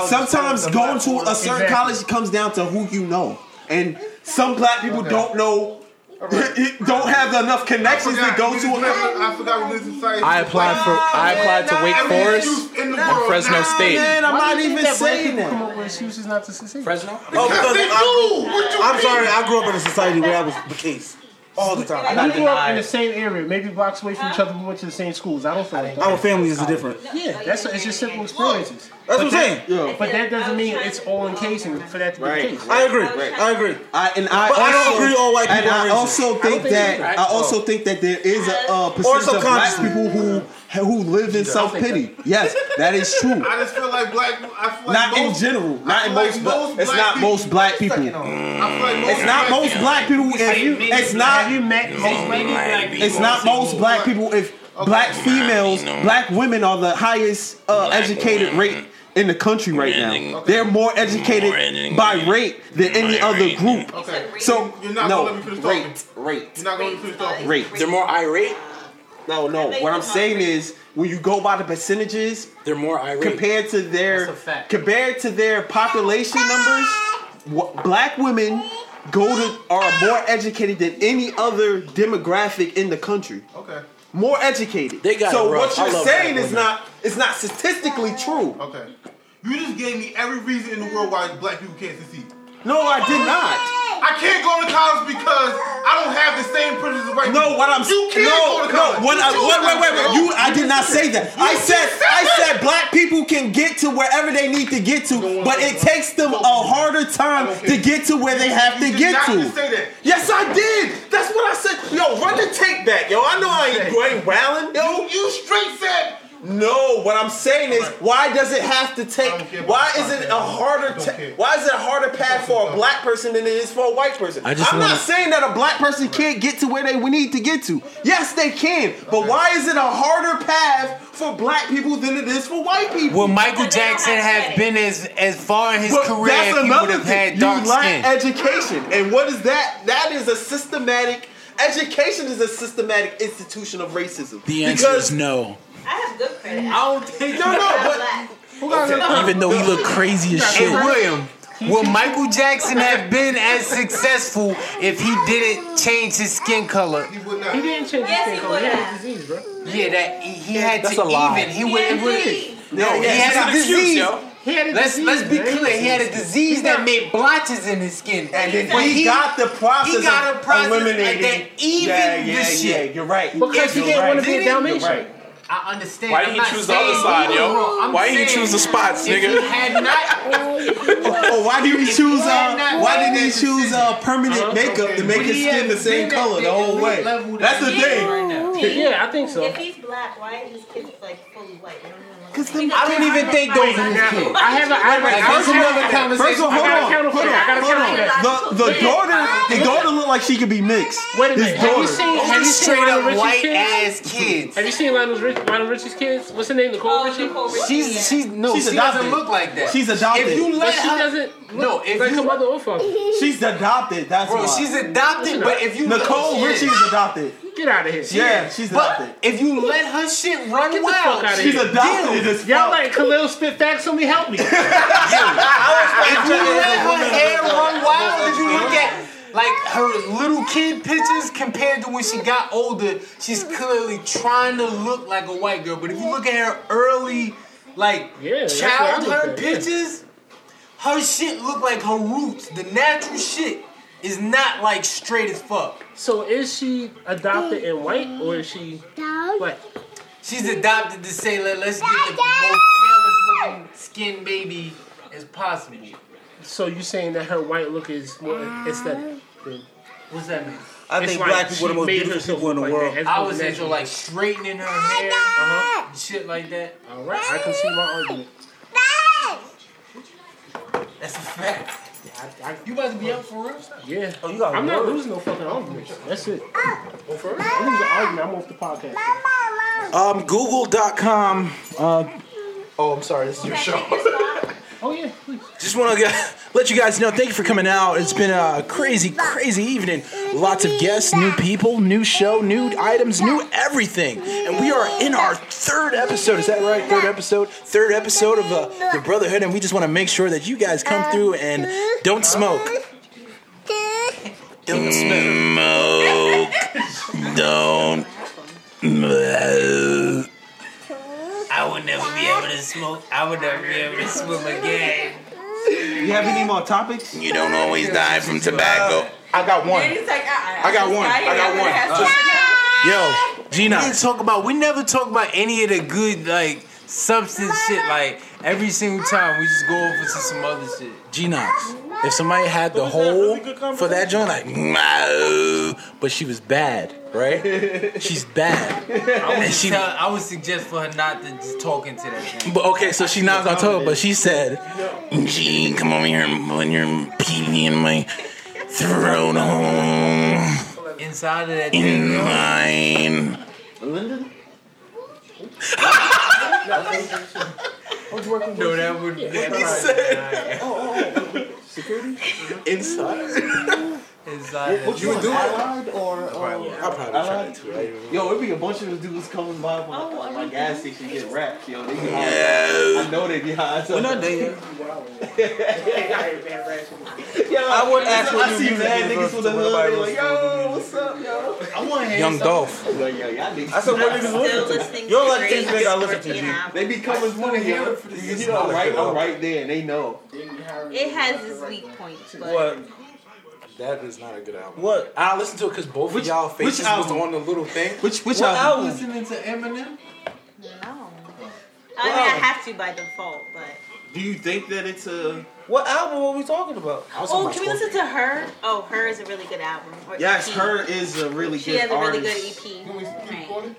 sometimes the going to platform. a certain Exactly. college comes down to who you know, and some black people don't know, don't have enough connections to go to. A, I forgot religious society. I applied for- I applied to Wake Forest in the and world. Fresno Nah, State. Man, I'm Why do not you think even that black saying people that. Come up with excuses not to succeed. Fresno. Oh, because They do. What you I, am mean? sorry, I grew up in a society where that was the case all the time. We grew up in the same area, maybe blocks away from each other. We went to the same schools. I don't feel like that. Our families are different. Yeah, that's it's just simple experiences. That's what I'm saying. Yeah. But that doesn't mean it's all encasing for that to be the case. I agree. I agree. I, and I But also, I don't agree all white and people are I racist. also I don't think think that so. I also think that there is a, uh percentage of black subconsciously. people who who live in self pity. Yes, that is true. I just feel like black. I feel like not in most- general. I Not feel in like most. bla- it's not people- most black people. I feel like most It's not most black people. Have you If, met- it's not. have you met most black people? It's not most black people. If black females, black women are the highest uh, educated rate in the country right now. They're more educated by rate than any other group. So You're not gonna let no me finish talking. rate, rate, You're not gonna let me finish talking. rate. They're more irate. No, no. What I'm saying is, when you go by the percentages, they're more irate compared to their compared to their population numbers. wh- Black women go to are more educated than any other demographic in the country. Okay. More educated. They got so it rough. what I you're love saying black is women. not it's not statistically true. Okay. You just gave me every reason in the world why black people can't succeed. No, I did not. I can't go to college because I don't have the same privileges as white people. No, what I'm You can't no, go to college. no. What I, You wait, wait, wait, chose wait. You, I did not say that. I said, I said, black people can get to wherever they need to get to, but it takes them a harder time to get to where they have to get not to. just say that. Yes, I did. That's what I said. Yo, run the take back, yo. I know I ain't going wildin'. Yo, you straight said. No, what I'm saying is, why does it have to take? Why is it a harder? ta- why is it a harder path for a black person than it is for a white person? I just I'm not wanna- saying that a black person can't get to where they need to get to. Yes, they can, but why is it a harder path for black people than it is for white people? Would Michael Jackson have been as as far in his But career if he would have had You dark lack skin? education, and what is that? That is a systematic. Education is a systematic institution of racism. The answer is no. I have good credit. I don't think no, no, but Even though he looked crazy as Hey shit. William, would Michael Jackson have been as successful if he didn't change his skin color? He didn't change Yes, his he skin color. would He Yeah, had a disease, bro. have. that he, he had That's to a lie. even. He He would. had He would disease. no, Yeah, he yeah, had a it's an excuse, disease. yo. He had a let's disease, let's be man. clear. He had a disease that made blotches in his skin, And then he, got the process. He got a of process eliminating- that even yeah, yeah, the shit. Yeah, you're right. Because he You're didn't right. wanna be a You're Dalmatian. right. I understand. Why I'm did he not choose the other saying side, he was wrong. yo? I'm Why did he saying choose the spots, if nigga? he had not. Oh, why did he choose? had Uh, not why did made he that choose uh, permanent Uh-huh. makeup to make his He had skin the same been at color the the whole elite way? level that That's the he is thing. right now. Yeah, I think so. If he's black, why are his kids like fully white? Cause them, I don't even think those are his kids. I have a, I have a, Like, I have first a of all, counter- the conversation- First of all, I hold got a on, counter for hold that. I got a counter for that. on, hold on. The, the Look, daughter, the daughter looked like she could be mixed. Wait a His minute. Have you daughter. seen, have you seen Straight Lionel up Richie's white kids? ass kids. Have you seen Lionel, Rich, Lionel Richie's kids? What's her name? Nicole Oh, Richie? She's she's no. She's she doesn't adopted. look like that. She's adopted. If you But let she her, doesn't no. look If like you her mother or father. She's adopted. That's Bro, why. she's adopted, but if you Nicole look, Richie is adopted. Get out of here. Yeah, she's adopted. But if you let her shit run Get the wild, fuck out of She's here. adopted as Y'all like Khalil spit facts on me? Help me. if you if you let her hair run wild, if you look at like her little kid pictures compared to when she got older, she's clearly trying to look like a white girl. But if you look at her early, like that's what I childhood looked at, yeah. pictures, her shit look like her roots. The natural shit is not like straight as fuck. So is she adopted and white or is she black? She's adopted to say, Let, let's get the most palest looking skin baby as possible. So you saying that her white look is more aesthetic? Than, What's that mean? I It's think like black people are the she most made beautiful herself people in the look like world. that. I was into like straightening her hair and shit like that. all right, I can see my argument. That's a fact. I, I, You about to be up for real? yeah. Oh, you got I'm not words. losing no fucking arguments. That's it. Well, for real, I lose an argument. I'm off the podcast. Um, Google.com. Uh, Oh, I'm sorry. This is your show. Oh yeah, please. Just want to let you guys know. Thank you for coming out. It's been a crazy, crazy evening. Lots of guests, new people, new show, new items, new everything. And we are in our third episode. Is that right? Third episode. Third episode of uh, the Brotherhood. And we just want to make sure that you guys come through and don't smoke. Don't smoke. Don't. I would never be able to smoke. I would never be able to swim again. You have any more topics? You don't always die from tobacco. I got Then one. he's like, "Ah, I, I got one. I got one. Yo, Gina. We didn't talk about. We never talk about any of the good like substance shit. Like every single time, we just go over to some other shit. G-Knox. If somebody had the whole for that joint, like, "Meow," but she was bad, right? She's bad. I would, And just she- tell, I would suggest for her not to just talk into that. But okay, so she knocked on toe, but she said, Gene, come over here and put your pinky in my throat hole. oh, Inside of that. In mine. Linden. no, that would. He said- Security? Inside. Inside. What you would do? Allied or uh, I'll probably try Allied? Yo, it'd be a bunch of those dudes coming by from like, my gas station get wrapped. Yo, they get high. I know they get high. We're not there. I would ask what I you see music mad is, niggas but with the nobody hood. They listens like, yo, what's up, yo? I want to Young Dolph. Like, yo, y'all niggas. I said, what niggas listen to? You don't like things niggas I listen to. G. They be coming through here. You know, I'm right, I'm right there, and they know. It has its weak points, but That is not a good album. What? I listened to it because both of y'all faces which was album? on the little thing. Which which What album? album? Listening to Eminem. no. I mean, I have to by default, but. Do you think that it's a What album are we talking about? Oh, can we listen to her? Oh, her is a really good album. or Yes, EP. her is a really She good has a really artist. good E EP. Right.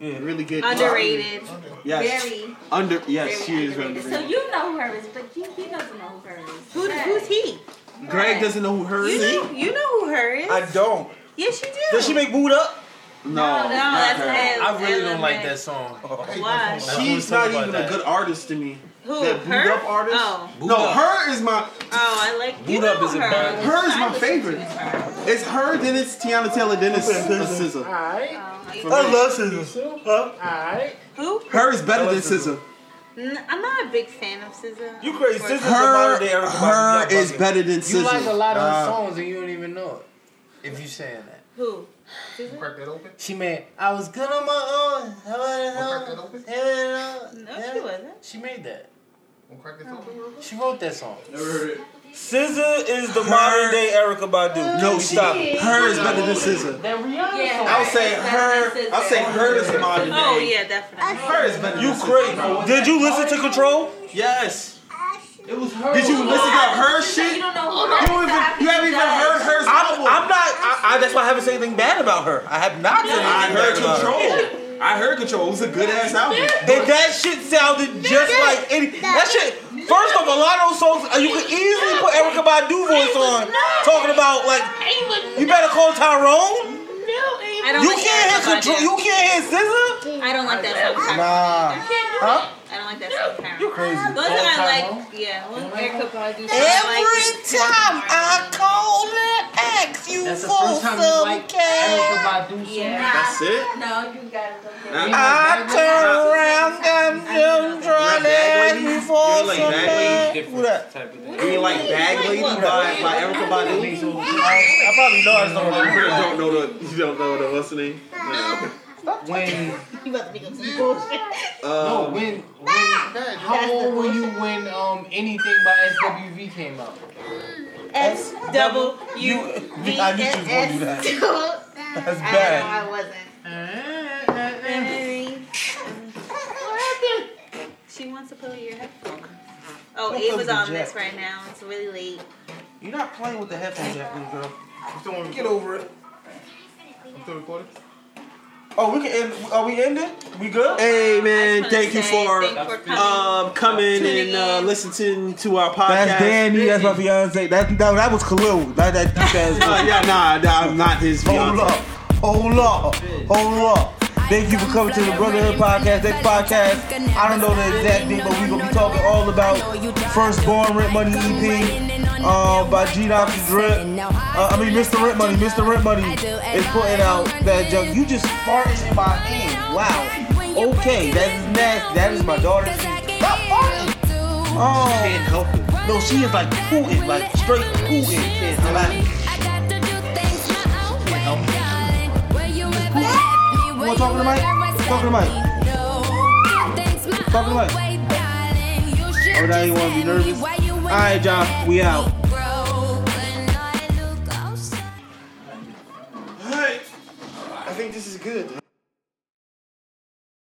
Yeah, really good. Underrated. Yes. Very. Under. Yes, she is underrated. So underrated. you know her is, but he, he doesn't know who her is. Who, who's he? Greg doesn't know who her You is. know, you know who her is. I don't. yes, you do. Does she make boot up? No, No, no, that's Ed- I really don't like Ed- that song. Oh, Why? She's not even a good artist to me. Who, That boot her? up artist. Oh. No, her is my. Oh, I like you Boot know Up is a her. bad- Her is my favorite. It's her, then it's Tiana Taylor, then it's SZA. Ah. Alright. For me. I love SZA. Alright. Who? Her is better than SZA. N- I'm not a big fan of SZA. You crazy. SZA's Her, her is better than SZA. You like a lot of her Uh, songs and you don't even know it. If you saying that. Who? Crack that open. She made. I was good on my own. I wasn't on- No, she wasn't. She made that. She wrote that song. SZA is the modern day Erica Badu. No, Can we she- stop it? her is better than SZA. That Rihanna Yeah, song. I'll say her. I'll say her is the modern day. Oh yeah, definitely. Her is better. You crazy? Did you listen to Control? Yes. It was her. Did you listen to her You shit? you don't know You who don't her even, you haven't even heard her I'm, album. I'm not. I, I, that's why I haven't said anything bad about her. I have not said I anything heard bad about her. Control. I heard Control. It was a good ass album. And that shit sounded just like any. That shit. First off, a lot of those songs uh, you could easily put Erica Badu voice on, talking about like you better call Tyrone. I don't You like can't Erica hear control. Badu. You can't hear SZA. I don't like that song. Nah. Huh? I don't like that song. Karen. You crazy. The only thing I like, yeah, well, Erica Badu. Every time I call and ask you That's the for first time you some like cash, Erica Badu song. That's it? No, you gotta look at Nah. I turn around and them trying to ask Lady? me for You like some Bag cash. Lady? Who that? You mean like Bag Lady by, by Erica Badu? I probably know I You don't know the you don't know the what's the name? No. When You about to make up some bullshit. no Um, when when how old were you when um anything by SWV came out? S double U V I S knew she was gonna do that. S. That's bad. I know I wasn't. She wants to pull your headphones. Oh, Don't Ava's fuck on with this Jack. right now. It's really late. You're not playing with the headphone jack, little girl. Get over it. You still recording? Oh, we can end. Are we ended? We good? Hey I man, just thank you for wanna say thank you for coming. um coming Tuning and uh, listening to our podcast. That's Danny. That's my fiance. That that, that was Khalil. That that deep ass. Oh, Uh, yeah, nah, nah, I'm not his. Hold up. Hold up. Hold up. Thank you for coming to the Brotherhood Podcast. Next podcast, I don't know the exact date, but we're gonna be talking all about Firstborn Rent Money EP uh, by G Knox and Drip. Uh, I mean, Mr. Rent Money. Mr. Rent Money is putting out that junk. You just farted in my hand. Wow. Okay, that is nasty. That is my daughter. She's not farting. Oh. She can't help it. No, she is like pooting, like straight pooting. Can't help it. You want to talk to the mic? Talk to the mic. Talk to the mic. Oh, now you want to be nervous? All right, John, we out. Alright. I think this is good.